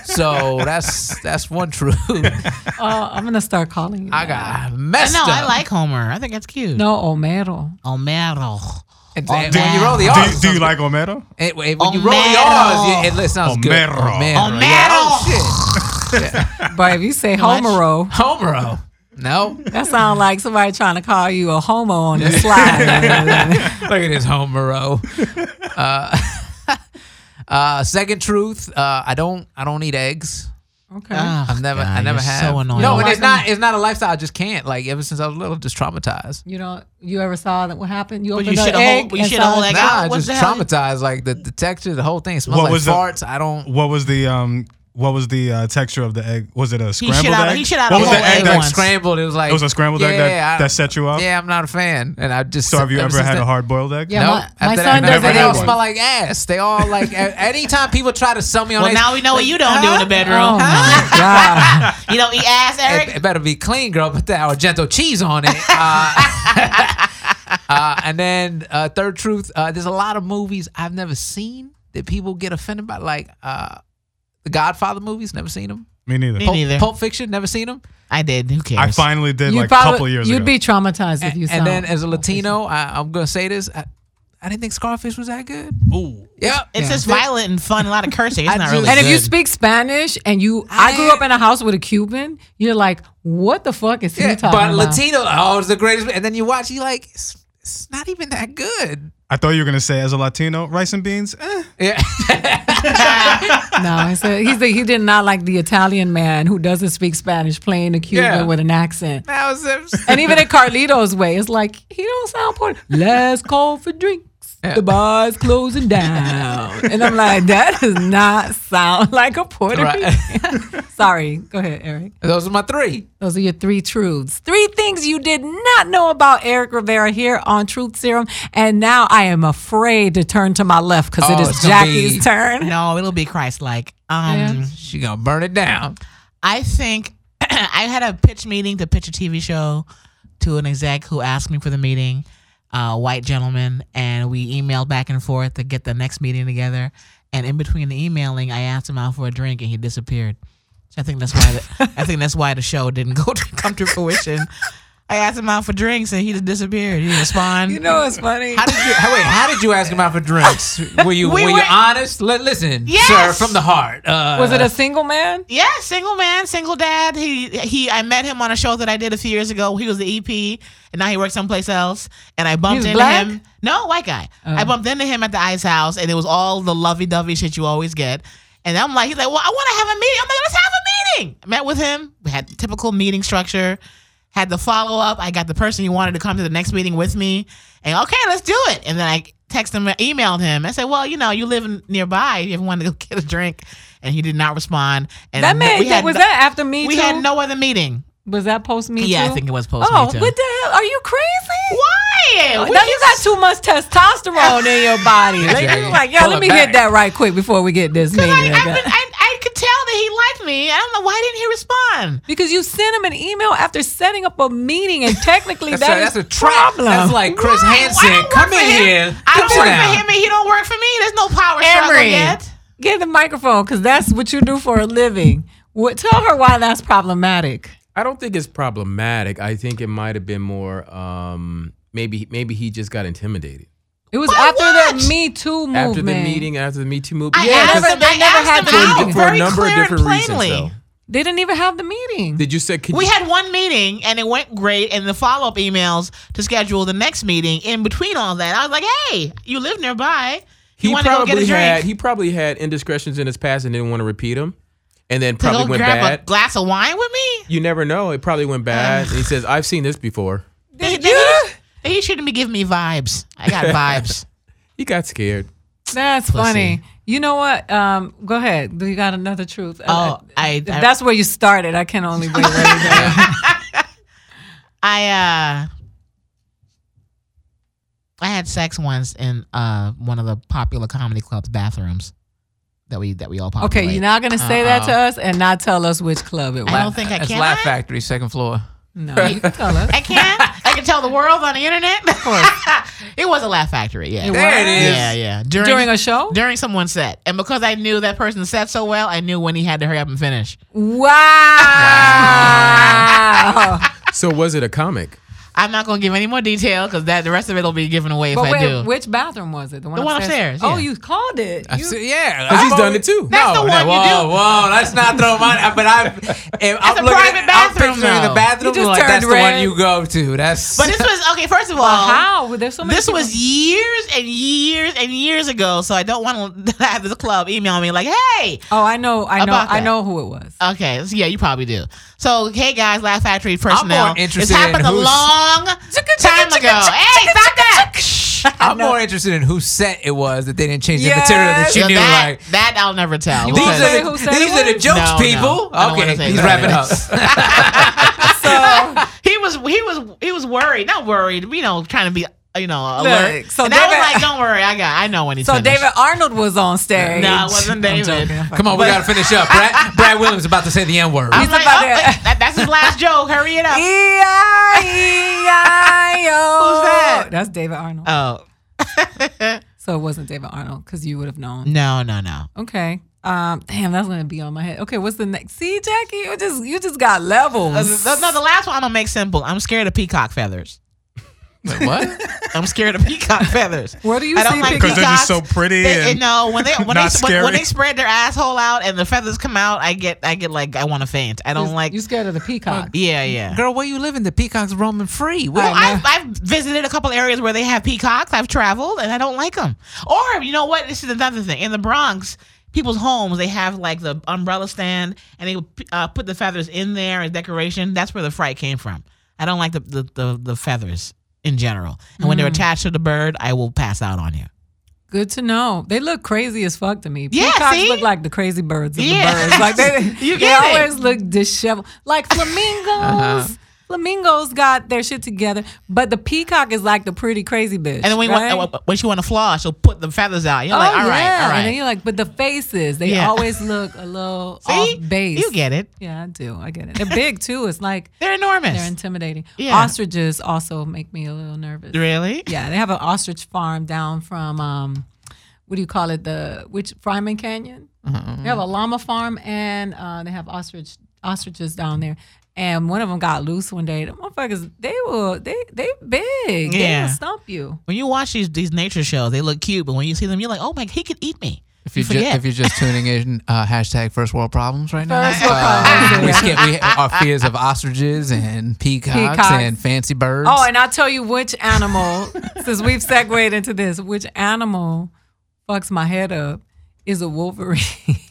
Speaker 5: So that's that's one truth.
Speaker 2: Uh, I'm gonna start calling you.
Speaker 5: I
Speaker 2: that.
Speaker 5: got messed
Speaker 4: No,
Speaker 5: up.
Speaker 4: I like Homer. I think that's cute.
Speaker 2: no Homero.
Speaker 4: Homero.
Speaker 5: And then
Speaker 4: Do
Speaker 5: when you roll the
Speaker 3: Do,
Speaker 5: R's,
Speaker 3: you- do you like Omero?
Speaker 5: It, it, when you roll the
Speaker 4: Homero.
Speaker 5: R's, it, it, it sounds good.
Speaker 3: Homero.
Speaker 5: Homero. Yeah, oh,
Speaker 2: But if you say
Speaker 4: Watch.
Speaker 2: Homero,
Speaker 5: shit. Homero. No.
Speaker 2: that sounds like somebody trying to call you a homo on the slide.
Speaker 5: Look at this Homero. Uh, uh, second truth, uh, I don't I don't eat eggs.
Speaker 2: okay.
Speaker 5: I've never I
Speaker 4: Ah, God,
Speaker 5: never
Speaker 4: you're
Speaker 5: have.
Speaker 4: So annoying.
Speaker 5: No,
Speaker 2: Why
Speaker 5: and it's
Speaker 2: couldn't
Speaker 5: not it's not a lifestyle. I just can't. Like ever since I was little, just traumatized.
Speaker 2: you know, you ever saw that? What happened? You
Speaker 4: But
Speaker 2: opened
Speaker 4: you
Speaker 2: an
Speaker 4: should have whole-
Speaker 2: egg.
Speaker 4: you
Speaker 2: and
Speaker 4: should have
Speaker 2: saw
Speaker 4: whole
Speaker 2: it-
Speaker 4: egg. Like,
Speaker 5: nah,
Speaker 4: what
Speaker 5: just
Speaker 4: the hell?
Speaker 5: traumatized. Like the, the texture, the whole thing it smells
Speaker 3: What
Speaker 5: like
Speaker 3: was the-
Speaker 5: farts. I don't.
Speaker 3: What was the um? What was the uh, texture of the egg? Was it a scrambled
Speaker 4: shit out a-
Speaker 3: egg?
Speaker 4: he shit out a
Speaker 3: what was the
Speaker 4: whole
Speaker 3: egg
Speaker 4: egg
Speaker 3: that
Speaker 4: once.
Speaker 5: Scrambled. It was like
Speaker 3: It was a scrambled egg that,
Speaker 5: yeah, I-
Speaker 3: that set you up.
Speaker 5: Yeah, I'm not a fan, and I just.
Speaker 3: So have you
Speaker 5: ever
Speaker 3: ever
Speaker 5: since
Speaker 3: had
Speaker 5: then-
Speaker 3: a hard boiled egg?
Speaker 2: Yeah.
Speaker 5: No,
Speaker 2: my- my
Speaker 5: after
Speaker 2: son
Speaker 5: that,
Speaker 3: doesn't
Speaker 5: they all
Speaker 3: eat one.
Speaker 5: smell like ass. They all like. a- anytime people try to sell me on,
Speaker 4: Well,
Speaker 5: eggs,
Speaker 4: now we know what you don't do in the
Speaker 2: Oh
Speaker 4: bedroom.
Speaker 2: my god!
Speaker 4: You don't eat ass,
Speaker 5: it,
Speaker 4: Eric.
Speaker 5: it better be clean, girl. Put that Argento cheese on it. Uh, uh, and then uh, third truth, uh, there's a lot of movies I've never seen that people get offended by, like uh, the Godfather movies. Never seen them.
Speaker 3: Me neither.
Speaker 4: Me neither.
Speaker 5: Pulp Fiction. Never seen them.
Speaker 4: I did. Who cares?
Speaker 3: I finally did
Speaker 2: You
Speaker 3: like a
Speaker 2: probably
Speaker 3: couple years
Speaker 2: you'd
Speaker 3: ago.
Speaker 2: be traumatized if you saw.
Speaker 5: and then
Speaker 2: it.
Speaker 5: as a Latino, I, I'm gonna say this. I, I didn't think Scarface was that good.
Speaker 3: Ooh.
Speaker 5: Yep.
Speaker 4: it's just violent and fun. A lot of cursing. It's
Speaker 5: I
Speaker 4: not
Speaker 5: just-
Speaker 4: really.
Speaker 2: And if you
Speaker 5: Good.
Speaker 2: speak Spanish and you, I, grew up in a house with a Cuban. You're like, what the fuck is he
Speaker 5: Yeah,
Speaker 2: talking about?
Speaker 5: but Latino, oh, it's the greatest. And then you watch, you like, it's, it's not even that good.
Speaker 3: I thought you were gonna say as a Latino, rice and beans. Eh.
Speaker 5: Yeah.
Speaker 2: No, he said he said he did not like the Italian man who doesn't speak Spanish playing a Cuban
Speaker 5: Yeah.
Speaker 2: with an accent.
Speaker 5: Now it's- it's-
Speaker 2: And even in Carlito's way, it's like he don't sound Puerto. Last call for drinks. The bar's closing down, and I'm like, that does not sound like a Puerto
Speaker 5: Right.
Speaker 2: Rican. Sorry, go ahead, Eric.
Speaker 5: those are my three.
Speaker 2: Those are your three truths. Three things you did not know about Eric Rivera here on Truth Serum, and now I am afraid to turn to my left because
Speaker 5: Oh,
Speaker 2: it is
Speaker 5: it's gonna be-
Speaker 2: Jackie's turn.
Speaker 4: no, it'll be Christ-like. Um,
Speaker 2: Yeah.
Speaker 5: She gonna burn it down.
Speaker 4: I think I had a pitch meeting to pitch a TV show to an exec who asked me for the meeting, a white gentleman, and we emailed back and forth to get the next meeting together. And in between the emailing, I asked him out for a drink, and he disappeared. So I think that's why the, I think that's why the show didn't go to come to fruition. I asked him out for drinks, and he just disappeared. He didn't respond.
Speaker 2: You know it's funny.
Speaker 5: How did you? How, wait, how did you ask him out for drinks? Were you
Speaker 4: We
Speaker 5: were, you
Speaker 4: were-
Speaker 5: honest? Li- listen,
Speaker 4: Yes!
Speaker 5: sir, from the heart. Uh,
Speaker 2: Was it a single man?
Speaker 4: Yeah, single man, single dad. He he. I met him on a show that I did a few years ago. He was the EP, and now he works someplace else. And I bumped
Speaker 2: He's
Speaker 4: into
Speaker 2: black?
Speaker 4: him. No, white guy.
Speaker 2: Oh.
Speaker 4: I bumped into him at the Ice House, and it was all the lovey-dovey shit you always get. And I'm like, he's like, well, I want to have a meeting. I'm like, let's have a meeting. Met with him. We had typical meeting structure. Had the follow up. I got the person who wanted to come to the next meeting with me. And okay, let's do it. And then I texted him, emailed him. I said, well, you know, you live in- nearby. If you ever wanted to go get a drink. And he did not respond. And
Speaker 2: That
Speaker 4: no-
Speaker 2: man
Speaker 4: we had
Speaker 2: was
Speaker 4: no-
Speaker 2: that after me
Speaker 4: we
Speaker 2: too?
Speaker 4: had no other meeting.
Speaker 2: Was that post me
Speaker 4: Yeah,
Speaker 2: too?
Speaker 4: I think it was post
Speaker 2: Oh,
Speaker 4: me too.
Speaker 2: what the hell? Are you crazy?
Speaker 4: Why?
Speaker 2: Now you got too much testosterone in your body. Like,
Speaker 5: Yeah,
Speaker 2: you're like, yeah,
Speaker 5: pull
Speaker 2: let
Speaker 5: it
Speaker 2: me
Speaker 5: back.
Speaker 2: hit that right quick before we get this meeting.
Speaker 4: I, I've
Speaker 2: up.
Speaker 4: been, I, I could tell that he liked me. I don't know why didn't he respond.
Speaker 2: because you sent him an email after setting up a meeting, and technically
Speaker 5: That's,
Speaker 2: that
Speaker 5: a,
Speaker 2: is
Speaker 5: that's a trap.
Speaker 2: problem.
Speaker 5: That's like Chris
Speaker 4: Why? I
Speaker 5: Hansen.
Speaker 4: don't work
Speaker 5: Come
Speaker 4: for
Speaker 5: in
Speaker 4: him.
Speaker 5: here.
Speaker 4: I
Speaker 5: Come
Speaker 4: don't
Speaker 5: sit
Speaker 4: work
Speaker 5: down.
Speaker 4: for him, and he don't work for me. There's no power struggle
Speaker 2: Emery.
Speaker 4: yet.
Speaker 2: Get the microphone because that's what you do for a living. What, tell her why that's problematic.
Speaker 7: I don't think it's problematic. I think it might have been more um, maybe maybe he just got intimidated.
Speaker 2: It was
Speaker 4: Why
Speaker 2: after
Speaker 4: watch?
Speaker 2: the Me Too movement.
Speaker 7: After the meeting, after the Me Too movement.
Speaker 4: I
Speaker 7: yeah,
Speaker 4: asked
Speaker 7: 'cause
Speaker 4: them. I
Speaker 2: they never
Speaker 4: asked
Speaker 2: had
Speaker 4: them
Speaker 2: the
Speaker 4: out
Speaker 2: meeting.
Speaker 7: for
Speaker 4: very
Speaker 7: a number of
Speaker 4: clear
Speaker 7: different
Speaker 4: and
Speaker 7: reasons,
Speaker 4: plainly.
Speaker 7: though.
Speaker 2: They didn't even have the meeting.
Speaker 7: Did you say could
Speaker 4: We
Speaker 7: you,
Speaker 4: had one meeting and it went great, and the follow up emails to schedule the next meeting. In between all that, I was like, "Hey, you live nearby. You
Speaker 7: he
Speaker 4: want to go
Speaker 7: probably
Speaker 4: get a drink?
Speaker 7: had he probably had indiscretions in his past and didn't want to repeat them, and then
Speaker 4: to
Speaker 7: probably
Speaker 4: go
Speaker 7: went
Speaker 4: grab
Speaker 7: bad.
Speaker 4: a glass of wine with me?
Speaker 7: you never know. It probably went bad. and he says, "I've seen this before."
Speaker 4: They- they- he- He shouldn't be giving me vibes. I got vibes.
Speaker 7: He got scared.
Speaker 2: That's funny. You know what? Um, go ahead. Do you got another truth? Uh,
Speaker 4: Oh, I- I-
Speaker 2: that's where you started. I can only be right there.
Speaker 4: I uh I had sex once in uh one of the popular comedy clubs bathrooms that we that we all populate.
Speaker 2: Okay, you're not gonna say that to us and not tell us which club it was.
Speaker 4: I don't think I
Speaker 5: That's
Speaker 4: can.
Speaker 5: Laugh
Speaker 4: I?
Speaker 5: Factory, second floor.
Speaker 2: no, you can tell us.
Speaker 4: I can. I can tell the world on the internet. it was a laugh factory. Yeah.
Speaker 2: It There it was? is.
Speaker 4: Yeah, yeah. During,
Speaker 2: During a show?
Speaker 4: during someone's set, and because I knew that person's set so well, I knew when he had to hurry up and finish.
Speaker 2: Wow.
Speaker 7: So was it a comic?
Speaker 4: I'm not gonna give any more detail because that the rest of it will be given away if
Speaker 2: but
Speaker 4: I
Speaker 2: wait,
Speaker 4: do.
Speaker 2: which bathroom was it?
Speaker 4: The one upstairs,
Speaker 2: Oh,
Speaker 4: yeah.
Speaker 2: you called it.
Speaker 5: I
Speaker 2: You-
Speaker 5: see- yeah,
Speaker 7: Because he's
Speaker 5: I've
Speaker 7: done
Speaker 5: already-
Speaker 7: it too.
Speaker 4: That's the one
Speaker 5: whoa,
Speaker 4: you do.
Speaker 5: whoa, let's not throw mine. But I'm, if I'm
Speaker 4: a
Speaker 5: looking
Speaker 4: private
Speaker 5: at,
Speaker 4: bathroom,
Speaker 5: I'm picturing
Speaker 4: though.
Speaker 5: the bathroom.
Speaker 2: You just
Speaker 5: like, that's
Speaker 2: turned
Speaker 5: the
Speaker 2: red.
Speaker 5: one you go to. That's
Speaker 4: But this was okay. First of all,
Speaker 2: Well, how? There's so many.
Speaker 4: this was years and years and years ago, so I don't want to have this club email me like, "Hey,
Speaker 2: people- Oh, I know. I know.
Speaker 4: About
Speaker 2: I
Speaker 4: that.
Speaker 2: know who it was.
Speaker 4: okay, so yeah, you probably do." So, hey guys, Laugh Factory personnel,
Speaker 5: more interested
Speaker 4: this happened
Speaker 5: in
Speaker 4: a
Speaker 5: who's-
Speaker 4: long time ago. Hey, stop that!
Speaker 5: I'm more interested in whose set it was that they didn't change the
Speaker 2: Yes.
Speaker 5: material that you
Speaker 4: Yeah,
Speaker 5: knew.
Speaker 4: that,
Speaker 5: Like
Speaker 4: that I'll never tell.
Speaker 2: You
Speaker 5: these
Speaker 2: wanna say
Speaker 5: are
Speaker 2: who
Speaker 5: the,
Speaker 2: said
Speaker 5: these
Speaker 2: it
Speaker 5: are the
Speaker 2: was?
Speaker 5: jokes,
Speaker 4: No, no.
Speaker 5: people.
Speaker 4: I don't wanna say
Speaker 5: okay, he's
Speaker 4: that.
Speaker 5: wrapping up.
Speaker 2: So
Speaker 4: he was he was he was worried, not worried, you know, trying to be you know alert.
Speaker 2: so
Speaker 4: and I was
Speaker 2: David-
Speaker 4: like, "Don't worry, I got I know when he's
Speaker 2: So
Speaker 4: finished.
Speaker 2: David Arnold was on stage.
Speaker 4: No, it wasn't
Speaker 2: I'm
Speaker 4: David.
Speaker 2: joking, I'm
Speaker 5: Come on, we gotta finish up. Brad, Brad Williams about to say the N word.
Speaker 4: I'm
Speaker 2: He's
Speaker 4: like,
Speaker 2: about
Speaker 4: "Oh,
Speaker 2: to- E
Speaker 4: that- that's his last joke. Hurry it up.
Speaker 2: E-I-E-I-O.
Speaker 4: Who's that?
Speaker 2: That's David Arnold.
Speaker 4: Oh
Speaker 2: so it wasn't David Arnold because you would have known.
Speaker 4: no, no, no.
Speaker 2: Okay. Um, damn, that's gonna be on my head. Okay, what's the next? See, Jackie, you just you just got levels.
Speaker 4: No, no, Uh, the last one I'm gonna make simple. I'm scared of peacock feathers.
Speaker 5: what?
Speaker 4: I'm scared of peacock feathers.
Speaker 2: Where do you
Speaker 4: I don't
Speaker 2: see
Speaker 4: like
Speaker 2: peacocks?
Speaker 3: because they're just so
Speaker 4: Peacocks,
Speaker 3: pretty.
Speaker 4: They-
Speaker 3: and-
Speaker 4: no, when they when they
Speaker 3: not
Speaker 4: when, when
Speaker 3: scary.
Speaker 4: they spread their asshole out and the feathers come out, I get I get like I want to faint. I don't like.
Speaker 2: you scared of the peacock.
Speaker 4: Uh, yeah, yeah.
Speaker 5: Girl, where you living? The peacock's roaming free. Where-
Speaker 4: Well, I've, I've visited a couple areas where they have peacocks. I've traveled and I don't like them. Or you know what? This is another thing. In the Bronx, people's homes they have like the umbrella stand and they uh, put the feathers in there as decoration. That's where the fright came from. I don't like the the, the, the feathers in general. And when they're
Speaker 5: Mm.
Speaker 4: attached to the bird, I will pass out on you.
Speaker 2: Good to know. They look crazy as fuck to me.
Speaker 4: Yeah,
Speaker 2: Peacocks
Speaker 4: see?
Speaker 2: look like the crazy birds of
Speaker 4: Yeah.
Speaker 2: the birds. Like they,
Speaker 4: You
Speaker 2: they
Speaker 4: get it. Uh-huh.
Speaker 2: always look disheveled. Like flamingos. Flamingos got their shit together, but the peacock is like the pretty crazy bitch.
Speaker 4: And then when, you
Speaker 2: right? Oh,
Speaker 4: want, uh, when she want to flaw, she'll put the feathers out. You're like, all right, all
Speaker 2: And then
Speaker 4: right.
Speaker 2: you're like, but the faces, they
Speaker 4: Yeah.
Speaker 2: always look a little
Speaker 4: See?
Speaker 2: off base.
Speaker 4: You get it.
Speaker 2: Yeah, I do. I get it. They're big too. It's like
Speaker 4: They're enormous.
Speaker 2: they're intimidating.
Speaker 4: Yeah.
Speaker 2: Ostriches also make me a little nervous.
Speaker 4: really?
Speaker 2: Yeah, they have an ostrich farm down from um, what do you call it? The which Fryman Canyon. They have
Speaker 4: Mm-hmm.
Speaker 2: a llama farm and uh, they have ostrich ostriches down there. And one of them got loose one day. The motherfuckers, they will they they big. They
Speaker 4: Yeah.
Speaker 2: will stump you.
Speaker 4: When you watch these these nature shows, they look cute, but when you see them, you're like, oh my, he could eat me.
Speaker 5: If you're,
Speaker 4: forget.
Speaker 5: just, if you're just tuning in, uh, hashtag first world problems right now. Uh,
Speaker 2: First world problems,
Speaker 5: we
Speaker 2: yeah.
Speaker 5: skip we, our fears of ostriches and peacocks,
Speaker 2: Peacocks.
Speaker 5: and fancy birds.
Speaker 2: Oh, and I'll tell you which animal, since we've segued into this, which animal fucks my head up is a wolverine.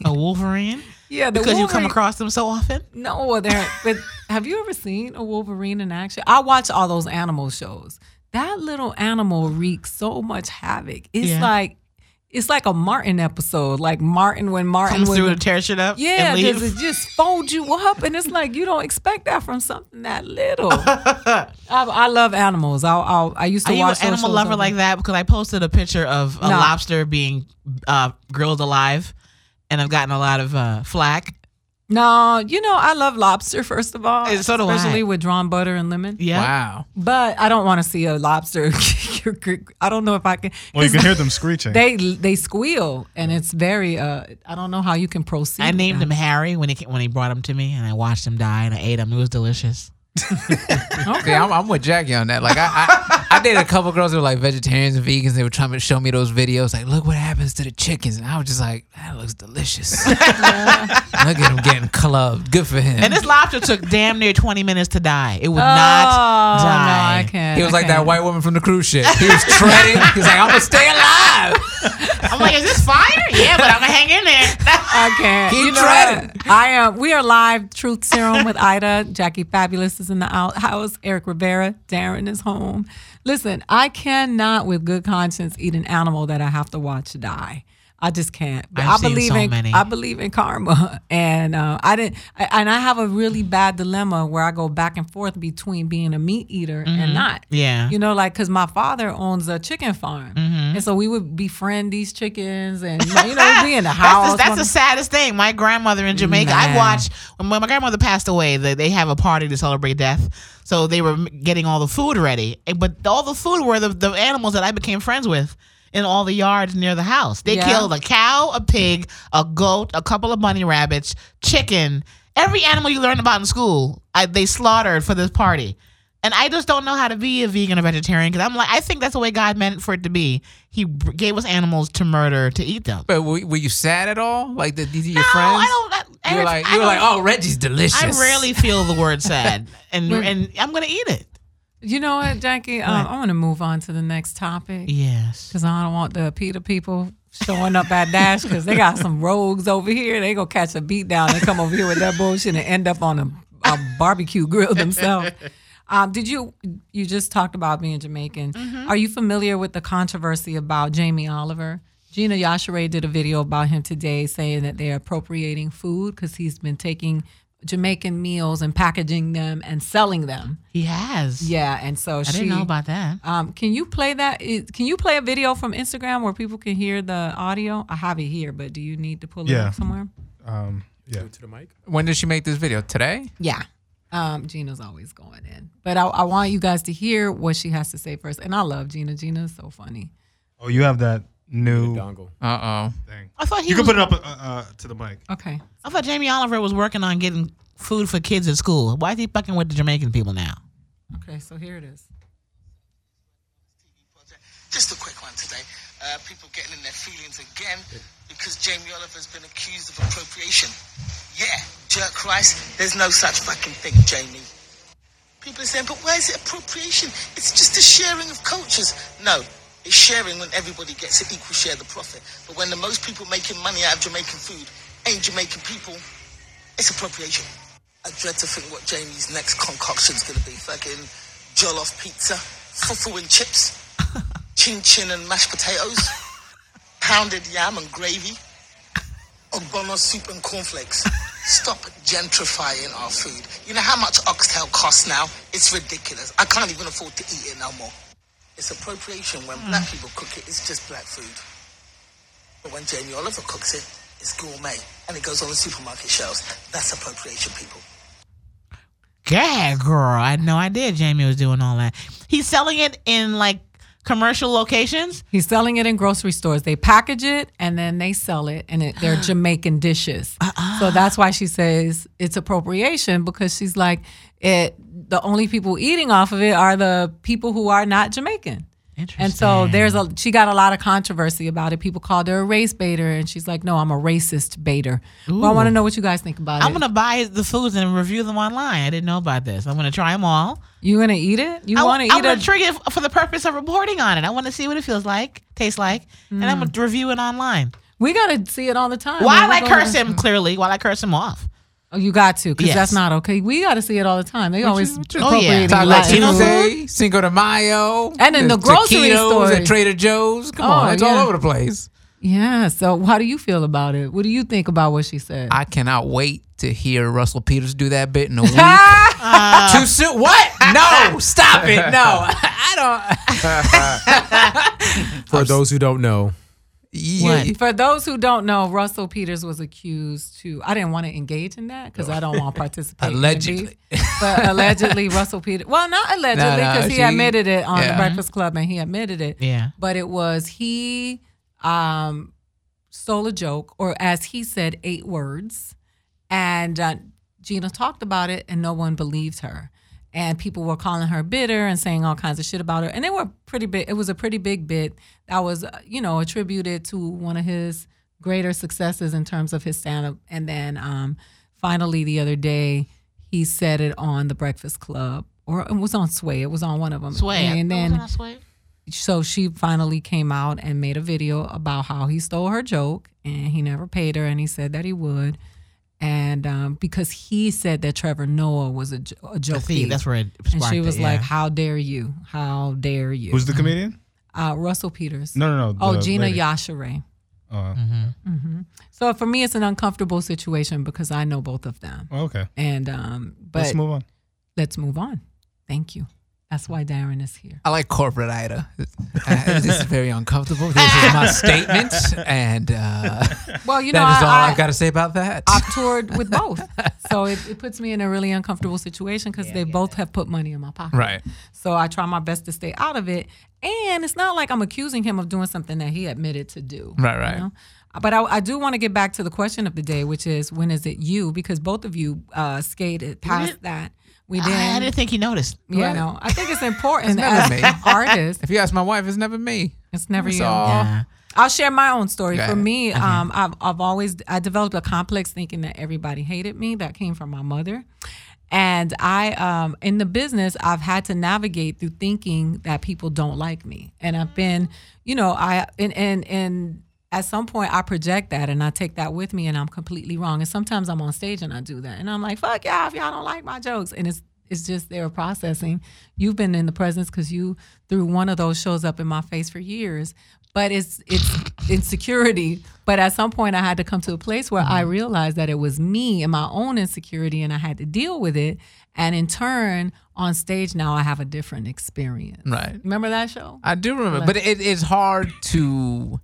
Speaker 4: A wolverine?
Speaker 2: yeah, the
Speaker 4: because you come
Speaker 2: wolverine-
Speaker 4: across them so often.
Speaker 2: No, there. But have you ever seen a wolverine in action? I watch all those animal shows. That little animal wreaks so much havoc. It's
Speaker 4: Yeah.
Speaker 2: like it's like a Martin episode. Like Martin when Martin
Speaker 4: Comes
Speaker 2: would-
Speaker 4: through and tear shit up.
Speaker 2: yeah,
Speaker 4: and leave.
Speaker 2: because it just folds you up, and it's like you don't expect that from something that little. I, I love animals. I I, I used to
Speaker 4: Are you an
Speaker 2: watch those
Speaker 4: animal
Speaker 2: shows
Speaker 4: lover
Speaker 2: all
Speaker 4: like
Speaker 2: the-
Speaker 4: that? Because I posted a picture of
Speaker 2: No.
Speaker 4: a lobster being uh, grilled alive, and I've gotten a lot of uh, flack.
Speaker 2: No, you know I love lobster first of all,
Speaker 4: And so do I.
Speaker 2: especially with drawn butter and lemon.
Speaker 4: Yeah,
Speaker 5: wow.
Speaker 2: But I don't want to see a lobster. I don't know if I can.
Speaker 3: well, you can hear them screeching.
Speaker 2: They they squeal, and it's very. Uh, I don't know how you can proceed.
Speaker 4: I
Speaker 2: with
Speaker 4: named
Speaker 2: that.
Speaker 4: him Harry when he ca- when he brought him to me, and I watched him die, and I ate him. It was delicious.
Speaker 5: Okay, I'm, I'm with Jackie on that. Like I, I, I dated a couple girls who were like vegetarians and vegans. They were trying to show me those videos, like, look what happens to the chickens. And I was just like, that looks delicious. look at him getting clubbed. Good for him.
Speaker 4: And this lobster took damn near 20 minutes to die. It would
Speaker 2: oh,
Speaker 4: not
Speaker 2: No,
Speaker 4: die.
Speaker 2: I can't.
Speaker 5: he was
Speaker 2: I
Speaker 5: like that
Speaker 2: can't.
Speaker 5: white woman from the cruise ship. He was treading. He's like, I'm gonna stay alive.
Speaker 4: I'm like, is this fire? Yeah, but I'm gonna hang in there.
Speaker 2: I can't.
Speaker 5: Keep
Speaker 2: You know
Speaker 5: treading.
Speaker 2: what? I am. We are live. Truth Serum with Ida. Jackie Fabulous is in the out- house. Eric Rivera. Darren is home. Listen, I cannot, with good conscience, eat an animal that I have to watch die. I just can't. But
Speaker 4: I've
Speaker 2: I
Speaker 4: seen
Speaker 2: believe
Speaker 4: so
Speaker 2: in
Speaker 4: many.
Speaker 2: I believe in karma, and uh, I didn't. I, and I have a really bad dilemma where I go back and forth between being a meat eater and not.
Speaker 4: Mm-hmm. Yeah. Mm-hmm.
Speaker 2: You know, like because my father owns a chicken farm, and so we would befriend these chickens, and you know, you know, we'd be in the
Speaker 4: That's,
Speaker 2: house.
Speaker 4: the, that's
Speaker 2: one-
Speaker 4: the saddest thing. My grandmother in Jamaica, I
Speaker 2: Man.
Speaker 4: watched when my grandmother passed away, they, they have a party to celebrate death. So they were getting all the food ready. Eh, But all the food were the, the animals that I became friends with in all the yards near the house. They
Speaker 2: Yeah.
Speaker 4: killed a cow, a pig, a goat, a couple of bunny rabbits, chicken. Every animal you learn about in school, I, they slaughtered for this party. And I just don't know how to be a vegan or vegetarian because I'm like, I think that's the way God meant for it to be. He b- gave us animals to murder to eat them.
Speaker 5: But were, were you sad at all? Like, did these are your
Speaker 4: No,
Speaker 5: friends?
Speaker 4: I don't. I,
Speaker 5: You
Speaker 4: I-
Speaker 5: were like,
Speaker 4: I
Speaker 5: you were
Speaker 4: don't-
Speaker 5: like, oh, Reggie's delicious.
Speaker 4: I rarely feel the word sad, and and I'm gonna eat it.
Speaker 2: You know what, Jackie? Um, I want to move on to the next topic
Speaker 4: Yes.
Speaker 2: because I don't want the PETA people showing up at Dash because they got some rogues over here. They go catch a beat down and come over here with that bullshit and end up on a, a barbecue grill themselves. Um, did you you just talked about being Jamaican? Are you familiar with the controversy about Jamie Oliver? Gina Yashere did a video about him today saying that they're appropriating food because he's been taking Jamaican meals and packaging them and selling them.
Speaker 4: He has.
Speaker 2: Yeah, and so
Speaker 4: I
Speaker 2: she.
Speaker 4: didn't know about that.
Speaker 2: Um, can you play that? Is, can you play a video from Instagram where people can hear the audio? I have it here, but do you need to pull it
Speaker 3: Yeah.
Speaker 2: up somewhere?
Speaker 3: Um, yeah.
Speaker 7: To the mic.
Speaker 5: When did she make this video? Today?
Speaker 2: Yeah. Um, Gina's always going in, but I, I want you guys to hear what she has to say first. And I love Gina. Gina is so funny.
Speaker 3: Oh, you have that new
Speaker 7: Dongle.
Speaker 5: Uh oh.
Speaker 3: thing.
Speaker 4: I thought he.
Speaker 3: You can
Speaker 4: was-
Speaker 3: put it up uh, uh, to the mic.
Speaker 2: Okay.
Speaker 4: I thought Jamie Oliver was working on getting food for kids at school. Why is he fucking with the Jamaican people now?
Speaker 2: Okay. So here it is.
Speaker 11: Just a quick one today. Uh, people getting in their feelings again because Jamie Oliver's been accused of appropriation. Yeah, jerk rice. There's no such fucking thing, Jamie. People are saying, but why is it appropriation? It's just a sharing of cultures. No, it's sharing when everybody gets an equal share of the profit. But when the most people making money out of Jamaican food ain't Jamaican people, it's appropriation. I dread to think what Jamie's next concoction's gonna be. Fucking jollof pizza, fufu and chips chin chin and mashed potatoes, pounded yam and gravy, ogbono soup and cornflakes. Stop gentrifying our food. You know how much oxtail costs now? It's ridiculous. I can't even afford to eat it no more. It's appropriation. When black people cook it, it's just black food. But when Jamie Oliver cooks it, it's gourmet and it goes on the supermarket shelves. That's appropriation, people.
Speaker 4: Yeah, girl. I had no idea Jamie was doing all that. He's selling it in like commercial locations.
Speaker 2: He's selling it in grocery stores. They package it and then they sell it, and it, they're Jamaican dishes.
Speaker 4: Uh-uh.
Speaker 2: So that's why she says it's appropriation because she's like, it. The only people eating off of it are the people who are not Jamaican.
Speaker 4: Interesting.
Speaker 2: And so there's a she got a lot of controversy about it. People called her a race baiter, and she's like, "No, I'm a racist baiter." Well, I want to know what you guys think about
Speaker 4: I'm
Speaker 2: it.
Speaker 4: gonna buy the foods and review them online. I didn't know about this. I'm gonna try them all.
Speaker 2: you gonna eat it? You
Speaker 4: I
Speaker 2: want to
Speaker 4: I'm
Speaker 2: eat
Speaker 4: gonna
Speaker 2: it?
Speaker 4: drink it for the purpose of reporting on it. I want to see what it feels like, tastes like, and I'm
Speaker 2: Mm.
Speaker 4: gonna review it online.
Speaker 2: we gotta see it all the time.
Speaker 4: While
Speaker 2: Oh, We're
Speaker 4: I
Speaker 2: gonna-
Speaker 4: curse him, clearly, while I curse him off.
Speaker 2: Oh, you got to because
Speaker 4: Yes.
Speaker 2: that's not okay. We got to see it all the time. They always
Speaker 4: oh, yeah.
Speaker 2: appropriating
Speaker 5: Talk
Speaker 2: life.
Speaker 5: about Tuesday, Cinco de Mayo,
Speaker 2: And in the grocery
Speaker 5: taquitos
Speaker 2: stores.
Speaker 5: at Trader Joe's. Come
Speaker 2: Oh,
Speaker 5: on, it's all
Speaker 2: yeah.
Speaker 5: over the place.
Speaker 2: Yeah. So, how do you feel about it? What do you think about what she said?
Speaker 5: I cannot wait to hear Russell Peters do that bit in a week. Too soon? What? No! Stop it! No,
Speaker 2: Oh,
Speaker 5: I don't.
Speaker 7: For those who don't know,
Speaker 5: Yeah.
Speaker 2: For those who don't know, Russell Peters was accused to. I didn't want to engage in that because I don't want to participate. in the
Speaker 5: Allegedly.
Speaker 2: beef. but allegedly, Russell Peters. Well, not allegedly
Speaker 5: No, no,
Speaker 2: because he
Speaker 5: she-
Speaker 2: admitted it on
Speaker 5: yeah.
Speaker 2: the Breakfast Club and he admitted it.
Speaker 4: Yeah.
Speaker 2: But it was he um, stole a joke, or as he said, eight words, and uh, Gina talked about it, and no one believed her. and people were calling her bitter and saying all kinds of shit about her. And they were pretty big. It was a pretty big bit that was, uh, you know, attributed to one of his greater successes in terms of his stand up. And then um, finally, the other day, he said it on The Breakfast Club, or it was on Sway. It was on one of them.
Speaker 4: Sway.
Speaker 2: And
Speaker 4: Wasn't
Speaker 2: then
Speaker 4: I Sway?
Speaker 2: so she finally came out and made a video about how he stole her joke and he never paid her and he said that he would and um, because he said that Trevor Noah was a, jo- a joke
Speaker 4: I see,
Speaker 2: thief.
Speaker 4: that's where it
Speaker 2: and
Speaker 4: sparked
Speaker 2: she
Speaker 4: it,
Speaker 2: was like
Speaker 4: yeah.
Speaker 2: how dare you how dare you
Speaker 3: Who's the comedian?
Speaker 2: uh, Russell Peters
Speaker 3: No, no, no.
Speaker 2: oh
Speaker 3: the
Speaker 2: Gina
Speaker 3: lady.
Speaker 2: Yashere
Speaker 3: Uh,
Speaker 2: Mm-hmm. so for me it's an uncomfortable situation because I know both of them
Speaker 3: well, Oh, okay.
Speaker 2: and um, but
Speaker 3: Let's move on.
Speaker 2: let's move on thank you that's why Darren is here
Speaker 5: I like corporate Ida. Uh, this is very uncomfortable. This is my statement, and uh,
Speaker 2: well you know
Speaker 5: that is
Speaker 2: I-
Speaker 5: all
Speaker 2: I-
Speaker 5: I've got to say about that.
Speaker 2: I've toured with both. So it, it puts me in a really uncomfortable situation because they both have put money in my pocket.
Speaker 5: Right.
Speaker 2: So I try my best to stay out of it. And it's not like I'm accusing him of doing something that he admitted to do.
Speaker 5: Right, right.
Speaker 2: But I, I do want to get back to the question of the day, which is when is it you? Because both of you uh, skated past that. We didn't.
Speaker 4: I, I didn't think he noticed.
Speaker 2: you
Speaker 5: Right.
Speaker 2: know, I think it's important
Speaker 5: It's never
Speaker 2: as
Speaker 5: me.
Speaker 2: artists.
Speaker 5: If you ask my wife, it's never me.
Speaker 2: It's never
Speaker 5: It's
Speaker 2: you.
Speaker 5: all-
Speaker 4: Yeah.
Speaker 2: I'll share my own story.
Speaker 5: Go
Speaker 2: For
Speaker 5: ahead.
Speaker 2: me, um, I've, I've always I developed a complex thinking that everybody hated me. That came from my mother, and I um, in the business I've had to navigate through thinking that people don't like me, and I've been, you know, I and and and at some point I project that and I take that with me, and I'm completely wrong. And sometimes I'm on stage and I do that, and I'm like, fuck y'all if y'all don't like my jokes, and it's it's just their processing. You've been in the presence because you threw one of those shows up in my face for years. But it's it's insecurity. But at some point, I had to come to a place where
Speaker 5: Mm-hmm.
Speaker 2: I realized that it was me and my own insecurity, and I had to deal with it. And in turn, on stage now, I have a different experience.
Speaker 5: Right.
Speaker 2: Remember that show?
Speaker 5: I do remember, but it is hard to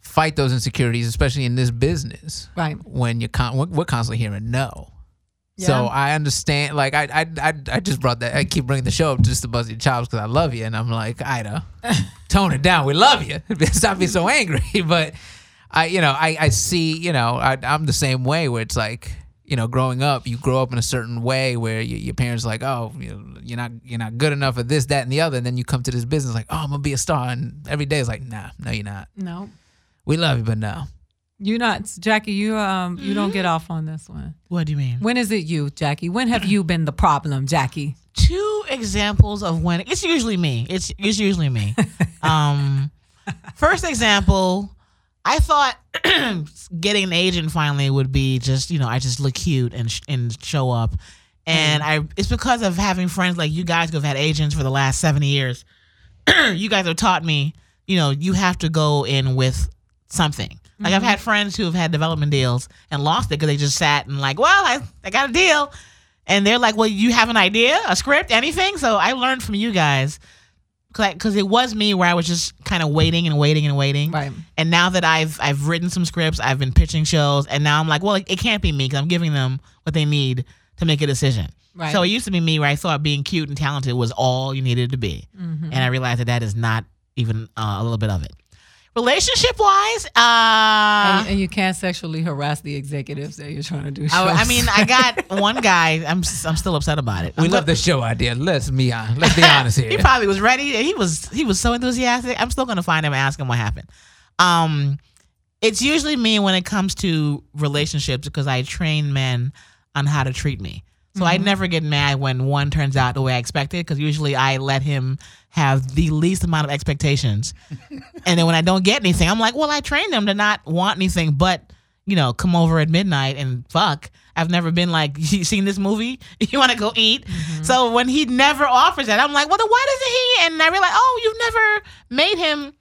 Speaker 5: fight those insecurities, especially in this business.
Speaker 2: Right.
Speaker 5: When you're con- we're we're constantly hearing no.
Speaker 2: Yeah.
Speaker 5: So I understand. Like I, I, I, I just brought that. I keep bringing the show up just to buzz your chops because I love you, and I'm like Ida, tone it down. We love you. Stop being so angry. But I, you know, I, I see. You know, I, I'm the same way where it's like. You know, growing up, you grow up in a certain way where you, your parents are like, oh, you- you're not you're not good enough at this, that, and the other. And then you come to this business like, oh, I'm gonna be a star, and every day is like, nah, no, you're not.
Speaker 2: No,
Speaker 5: We love you, but no.
Speaker 2: you not Jackie. You um you don't get off on this one.
Speaker 4: What do you
Speaker 5: Mm-hmm.
Speaker 4: mean?
Speaker 2: When is it you, Jackie? When have you been the problem, Jackie?
Speaker 4: two examples of when it's usually me. It's it's usually me. um, first example, I thought getting an agent finally would be just you know I just look cute and sh- and show up,
Speaker 2: Mm.
Speaker 4: and I it's because of having friends like you guys who have had agents for the last seventy years. you guys have taught me, you know, you have to go in with something. Like
Speaker 2: Mm-hmm.
Speaker 4: I've had friends who have had development deals and lost it because they just sat and like, well, I, I got a deal. And they're like, well, you have an idea, a script, anything? So I learned from you guys because it was me where I was just kind of waiting and waiting and waiting.
Speaker 2: Right.
Speaker 4: And now that I've I've written some scripts, I've been pitching shows, and now I'm like, well, it, it can't be me because I'm giving them what they need to make a decision.
Speaker 2: Right.
Speaker 4: So it used to be me where I thought being cute and talented was all you needed to be,
Speaker 2: Mm-hmm.
Speaker 4: and I realized that that is not even uh, a little bit of it. Relationship wise, uh,
Speaker 2: and, and you can't sexually harass the executives that you're trying to do. Shows.
Speaker 4: I, I mean, I got one guy. I'm s- I'm still upset about it.
Speaker 5: We
Speaker 4: I'm
Speaker 5: love the show idea. Let's be honest. Let's be honest here.
Speaker 4: he probably was ready. He was he was so enthusiastic. I'm still gonna find him and ask him what happened. Um, it's usually me when it comes to relationships because I train men on how to treat me. So
Speaker 2: Mm-hmm.
Speaker 4: I never get mad when one turns out the way I expected because usually I let him have the least amount of expectations, and then when I don't get anything, I'm like, well, I trained him to not want anything, but. You know, come over at midnight and fuck. I've never been like, you seen this movie? You want to go eat?
Speaker 2: Mm-hmm.
Speaker 4: So when he never offers that, I'm like, well, then why doesn't he? And I realize, oh, you've never made him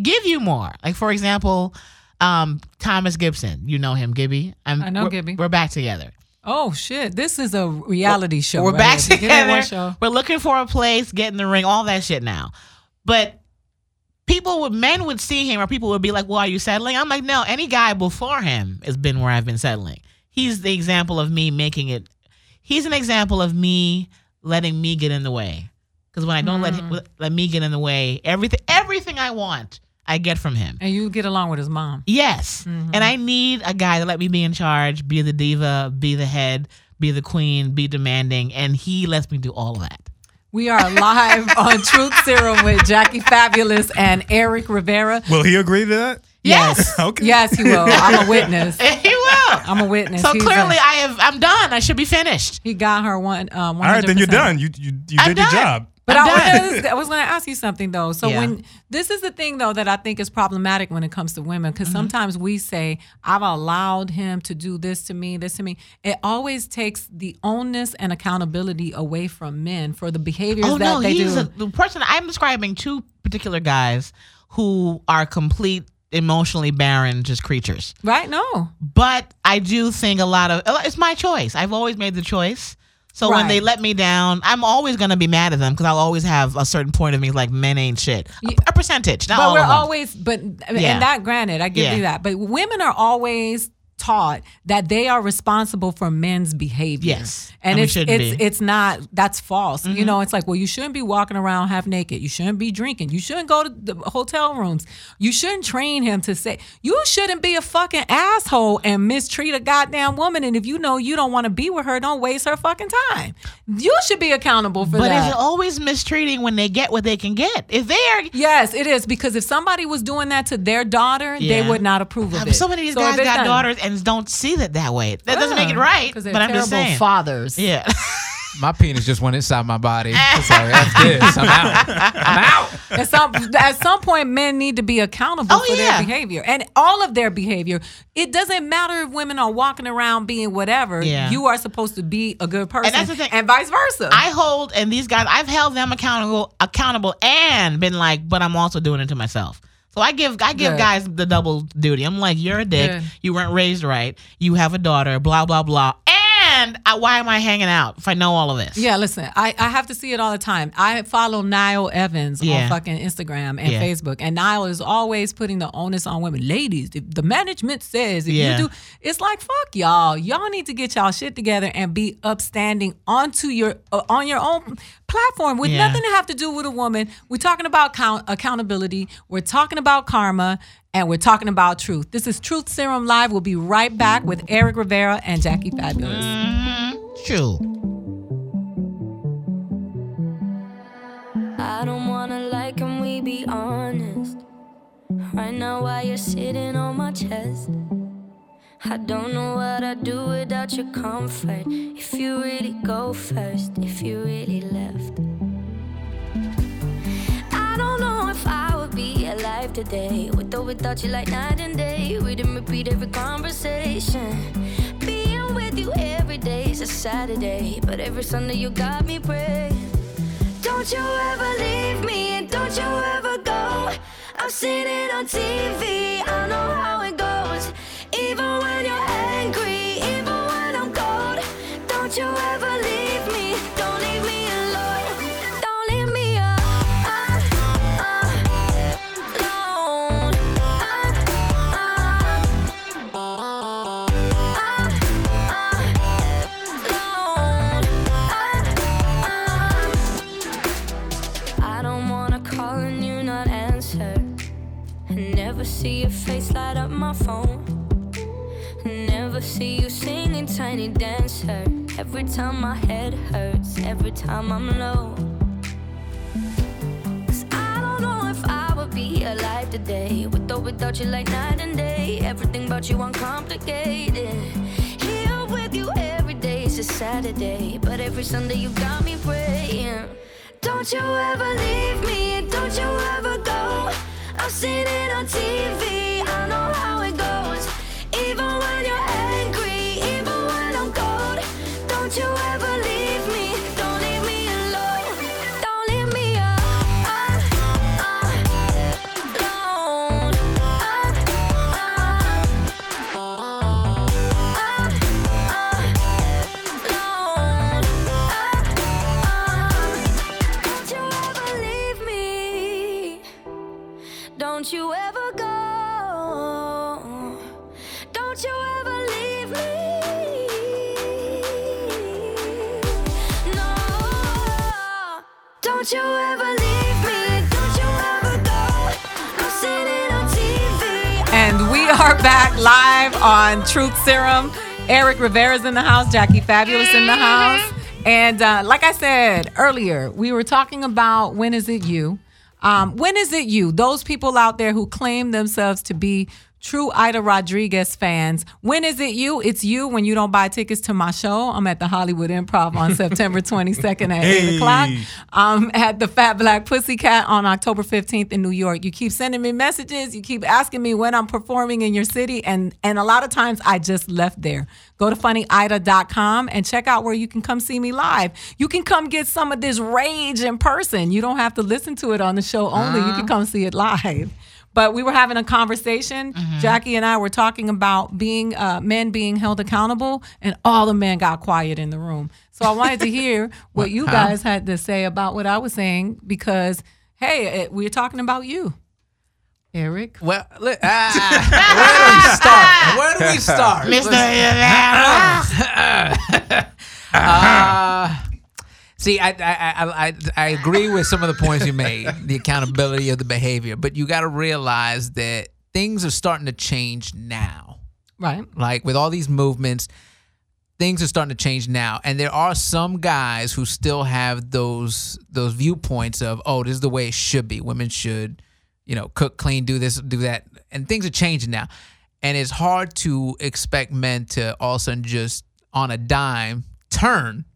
Speaker 4: give you more. Like for example, um, Thomas Gibson. You know him, Gibby. I'm,
Speaker 2: I know
Speaker 4: we're-
Speaker 2: Gibby.
Speaker 4: We're back together.
Speaker 2: oh shit, this is a reality show.
Speaker 4: We're
Speaker 2: right
Speaker 4: back
Speaker 2: here. Give me one
Speaker 4: together.
Speaker 2: show.
Speaker 4: We're looking for a place, getting the ring, all that shit now. But people would men would see him or people would be like, Well, are you settling? I'm like, No, any guy before him has been where I've been settling. He's the example of me making it he's an example of me letting me get in the way. Because when I don't let
Speaker 2: Mm.
Speaker 4: him, let me get in the way, everything everything I want, I get from him.
Speaker 2: And you get along with his mom. Mm-hmm.
Speaker 4: Yes. And I need a guy to let me be in charge, be the diva, be the head, be the queen, be demanding, and he lets me do all of that.
Speaker 2: We are live on Truth Serum with Jackie Fabulous and Eric Rivera.
Speaker 12: Will he agree to that?
Speaker 4: Yes.
Speaker 12: Okay.
Speaker 2: Yes, he will. I'm a witness.
Speaker 4: he will.
Speaker 2: I'm a witness.
Speaker 4: So
Speaker 2: He's a-
Speaker 4: clearly, I have. I'm done. I should be finished.
Speaker 2: he got her one. Um, 100%.
Speaker 12: All right, then you're done. You you, you
Speaker 4: I'm
Speaker 12: did your
Speaker 4: done.
Speaker 12: job.
Speaker 2: But
Speaker 4: I'm
Speaker 2: I
Speaker 4: done.
Speaker 2: was, I was going to ask you something though. So
Speaker 4: Yeah.
Speaker 2: when this is the thing though that I think is problematic when it comes to women, because
Speaker 12: Mm-hmm.
Speaker 2: sometimes we say I've allowed him to do this to me, this to me. It always takes the onus and accountability away from men for the behaviors
Speaker 4: Oh
Speaker 2: that
Speaker 4: no,
Speaker 2: they
Speaker 4: he's
Speaker 2: do.
Speaker 4: a, the person I'm describing. Two particular guys who are complete emotionally barren, just creatures.
Speaker 2: right? No,
Speaker 4: But I do think a lot of it's my choice. I've always made the choice. So when they
Speaker 2: Right.
Speaker 4: let me down, I'm always gonna be mad at them because I'll always have a certain point of me like men ain't shit. A-
Speaker 2: Yeah.
Speaker 4: A, percentage, not
Speaker 2: but
Speaker 4: all
Speaker 2: we're
Speaker 4: of them.
Speaker 2: always but
Speaker 4: Yeah.
Speaker 2: and that granted i give
Speaker 4: Yeah.
Speaker 2: you that but women are always taught that they are responsible for men's behavior
Speaker 4: Yes.
Speaker 2: and,
Speaker 4: And we
Speaker 2: it's
Speaker 4: shouldn't
Speaker 2: it's
Speaker 4: be. Mm-hmm.
Speaker 2: it's not that's false you know it's like well you shouldn't be walking around half naked you shouldn't be drinking you shouldn't go to the hotel rooms you shouldn't train him to say you shouldn't be a fucking asshole and mistreat a goddamn woman and if you know you don't want to be with her don't waste her fucking time you should be accountable for
Speaker 4: but
Speaker 2: that
Speaker 4: it's always mistreating when they get what they can get. If they are
Speaker 2: Yes, it is because if somebody was doing that to their daughter,
Speaker 4: Yeah.
Speaker 2: they would not approve of it.
Speaker 4: so many of these guys got daughters and don't see it that way. That doesn't make it right.
Speaker 2: because they're
Speaker 4: But I'm
Speaker 2: terrible
Speaker 4: just saying.
Speaker 2: fathers.
Speaker 4: yeah.
Speaker 5: My penis just went inside my body. It's like, that's this. I'm out.
Speaker 2: At some at some point, men need to be accountable
Speaker 4: Oh,
Speaker 2: for
Speaker 4: yeah.
Speaker 2: their behavior and all of their behavior. It doesn't matter if women are walking around being whatever.
Speaker 4: Yeah.
Speaker 2: You are supposed to be a good person,
Speaker 4: that's the thing.
Speaker 2: and vice versa.
Speaker 4: I hold and these guys I've held them accountable accountable and been like, but I'm also doing it to myself. So I give I give
Speaker 2: Good.
Speaker 4: guys the double duty. I'm like, you're a dick.
Speaker 2: Good.
Speaker 4: You weren't raised right. You have a daughter. Blah blah blah. And I, why am I hanging out if I know all of this?
Speaker 2: Yeah, listen, I, I have to see it all the time. I follow Niall Evans
Speaker 4: Yeah.
Speaker 2: on fucking Instagram and
Speaker 4: Yeah.
Speaker 2: Facebook, and Niall is always putting the onus on women. Ladies, if the management says if
Speaker 4: Yeah.
Speaker 2: you do, it's like fuck y'all. Y'all need to get y'all shit together and be upstanding onto your uh, on your own platform with
Speaker 4: Yeah.
Speaker 2: nothing to have to do with a woman. We're talking about count, accountability. We're talking about karma. And we're talking about truth. This is Truth Serum Live. We'll be right back with Eric Rivera and Jackie Fabulous.
Speaker 4: Mm-hmm. True.
Speaker 13: I don't wanna like him, we be honest. Right now, while you're sitting on my chest, I don't know what I'd do without your comfort. If you really go first, if you really left. I don't know if I would be alive today. With or without you, like night and day. We didn't repeat every conversation. Being with you every day is a Saturday, but every Sunday you got me praying. Don't you ever leave me and don't you ever go. I've seen it on TV, I know how it goes. Even when you're angry, even when I'm cold. Don't you ever leave me, don't leave me alone. Don't leave me alone. I don't wanna call and you not answer. And never see your face light up my phone. And Never see you singing tiny dancer. Every time my head hurts, every time I'm low. Cause I don't know if I would be alive today. With or without you, like night and day. Everything about you uncomplicated. Here with you every day is a Saturday. But every Sunday you got me praying. Don't you ever leave me, and don't you ever go. I've seen it on TV, I know how it goes. Even when you're angry, even when I'm cold. Don't you ever leave me, don't leave me alone. Don't leave me don't you ever go. Don't you ever leave me. No. Don't you ever leave me. Don't you ever go. I've seen it on TV.
Speaker 2: And we are back live on Truth Serum. Eric Rivera's in the house, Jackie Fabulous in the house. And uh, like I said earlier, we were talking about when is it you? Um, when is it you? Those people out there who claim themselves to be true Ida Rodriguez fans. When is it you? It's you when you don't buy tickets to my show. I'm at the Hollywood Improv on September 22nd at 8
Speaker 3: Hey.
Speaker 2: o'clock. I'm um, at the Fat Black Pussycat on October 15th in New York. You keep sending me messages. You keep asking me when I'm performing in your city. And, and a lot of times I just left there. Go to funnyida.com and check out where you can come see me live. You can come get some of this rage in person. You don't have to listen to it on the show only. You can come see it live but we were having a conversation. Jackie and I were talking about being uh, men being held accountable, and all the men got quiet in the room. So I wanted to hear what you guys had to say about what I was saying because hey, it, we're talking about you, Eric.
Speaker 5: Well, li- ah, where do we start? Where do we start?
Speaker 4: Mr.
Speaker 5: Uh, See, I, I, I, I, I agree with some of the points you made, the accountability of the behavior, but you got to realize that things are starting to change now.
Speaker 2: Right.
Speaker 5: Like with all these movements, things are starting to change now, and there are some guys who still have those those viewpoints of, oh, this is the way it should be. Women should, you know, cook, clean, do this, do that, and things are changing now, and it's hard to expect men to all of a sudden just on a dime turn.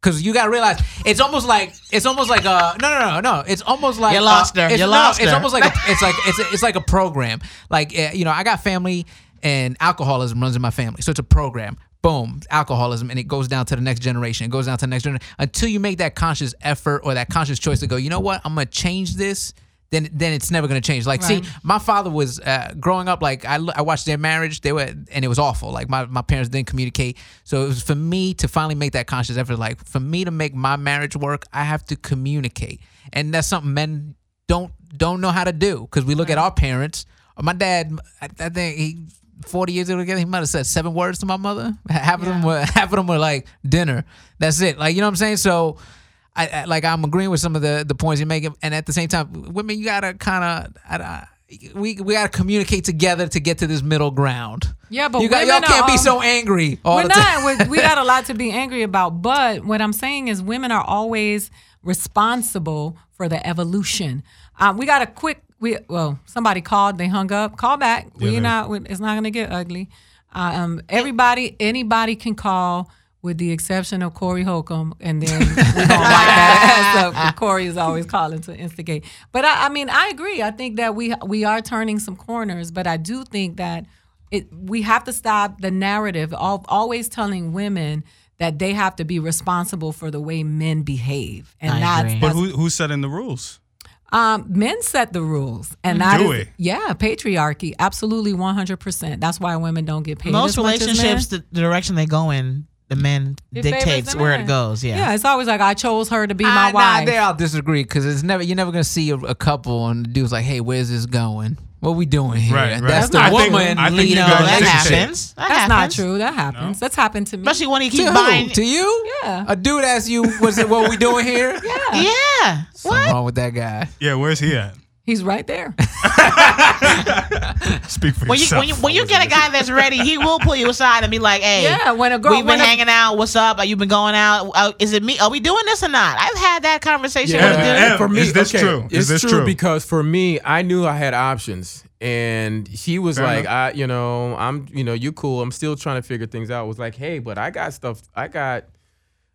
Speaker 5: Cause you gotta realize it's almost like it's almost like a no no no no it's almost like
Speaker 4: You lost
Speaker 5: uh,
Speaker 4: her.
Speaker 5: it's-
Speaker 4: You
Speaker 5: no,
Speaker 4: lost
Speaker 5: it's
Speaker 4: her.
Speaker 5: almost like a, it's like it's a, it's like a program. Like uh, you know, I got family and alcoholism runs in my family, so it's a program. Boom, alcoholism, and it goes down to the next generation. It goes down to the next generation until you make that conscious effort or that conscious choice to go. You know what? I'm gonna change this. Then, then it's never gonna change. Like, see, my father was uh, growing up. Like, I, l- I watched their marriage. They were, and it was awful. Like, my, my parents didn't communicate. So it was for me to finally make that conscious effort. Like, for me to make my marriage work, I have to communicate, and that's something men don't don't know how to do because we look at our parents. My dad, I, I think he forty years ago, he might have said seven words to my mother. Half of them were half of them were like dinner. That's it. Like you know what I'm saying. So, I, I like I'm agreeing with some of the the points you're making, and at the same time, women, you gotta kind of. We, we gotta communicate together to get to this middle ground.
Speaker 2: Yeah, but
Speaker 5: you got, y'all
Speaker 2: women
Speaker 5: can't
Speaker 2: are
Speaker 5: be
Speaker 2: all-
Speaker 5: so angry all
Speaker 2: We're
Speaker 5: the time.
Speaker 2: not. we we got a lot to be angry about. But what I'm saying is, women are always responsible for the evolution. Um, we got a quick. We well, somebody called. They hung up. Call back. We're
Speaker 3: man.
Speaker 2: not. we- It's not going to get ugly. Um, everybody, anybody can call. With the exception of Corey Holcomb, and then we're gonna wipe that ass up. 'cause Corey is always calling to instigate. But I, I mean, I agree. I think that we we are turning some corners, but I do think that it we have to stop the narrative of always telling women that they have to be responsible for the way men behave and
Speaker 4: I
Speaker 2: not
Speaker 4: agree.
Speaker 3: But who who set in the rules?
Speaker 2: um, men set the rules and that
Speaker 3: Do
Speaker 2: is-
Speaker 3: we?
Speaker 2: yeah patriarchy absolutely 100% that's why women don't get paid
Speaker 4: Most
Speaker 2: as much as men.
Speaker 4: relationships, the the direction they go in, the men
Speaker 2: It favors
Speaker 4: dictates
Speaker 2: the
Speaker 4: where
Speaker 2: man.
Speaker 4: it goes.
Speaker 2: yeah
Speaker 4: Yeah.
Speaker 2: it's always like i chose her to be
Speaker 5: Ah,
Speaker 2: my
Speaker 5: Nah,
Speaker 2: wife
Speaker 5: there I'll disagree because it's never you're never gonna see a, a couple and the dude's like, "Hey, where's this going? What we doing here?"
Speaker 3: Right, right.
Speaker 5: That's the
Speaker 3: I think-
Speaker 5: woman
Speaker 3: I think
Speaker 5: leading
Speaker 3: you
Speaker 5: on
Speaker 3: guys
Speaker 5: that
Speaker 4: that
Speaker 3: dictate.
Speaker 5: shit.
Speaker 4: happens. That
Speaker 2: that's not
Speaker 4: happens.
Speaker 2: true that happens that's happened to me
Speaker 4: Especially when he keeps
Speaker 5: To
Speaker 4: buying.
Speaker 5: who? To you?
Speaker 2: Yeah.
Speaker 5: A dude asks you, "What's it? What we doing here?" yeah.
Speaker 4: yeah.
Speaker 5: What's wrong with that guy?
Speaker 3: Yeah, where's he at?
Speaker 2: he's right there
Speaker 3: Speak for
Speaker 4: When you,
Speaker 3: yourself.
Speaker 4: when you when you get a guy that's ready, he will pull you aside and be like, "Hey,
Speaker 2: Yeah, when a girl-
Speaker 4: we've been
Speaker 2: when a-
Speaker 4: hanging out. What's up? Are you been going out? Uh, is it me? Are we doing this or not?" I've had that conversation
Speaker 3: Yeah.
Speaker 4: with a dude.
Speaker 3: Yeah. Em, is this true? Is
Speaker 7: It's
Speaker 3: this
Speaker 7: true,
Speaker 3: true?
Speaker 7: because for me, I knew I had options, and he was
Speaker 3: Fair
Speaker 7: like,
Speaker 3: enough.
Speaker 7: "I, you know, I'm, you know, you cool. I'm still trying to figure things out." Was like, "Hey, but I got stuff. I got."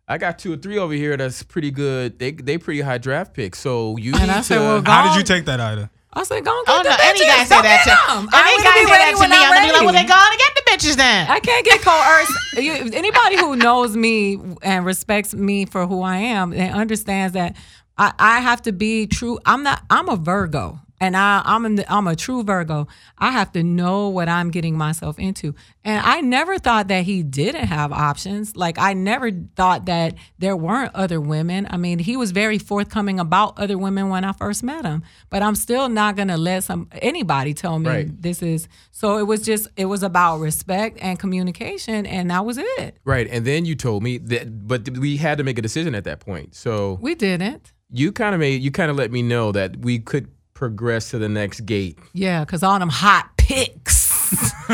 Speaker 7: I got two or three over here that's pretty good. They they pretty high draft picks. So you
Speaker 2: And
Speaker 7: need
Speaker 2: I said,
Speaker 7: to
Speaker 2: well,
Speaker 3: How did you take that, Ida?
Speaker 2: i said go and get
Speaker 4: Oh
Speaker 2: the
Speaker 4: no! Any
Speaker 2: bitches.
Speaker 4: guy say
Speaker 2: Go
Speaker 4: that
Speaker 2: get
Speaker 4: to
Speaker 2: 'em. I
Speaker 4: any
Speaker 2: ain't
Speaker 4: guy
Speaker 2: gonna be
Speaker 4: say
Speaker 2: ready
Speaker 4: that to
Speaker 2: when
Speaker 4: me, I'm gonna be like, "Well,
Speaker 2: ready.
Speaker 4: they gone and get the bitches then."
Speaker 2: I can't get coerced. You- Anybody who knows me and respects me for who I am and understands that I, I have to be true. I'm not. I'm a Virgo, and I, I'm in the, I'm a true Virgo. I have to know what I'm getting myself into, and I never thought that he didn't have options. Like I never thought that there weren't other women. I mean, he was very forthcoming about other women when I first met him, but I'm still not gonna let some anybody tell me
Speaker 7: Right.
Speaker 2: this is so it was just it was about respect and communication and that was it
Speaker 7: right." And then you told me that, but we had to make a decision at that point. So
Speaker 2: we didn't
Speaker 7: you kind of made you kind of let me know that we could progress to the next gate.
Speaker 2: yeah because all them hot picks
Speaker 7: Draft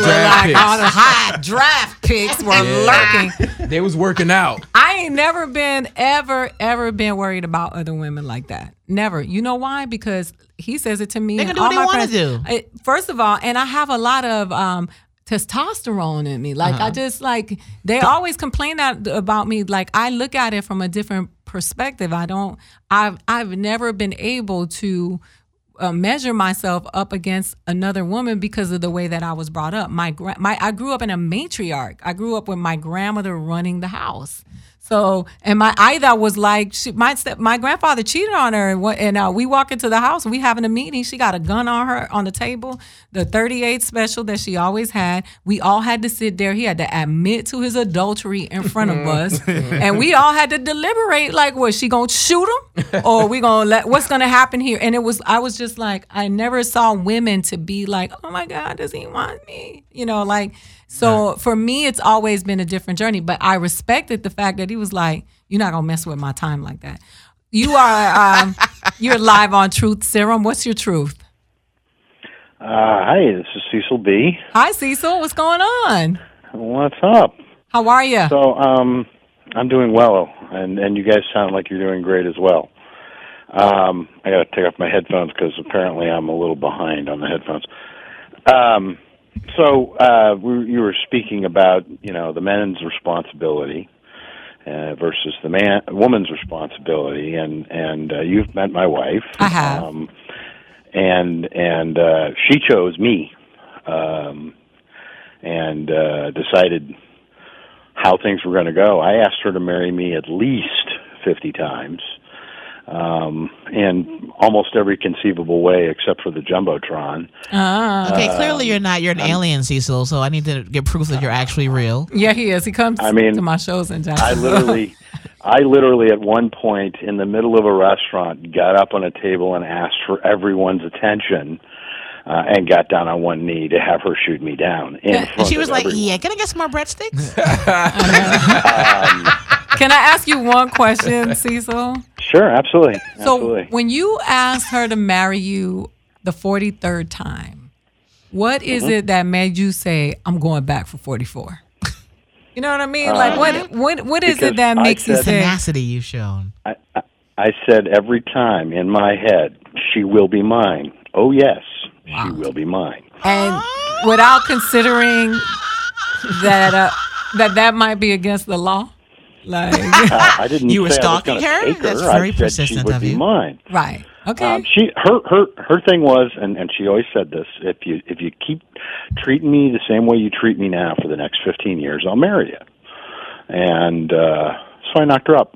Speaker 2: like
Speaker 7: picks.
Speaker 2: all the high draft picks were
Speaker 7: Yeah.
Speaker 2: lurking.
Speaker 7: They was working out.
Speaker 2: I ain't never been ever ever been worried about other women like that. Never. You know why? Because he says it to me.
Speaker 4: They
Speaker 2: and
Speaker 4: can do
Speaker 2: all
Speaker 4: what they
Speaker 2: my
Speaker 4: wanna
Speaker 2: friends.
Speaker 4: do.
Speaker 2: I- first of all, and I have a lot of um, testosterone in me. Like
Speaker 4: Uh-huh.
Speaker 2: I just like they always complain that, about me. Like I look at it from a different perspective. I don't. I've I've never been able to uh, measure myself up against another woman because of the way that I was brought up. My, gra- my I grew up in a matriarch. I grew up with my grandmother running the house. So, and my Ida was like, she, my step, my grandfather cheated on her, and, what, and uh, we walk into the house, we having a meeting. She got a gun on her on the table, the thirty eight special that she always had. We all had to sit there. He had to admit to his adultery in front
Speaker 9: Mm-hmm.
Speaker 2: of us, and we all had to deliberate like, was she gonna shoot him, or we gonna let? What's gonna happen here? And it was, I was just like, I never saw women to be like, oh my god, does he want me? You know, like. So for me, it's always been a different journey. But I respected the fact that he was like, "You're not gonna mess with my time like that. You are um, you're live on Truth Serum. What's your truth?
Speaker 14: Uh, hey, this is Cecil B.
Speaker 2: Hi, Cecil. What's going on?
Speaker 14: What's up?
Speaker 2: How are you?
Speaker 14: So, um, I'm doing well, and and you guys sound like you're doing great as well. Um, I got to take off my headphones because apparently I'm a little behind on the headphones. Um, so uh, we, you were speaking about you know the men's responsibility uh, versus the man woman's responsibility, and and uh, you've met my wife.
Speaker 2: I have.
Speaker 14: Um, and and uh, she chose me, um, and uh, decided how things were going to go. I asked her to marry me at least 50 times um, in almost every conceivable way except for the Jumbotron.
Speaker 2: Uh,
Speaker 4: Okay, clearly you're not. You're an alien, Cecil. So I need to get proof that you're actually real.
Speaker 2: yeah, he is. He comes
Speaker 14: I mean,
Speaker 2: to my shows in
Speaker 14: I
Speaker 2: Jacksonville.
Speaker 14: literally, I literally at one point in the middle of a restaurant got up on a table and asked for everyone's attention. Uh, and got down on one knee to have her shoot me down. In
Speaker 4: And
Speaker 14: front
Speaker 4: she
Speaker 14: of
Speaker 4: was like,
Speaker 14: everyone.
Speaker 4: "Yeah, can I get some more breadsticks?"
Speaker 2: Can I ask you one question, Cecil?
Speaker 14: "Sure, absolutely,
Speaker 2: So
Speaker 14: absolutely."
Speaker 2: when you asked her to marry you the 43rd time, what is
Speaker 14: Mm-hmm.
Speaker 2: it that made you say, I'm going back for 44? You know what I mean? like what what what is it
Speaker 14: Uh, because
Speaker 2: that
Speaker 14: I
Speaker 2: makes you
Speaker 14: said-
Speaker 2: say
Speaker 4: Tenacity you've shown.
Speaker 14: I, I- I said every time in my head, she will be mine. Oh, yes, she will be mine.
Speaker 2: and without considering that uh, that that might be against the law? Like
Speaker 14: Uh, I didn't
Speaker 4: You were
Speaker 14: say I was
Speaker 4: stalking
Speaker 14: gonna
Speaker 4: her?
Speaker 14: take her.
Speaker 4: That's
Speaker 14: I
Speaker 4: very
Speaker 14: said she
Speaker 4: persistent
Speaker 14: would
Speaker 4: of
Speaker 14: be
Speaker 4: you.
Speaker 14: mine.
Speaker 2: right. Okay.
Speaker 14: Um, she her her her thing was, and and she always said this: if you if you keep treating me the same way you treat me now for the next fifteen years, I'll marry you. And uh, so I knocked her up.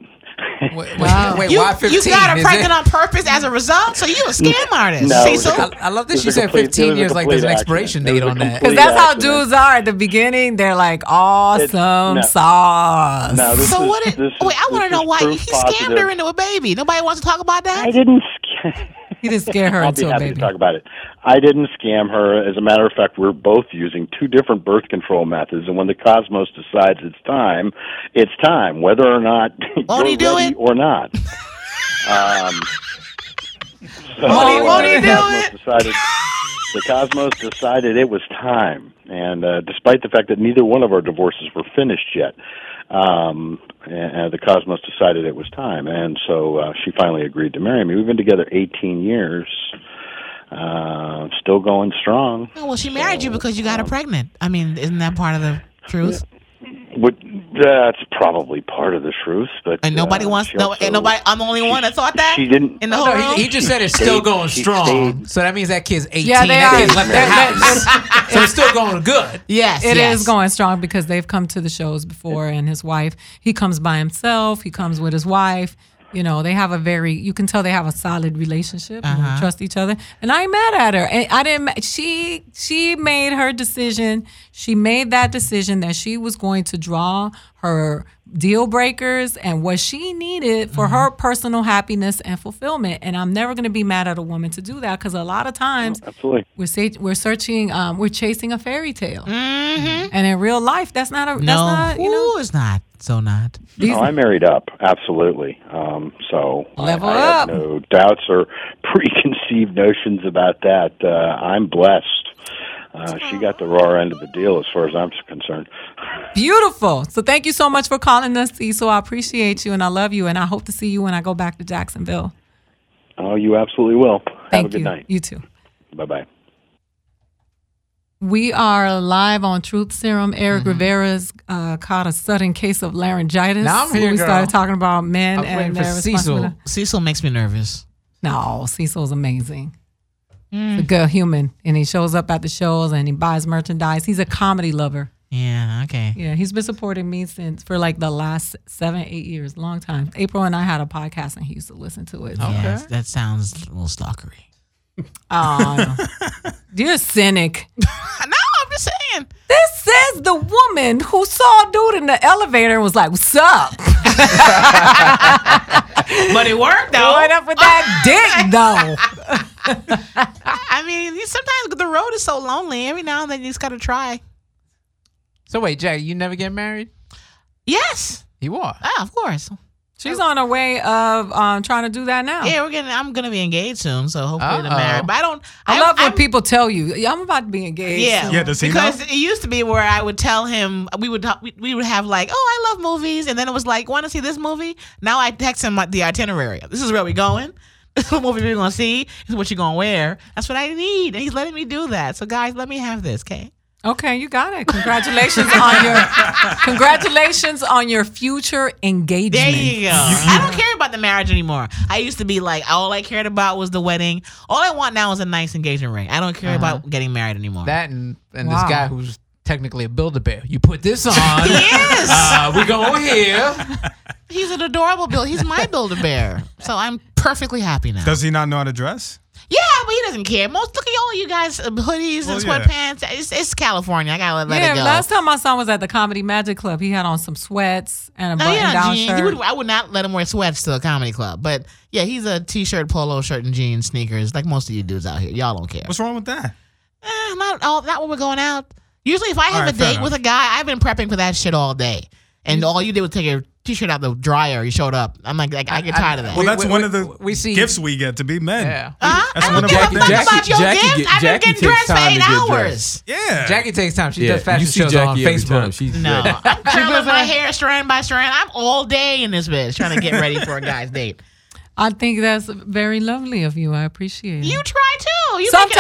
Speaker 5: Wait, wait,
Speaker 2: Wow.
Speaker 5: wait
Speaker 4: You,
Speaker 5: why 15?
Speaker 4: you got her
Speaker 5: Is
Speaker 4: pregnant
Speaker 5: it-
Speaker 4: on purpose as a result. So you a scam artist,
Speaker 14: No, it was
Speaker 4: Cecil.
Speaker 14: a
Speaker 5: I, I love
Speaker 14: It
Speaker 5: that
Speaker 14: was
Speaker 5: she
Speaker 14: a
Speaker 5: said
Speaker 14: complete- it
Speaker 5: 15
Speaker 14: was a
Speaker 5: years like there's an
Speaker 14: complete
Speaker 5: expiration
Speaker 14: accident.
Speaker 5: date
Speaker 14: It was
Speaker 5: on
Speaker 14: a
Speaker 5: that.
Speaker 2: Cuz
Speaker 14: complete
Speaker 2: that's how
Speaker 14: accident.
Speaker 2: dudes are at the beginning. They're like awesome
Speaker 14: no.
Speaker 2: sauce.
Speaker 14: No, this
Speaker 4: So
Speaker 14: is,
Speaker 4: what? It,
Speaker 14: this is-
Speaker 4: wait, I want to
Speaker 14: this
Speaker 4: know
Speaker 14: is
Speaker 4: why he
Speaker 14: proof
Speaker 4: scammed
Speaker 14: positive.
Speaker 4: her into a baby. Nobody wants to talk about that.
Speaker 14: I didn't. sca-
Speaker 2: He didn't scare her
Speaker 14: I'll
Speaker 2: into
Speaker 14: be
Speaker 2: a
Speaker 14: happy to
Speaker 2: baby.
Speaker 14: talk about it. I didn't scam her. As a matter of fact, we're both using two different birth control methods, and when the cosmos decides it's time, it's time, whether or not
Speaker 4: Won't he
Speaker 14: you're
Speaker 4: do
Speaker 14: ready
Speaker 4: it?
Speaker 14: or not. Um, so,
Speaker 4: he-
Speaker 14: uh,
Speaker 4: won't he
Speaker 14: the
Speaker 4: do
Speaker 14: cosmos
Speaker 4: it?
Speaker 14: Decided, the cosmos decided it was time, and uh, despite the fact that neither one of our divorces were finished yet. Um, and uh, the cosmos decided it was time, and so uh, she finally agreed to marry me. We've been together 18 years, uh, still going strong.
Speaker 4: No, Oh, well, she married you because you got her pregnant. I mean, isn't that part of the truth?
Speaker 14: Would, that's probably part of the truth, but
Speaker 4: And nobody
Speaker 14: uh,
Speaker 4: wants
Speaker 14: she
Speaker 4: no.
Speaker 14: also-
Speaker 4: And nobody. I'm the only
Speaker 14: she-
Speaker 4: one that thought that.
Speaker 14: She didn't.
Speaker 4: In the whole
Speaker 5: Oh, No,
Speaker 4: room.
Speaker 5: he, he just said it's
Speaker 14: She
Speaker 5: still
Speaker 14: stayed-
Speaker 5: going
Speaker 14: she
Speaker 5: strong.
Speaker 14: stayed-
Speaker 5: So that means that kid's 18.
Speaker 2: Yeah, they
Speaker 5: that
Speaker 2: are.
Speaker 5: kid's left
Speaker 2: They're-
Speaker 5: the house. so it's still going good.
Speaker 4: yes,
Speaker 2: It is
Speaker 4: yes.
Speaker 2: going strong because they've come to the shows before and his wife he comes by himself he comes with his wife you know they have a very you can tell they have a solid relationship and they
Speaker 4: Uh-huh.
Speaker 2: trust each other and i ain't mad at her and i didn't ma- she she made her decision she made that decision that she was going to draw her deal breakers and what she needed for her personal happiness and fulfillment and i'm never going to be mad at a woman to do that because a lot of times
Speaker 14: Absolutely.
Speaker 2: we're sa- we're searching um, we're chasing a fairy tale and in real life that's not a that's
Speaker 4: Mm-hmm. No,
Speaker 2: not you know
Speaker 4: Ooh, it's not. So not.
Speaker 2: these
Speaker 14: Oh, I married up, absolutely. Um, so I-
Speaker 2: Level
Speaker 14: I,
Speaker 2: up.
Speaker 14: have no doubts or preconceived notions about that. Uh, I'm blessed. Uh, she got the raw end of the deal, as far as I'm concerned.
Speaker 2: Beautiful. So thank you so much for calling us, Cecil. I appreciate you and I love you and I hope to see you when I go back to Jacksonville.
Speaker 14: Oh, you absolutely will. Have
Speaker 2: Thank
Speaker 14: a good
Speaker 2: you.
Speaker 14: night.
Speaker 2: You too.
Speaker 14: Bye bye.
Speaker 2: We are live on Truth Serum.
Speaker 4: Mm-hmm.
Speaker 2: Eric Rivera's uh, caught a sudden case of laryngitis.
Speaker 4: Now I'm
Speaker 2: When
Speaker 4: here,
Speaker 2: we started
Speaker 4: girl.
Speaker 2: talking about men
Speaker 4: I was
Speaker 2: and
Speaker 4: waiting for
Speaker 2: their responsibility.
Speaker 4: Cecil. Cecil makes me nervous.
Speaker 2: No, Cecil's amazing. He's
Speaker 4: Mm.
Speaker 2: a good human, and he shows up at the shows and he buys merchandise. He's a comedy lover.
Speaker 4: Yeah. Okay.
Speaker 2: Yeah, he's been supporting me since for like the last seven, eight years, long time. April and I had a podcast, and he used to listen to it.
Speaker 4: Yeah, that sounds a little stalkery.
Speaker 2: Oh, no. you're a cynic.
Speaker 4: no, I'm just saying.
Speaker 2: This is the woman who saw a dude in the elevator and was like, "What's up?"
Speaker 4: But it worked though.
Speaker 2: What up with that dick though?
Speaker 4: I mean, you- sometimes the road is so lonely. Every now and then you just gotta try.
Speaker 5: So wait, Jack, you never get married?
Speaker 4: Yes.
Speaker 5: You are.
Speaker 4: Ah, of course.
Speaker 2: She's on her way of um, trying to do that now.
Speaker 4: Yeah, we're getting. I'm gonna be engaged soon, so hopefully to
Speaker 5: Uh-oh.
Speaker 4: marry. But I don't.
Speaker 2: I
Speaker 4: I'm-
Speaker 2: love when
Speaker 4: I'm-
Speaker 2: people tell you, "Yeah, I'm about to be engaged."
Speaker 4: Yeah.
Speaker 2: soon."
Speaker 3: Yeah, does he
Speaker 4: because
Speaker 3: know?
Speaker 4: it used to be where I would tell him we would we- we would have like, oh, I love movies, and then it was like, want to see this movie? Now I text him like, the itinerary. This is where we going. This is what movie we're gonna see. This is what you're gonna wear. That's what I need, and he's letting me do that. So guys, let me have this, okay?
Speaker 2: Okay, you got it. Congratulations on your congratulations on your future engagement.
Speaker 4: There you go. I don't care about the marriage anymore. I used to be like, all I cared about was the wedding. All I want now is a nice engagement ring. I don't care about getting married anymore.
Speaker 5: That and, and
Speaker 2: Uh-huh. Wow.
Speaker 5: this guy who's technically a builder bear. You put this on.
Speaker 4: Yes.
Speaker 5: Uh, we go over here.
Speaker 4: He's an adorable build. He's my builder bear. So I'm perfectly happy now.
Speaker 3: Does he not know how to dress?
Speaker 4: yeah, but he doesn't care. Most look at all you guys uh, hoodies and
Speaker 3: Well, yeah.
Speaker 4: sweatpants. It's, it's California. I gotta let, let
Speaker 2: yeah,
Speaker 4: it go.
Speaker 2: last time my son was at the Comedy Magic Club, he had on some sweats and a
Speaker 4: no, Oh, yeah,
Speaker 2: button-down
Speaker 4: jeans. You
Speaker 2: shirt.
Speaker 4: would, I would not let him wear sweats to a comedy club. But yeah, he's a t-shirt, polo shirt, and jeans, sneakers, like most of you dudes out here. Y'all don't care.
Speaker 3: What's wrong with that?
Speaker 4: Eh, not all not when we're going out. Usually, if I have
Speaker 3: right,
Speaker 4: a
Speaker 3: fair
Speaker 4: date
Speaker 3: enough.
Speaker 4: with a guy, I've been prepping for that shit all day, and all you did was take your t-shirt out the dryer. You showed up. I'm like, like I get tired of that.
Speaker 3: Well, that's
Speaker 5: we-
Speaker 3: one
Speaker 5: we-
Speaker 3: of the
Speaker 5: we see-
Speaker 3: gifts we get to be men.
Speaker 5: Yeah.
Speaker 4: Huh?
Speaker 3: That's
Speaker 4: I
Speaker 3: one
Speaker 4: don't
Speaker 3: of
Speaker 4: give
Speaker 3: our
Speaker 4: a
Speaker 3: things.
Speaker 4: fuck about
Speaker 7: Jackie-
Speaker 4: your
Speaker 7: Jackie
Speaker 4: gift.
Speaker 7: get-
Speaker 4: I've been
Speaker 7: Jackie
Speaker 4: getting
Speaker 7: takes
Speaker 4: dressed for
Speaker 7: time to
Speaker 4: eight
Speaker 7: get
Speaker 4: hours.
Speaker 3: Yeah. Oh,
Speaker 5: Jackie takes time. She
Speaker 7: Yeah,
Speaker 5: does fashion
Speaker 7: you see
Speaker 5: shows
Speaker 7: Jackie
Speaker 5: on
Speaker 7: every time.
Speaker 5: Facebook.
Speaker 7: She's
Speaker 4: No,
Speaker 7: ready.
Speaker 4: I'm curling my hair strand by strand. I'm all day in this bitch trying to get ready for a guy's date.
Speaker 2: I think that's very lovely of you. I appreciate it.
Speaker 4: You try too. Oh, You Make an effort.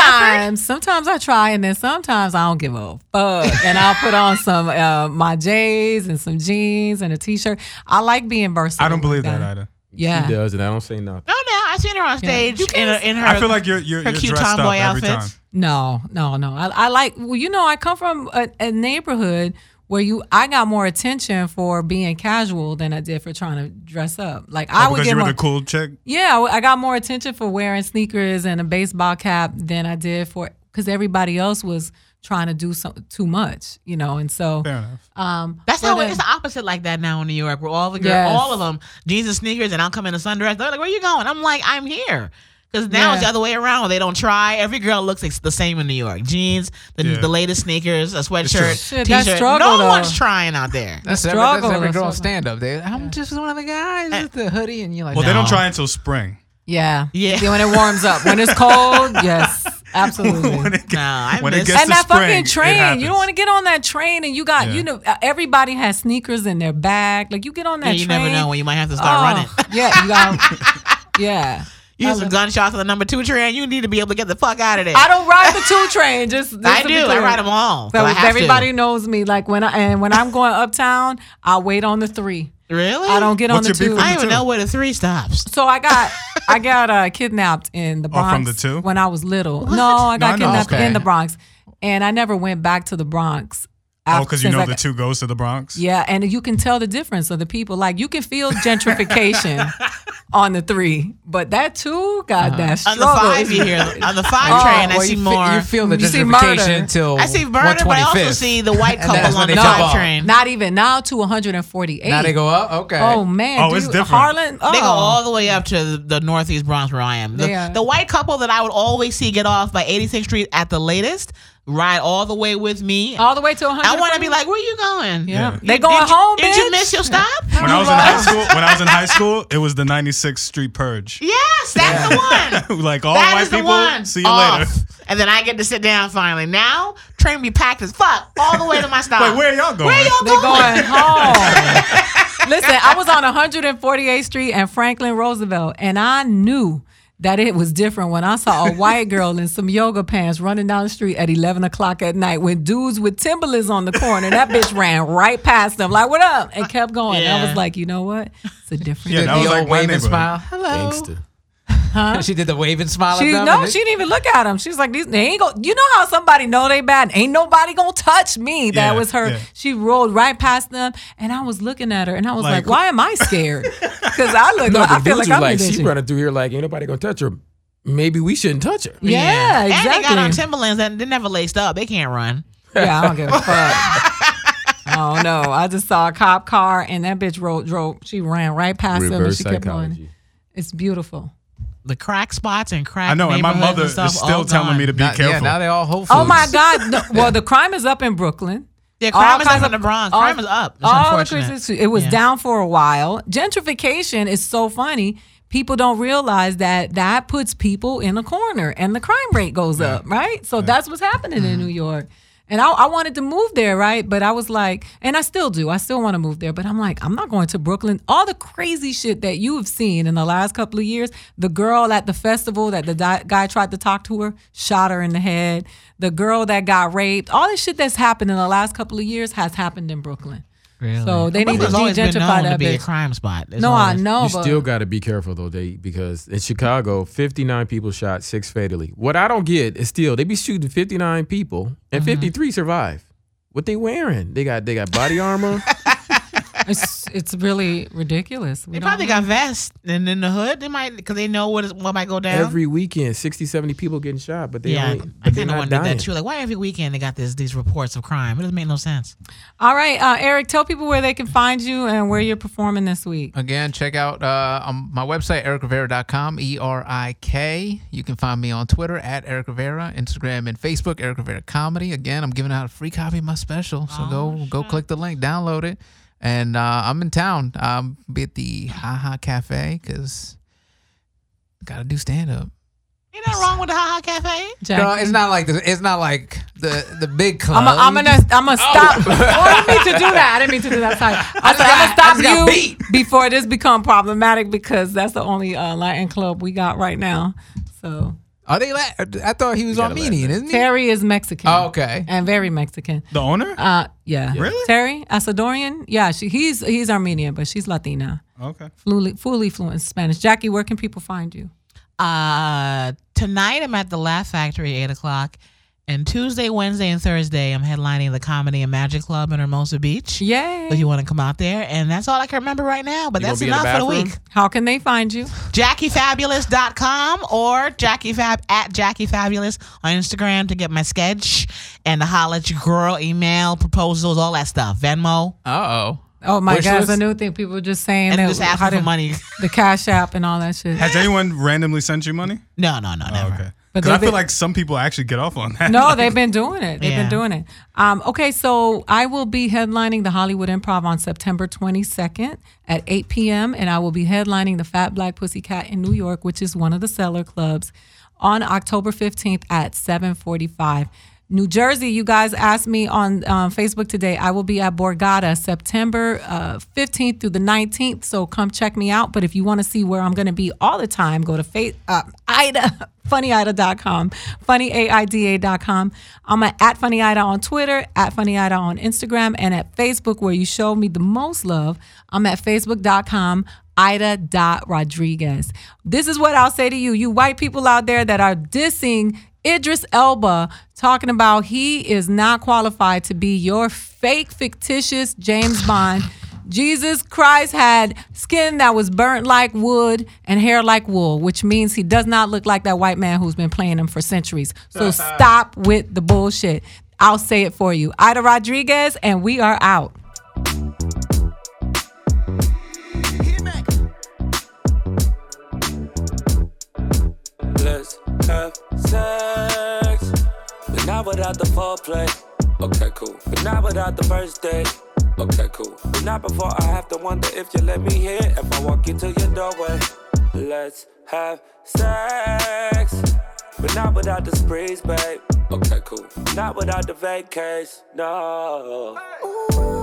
Speaker 2: sometimes, sometimes I try, and then sometimes I don't give a fuck, and I'll put on some uh, my J's and some jeans and a T-shirt. I like being versatile.
Speaker 3: I don't believe
Speaker 2: like
Speaker 3: that either.
Speaker 2: Yeah,
Speaker 7: She does, and I don't say nothing.
Speaker 4: No, no, I seen her on stage in, her, in her.
Speaker 3: I feel like you're you're,
Speaker 4: her
Speaker 3: you're
Speaker 4: cute
Speaker 3: dressed up
Speaker 4: tomboy
Speaker 3: every time.
Speaker 4: outfits.
Speaker 2: No, no, no. I, I like, well, you know, I come from a, a neighborhood where you, I got more attention for being casual than I did for trying to dress up. Like I
Speaker 3: Oh,
Speaker 2: would
Speaker 3: because
Speaker 2: get
Speaker 3: you were
Speaker 2: more,
Speaker 3: the cool chick.
Speaker 2: yeah, I w- I got more attention for wearing sneakers and a baseball cap than I did for because everybody else was trying to do so too much, you know. And so,
Speaker 3: Fair enough.
Speaker 2: um,
Speaker 4: That's how
Speaker 2: but,
Speaker 4: it- it's the opposite like that now in New York, where all the girls,
Speaker 2: Yes.
Speaker 4: all of them, jeans and sneakers, and I'll come in a sundress. They're like, "Where you going?" I'm like, "I'm here." Because now it's
Speaker 2: Yeah.
Speaker 4: the other way around. They don't try. Every girl looks ex- the same in New York: jeans, the,
Speaker 3: Yeah.
Speaker 4: the latest sneakers, a sweatshirt,
Speaker 2: Shit, that
Speaker 4: t-shirt.
Speaker 2: struggle,
Speaker 4: no
Speaker 2: though.
Speaker 4: one's trying out there.
Speaker 5: That's every,
Speaker 2: Struggle,
Speaker 5: that's every
Speaker 2: that's
Speaker 5: girl
Speaker 2: what-
Speaker 5: stand up. They, I'm just one of the guys with the hoodie, and you're like,
Speaker 3: Well, they don't
Speaker 5: "No."
Speaker 3: try until spring.
Speaker 2: yeah,
Speaker 4: Yeah.
Speaker 2: When it warms up, Uh, when it's cold, yes, absolutely.
Speaker 3: when it, get-
Speaker 4: No, I
Speaker 3: when it
Speaker 4: miss-
Speaker 3: gets
Speaker 2: and
Speaker 3: to
Speaker 2: that
Speaker 3: spring,
Speaker 2: fucking
Speaker 3: it
Speaker 2: train. You
Speaker 3: happens.
Speaker 2: don't want to get on that train, and you got
Speaker 3: Yeah.
Speaker 2: you know uh, everybody has sneakers in their bag. Like you get on that
Speaker 4: Yeah, you
Speaker 2: train.
Speaker 4: never know when you might have to start running.
Speaker 2: Oh, Yeah, you got. yeah.
Speaker 4: You
Speaker 2: I
Speaker 4: hear some
Speaker 2: love-
Speaker 4: gunshots on the number two train. You need to be able to get the fuck out of there.
Speaker 2: I don't ride the two train. Just, just
Speaker 4: I
Speaker 2: to be
Speaker 4: do. I
Speaker 2: clear.
Speaker 4: ride them all.
Speaker 2: So
Speaker 4: So I
Speaker 2: if
Speaker 4: have
Speaker 2: everybody
Speaker 4: To.
Speaker 2: knows me, like when I and when I'm going uptown, I wait on the three.
Speaker 4: Really?
Speaker 2: I don't get on
Speaker 3: What's your
Speaker 2: the
Speaker 3: beef
Speaker 2: two.
Speaker 3: with
Speaker 4: I don't even
Speaker 3: Two.
Speaker 4: know where the three stops.
Speaker 2: so I got I got uh, kidnapped in the
Speaker 3: Oh,
Speaker 2: Bronx
Speaker 3: from the two?
Speaker 2: when I was little. No, I got
Speaker 3: No, no.
Speaker 2: kidnapped
Speaker 5: Okay.
Speaker 2: in the Bronx, and I never went back to the Bronx.
Speaker 3: Oh,
Speaker 2: after-
Speaker 3: because you
Speaker 2: since
Speaker 3: know
Speaker 2: I
Speaker 3: the
Speaker 2: got-
Speaker 3: two goes to the Bronx.
Speaker 2: Yeah, and you can tell the difference of the people. Like you can feel gentrification on the three, but that two, God, that
Speaker 4: On
Speaker 2: struggle.
Speaker 4: the five,
Speaker 2: is-
Speaker 4: you hear on the five
Speaker 2: Oh,
Speaker 4: train. I
Speaker 5: Well,
Speaker 4: see
Speaker 5: you fe-
Speaker 4: more.
Speaker 5: you feel the
Speaker 2: You see murder.
Speaker 5: gentrification until
Speaker 4: I see murder, but I also
Speaker 5: 125th.
Speaker 4: see the white
Speaker 5: And
Speaker 4: couple
Speaker 5: that's
Speaker 4: on
Speaker 5: when
Speaker 4: the
Speaker 5: they go
Speaker 4: five
Speaker 5: up.
Speaker 4: train.
Speaker 2: Not even now to 148.
Speaker 5: Now they go up. Okay.
Speaker 2: Oh man!
Speaker 3: Oh,
Speaker 2: do
Speaker 3: it's
Speaker 2: you-
Speaker 3: different.
Speaker 2: Harlan, oh.
Speaker 4: They go all the way up to the, the northeast Bronx where I am. The,
Speaker 2: They are.
Speaker 4: the white couple that I would always see get off by 86th Street at the latest ride all the way with me.
Speaker 2: All the way to 100.
Speaker 4: I want to be like, where you going?
Speaker 2: Yeah.
Speaker 4: You-
Speaker 2: They going
Speaker 4: did you-
Speaker 2: home,
Speaker 4: Did you
Speaker 2: bitch?
Speaker 4: miss your stop?
Speaker 3: When I was in high school, when I was in high school, it was the '96 Street Purge.
Speaker 4: Yes, that's the one.
Speaker 3: like all
Speaker 4: That
Speaker 3: white
Speaker 4: is the
Speaker 3: people.
Speaker 4: one.
Speaker 3: See you
Speaker 4: Off.
Speaker 3: later.
Speaker 4: And then I get to sit down finally. Now, train be packed as fuck all the way to my stop.
Speaker 3: Wait, where y'all going?
Speaker 4: Where y'all
Speaker 2: They're
Speaker 4: going?
Speaker 2: going home. Listen, I was on 148th Street and Franklin Roosevelt, and I knew that it was different when I saw a white girl in some yoga pants running down the street at 11 o'clock at night with dudes with Timberlands on the corner. That bitch ran right past them, like, what up? And kept going. I
Speaker 4: Yeah.
Speaker 2: was like, you know what? It's a different
Speaker 3: Yeah, that was
Speaker 5: the
Speaker 3: like
Speaker 5: old
Speaker 3: my
Speaker 5: wave and
Speaker 3: neighborhood.
Speaker 5: smile. Hello.
Speaker 7: Gangster.
Speaker 5: she did the wave and smile.
Speaker 2: She
Speaker 5: at them
Speaker 2: no,
Speaker 5: and
Speaker 2: she didn't even look at him. She's like, these they ain't go. You know how somebody know they bad? Ain't nobody gonna touch me. That
Speaker 3: Yeah,
Speaker 2: was her.
Speaker 3: yeah.
Speaker 2: She rolled right past them, and I was looking at her, and I was like,
Speaker 3: Like-
Speaker 2: why am I scared? Because I look,
Speaker 7: No,
Speaker 2: like, I
Speaker 7: but
Speaker 2: feel like
Speaker 7: dudes was
Speaker 2: I'm
Speaker 7: like, she
Speaker 2: religion.
Speaker 7: running through here like ain't nobody gonna touch her. Maybe we shouldn't touch her.
Speaker 2: Yeah,
Speaker 4: And they got on
Speaker 2: exactly.
Speaker 4: Timberlands and they never laced up. They can't run.
Speaker 2: Yeah, I don't give a fuck. I don't know. I just saw a cop car, and that bitch rolled, drove. She ran right past him, and she kept going. It's beautiful.
Speaker 4: The crack spots and crack.
Speaker 3: I know, and my
Speaker 4: neighborhoods
Speaker 3: mother is
Speaker 4: stuff, all
Speaker 3: still telling
Speaker 4: gone.
Speaker 3: me to be
Speaker 5: Now- Yeah,
Speaker 3: careful.
Speaker 5: now they all Whole Foods.
Speaker 2: Oh my God! No, well, the crime is up in Brooklyn.
Speaker 4: Yeah, crime is
Speaker 2: kinds
Speaker 4: up in the Bronx. Crime is up. It's
Speaker 2: all the
Speaker 4: unfortunate.
Speaker 2: crazy- It was
Speaker 4: Yeah.
Speaker 2: down for a while. Gentrification is so funny. People don't realize that that puts people in a corner, and the crime rate goes up. Right. Mm-hmm. So that's what's happening in New York. And I, I wanted to move there, right? But I was like, and I still do. I still want to move there, but I'm like, I'm not going to Brooklyn. All the crazy shit that you have seen in the last couple of years. The girl at the festival that the di- guy tried to talk to her, shot her in the head. The girl that got raped. All this shit that's happened in the last couple of years has happened in Brooklyn. So they need to
Speaker 4: Brooklyn's always been
Speaker 2: de-gentrify
Speaker 4: known to
Speaker 2: that
Speaker 4: be a
Speaker 2: bitch.
Speaker 4: crime spot. It's
Speaker 2: No, I
Speaker 4: always-
Speaker 2: know,
Speaker 7: you
Speaker 2: but
Speaker 7: still got to be careful though, they because in Chicago, 59 people shot, six fatally. What I don't get is still they be shooting 59 people
Speaker 2: Mm-hmm.
Speaker 7: and 53 survive. What they wearing? They got they got body armor.
Speaker 2: it's, it's really ridiculous. We
Speaker 4: They
Speaker 2: don't
Speaker 4: probably
Speaker 2: know.
Speaker 4: got vests and in the hood. They might because they know what is, what might go down.
Speaker 7: Every weekend, 60, 70 people getting shot, but they
Speaker 4: yeah,
Speaker 7: only,
Speaker 4: I
Speaker 7: but they're
Speaker 4: kind of
Speaker 7: not
Speaker 4: wondered
Speaker 7: dying.
Speaker 4: that too. Like, why every weekend they got this these reports of crime? It doesn't make no sense.
Speaker 2: All right, uh, Eric, tell people where they can find you and where you're performing this week.
Speaker 5: Again, check out uh, um, my website, ericrivera.com, E R I K. You can find me on Twitter at Eric Rivera, Instagram and Facebook, Eric Rivera Comedy. Again, I'm giving out a free copy of my special. So go go click the link, download it. And uh, I'm in town. I'll be at the Ha Ha Cafe because got to do stand up.
Speaker 4: Ain't nothing wrong with the Ha Ha Cafe.
Speaker 2: Jack.
Speaker 5: not like the, it's not like the the big club.
Speaker 2: I'm a, I'm gonna I'm gonna stop. Oh, I didn't mean to do that. I didn't mean to do that. Sorry. I
Speaker 5: just
Speaker 2: said, I'm
Speaker 5: got- I just
Speaker 2: gonna
Speaker 5: got
Speaker 2: stop you
Speaker 5: beat.
Speaker 2: before this become problematic because that's the only uh, Latin club we got right now. So
Speaker 5: Are they? La- I thought he was
Speaker 7: gotta
Speaker 5: Armenian,
Speaker 7: laugh
Speaker 5: isn't he?
Speaker 2: Terry is Mexican.
Speaker 5: Oh, okay.
Speaker 2: and very Mexican.
Speaker 3: the owner?
Speaker 2: Uh, yeah.
Speaker 3: Really?
Speaker 2: Terry Asadorian? Yeah, she, he's he's Armenian, but she's Latina,
Speaker 3: okay.
Speaker 2: fully fully fluent in Spanish. Jackie, where can people find you?
Speaker 4: Uh, tonight I'm at the Laugh Factory, eight o'clock, and Tuesday, Wednesday, and Thursday I'm headlining the Comedy and Magic Club in Hermosa Beach. If
Speaker 2: Yay!
Speaker 4: you want to come out there, and that's all I can remember right now. But
Speaker 7: You
Speaker 4: that's
Speaker 7: gonna be in the
Speaker 4: enough for the
Speaker 7: bathroom?
Speaker 4: week.
Speaker 2: How can they find you?
Speaker 4: JackieFabulous.com or JackieFab at JackieFabulous on Instagram to get my sketch and the holla at your girl email proposals, all that stuff. Venmo
Speaker 5: Uh oh.
Speaker 2: Oh my
Speaker 7: Wish
Speaker 2: God, it's
Speaker 7: list?
Speaker 2: a new thing. People were just saying
Speaker 4: and,
Speaker 2: that
Speaker 4: just
Speaker 2: how
Speaker 4: asking
Speaker 2: to-
Speaker 4: for money.
Speaker 2: the Cash App and all that shit.
Speaker 3: Has anyone randomly sent you money?
Speaker 4: No, no, no,
Speaker 3: Oh,
Speaker 4: never.
Speaker 3: okay.
Speaker 2: But
Speaker 3: Because I
Speaker 2: they-
Speaker 3: feel like some people actually get off on that.
Speaker 2: No, they've been doing it. They've
Speaker 4: Yeah.
Speaker 2: been doing it. Um, okay, so I will be headlining the Hollywood Improv on September 22nd at 8 p.m., and I will be headlining the Fat Black Pussycat in New York, which is one of the cellar clubs, on October 15th at 7:45. New Jersey, you guys asked me on um, Facebook today. I will be at Borgata September uh, 15th through the 19th, so come check me out. But if you want to see where I'm going to be all the time, go to fa- uh, Ida, funnyida.com, funnyaida.com. I'm at, at funnyida on Twitter, at funnyida on Instagram, and at Facebook, where you show me the most love. I'm at facebook.com Ida.Rodriguez. This is what I'll say to you, you white people out there that are dissing Idris Elba, talking about he is not qualified to be your fake, fictitious James Bond. Jesus Christ had skin that was burnt like wood and hair like wool, which means he does not look like that white man who's been playing him for centuries. So stop with the bullshit. I'll say it for you. Ida Rodriguez, and we are out.
Speaker 1: Let's have sex. But now
Speaker 15: not without the foreplay. Okay, cool. But not without the first date. Okay, cool. But not before I have to wonder if you let me in. If I walk into your doorway, let's have sex. But not without the sprees, babe. Okay, cool. Not without the vacays, no.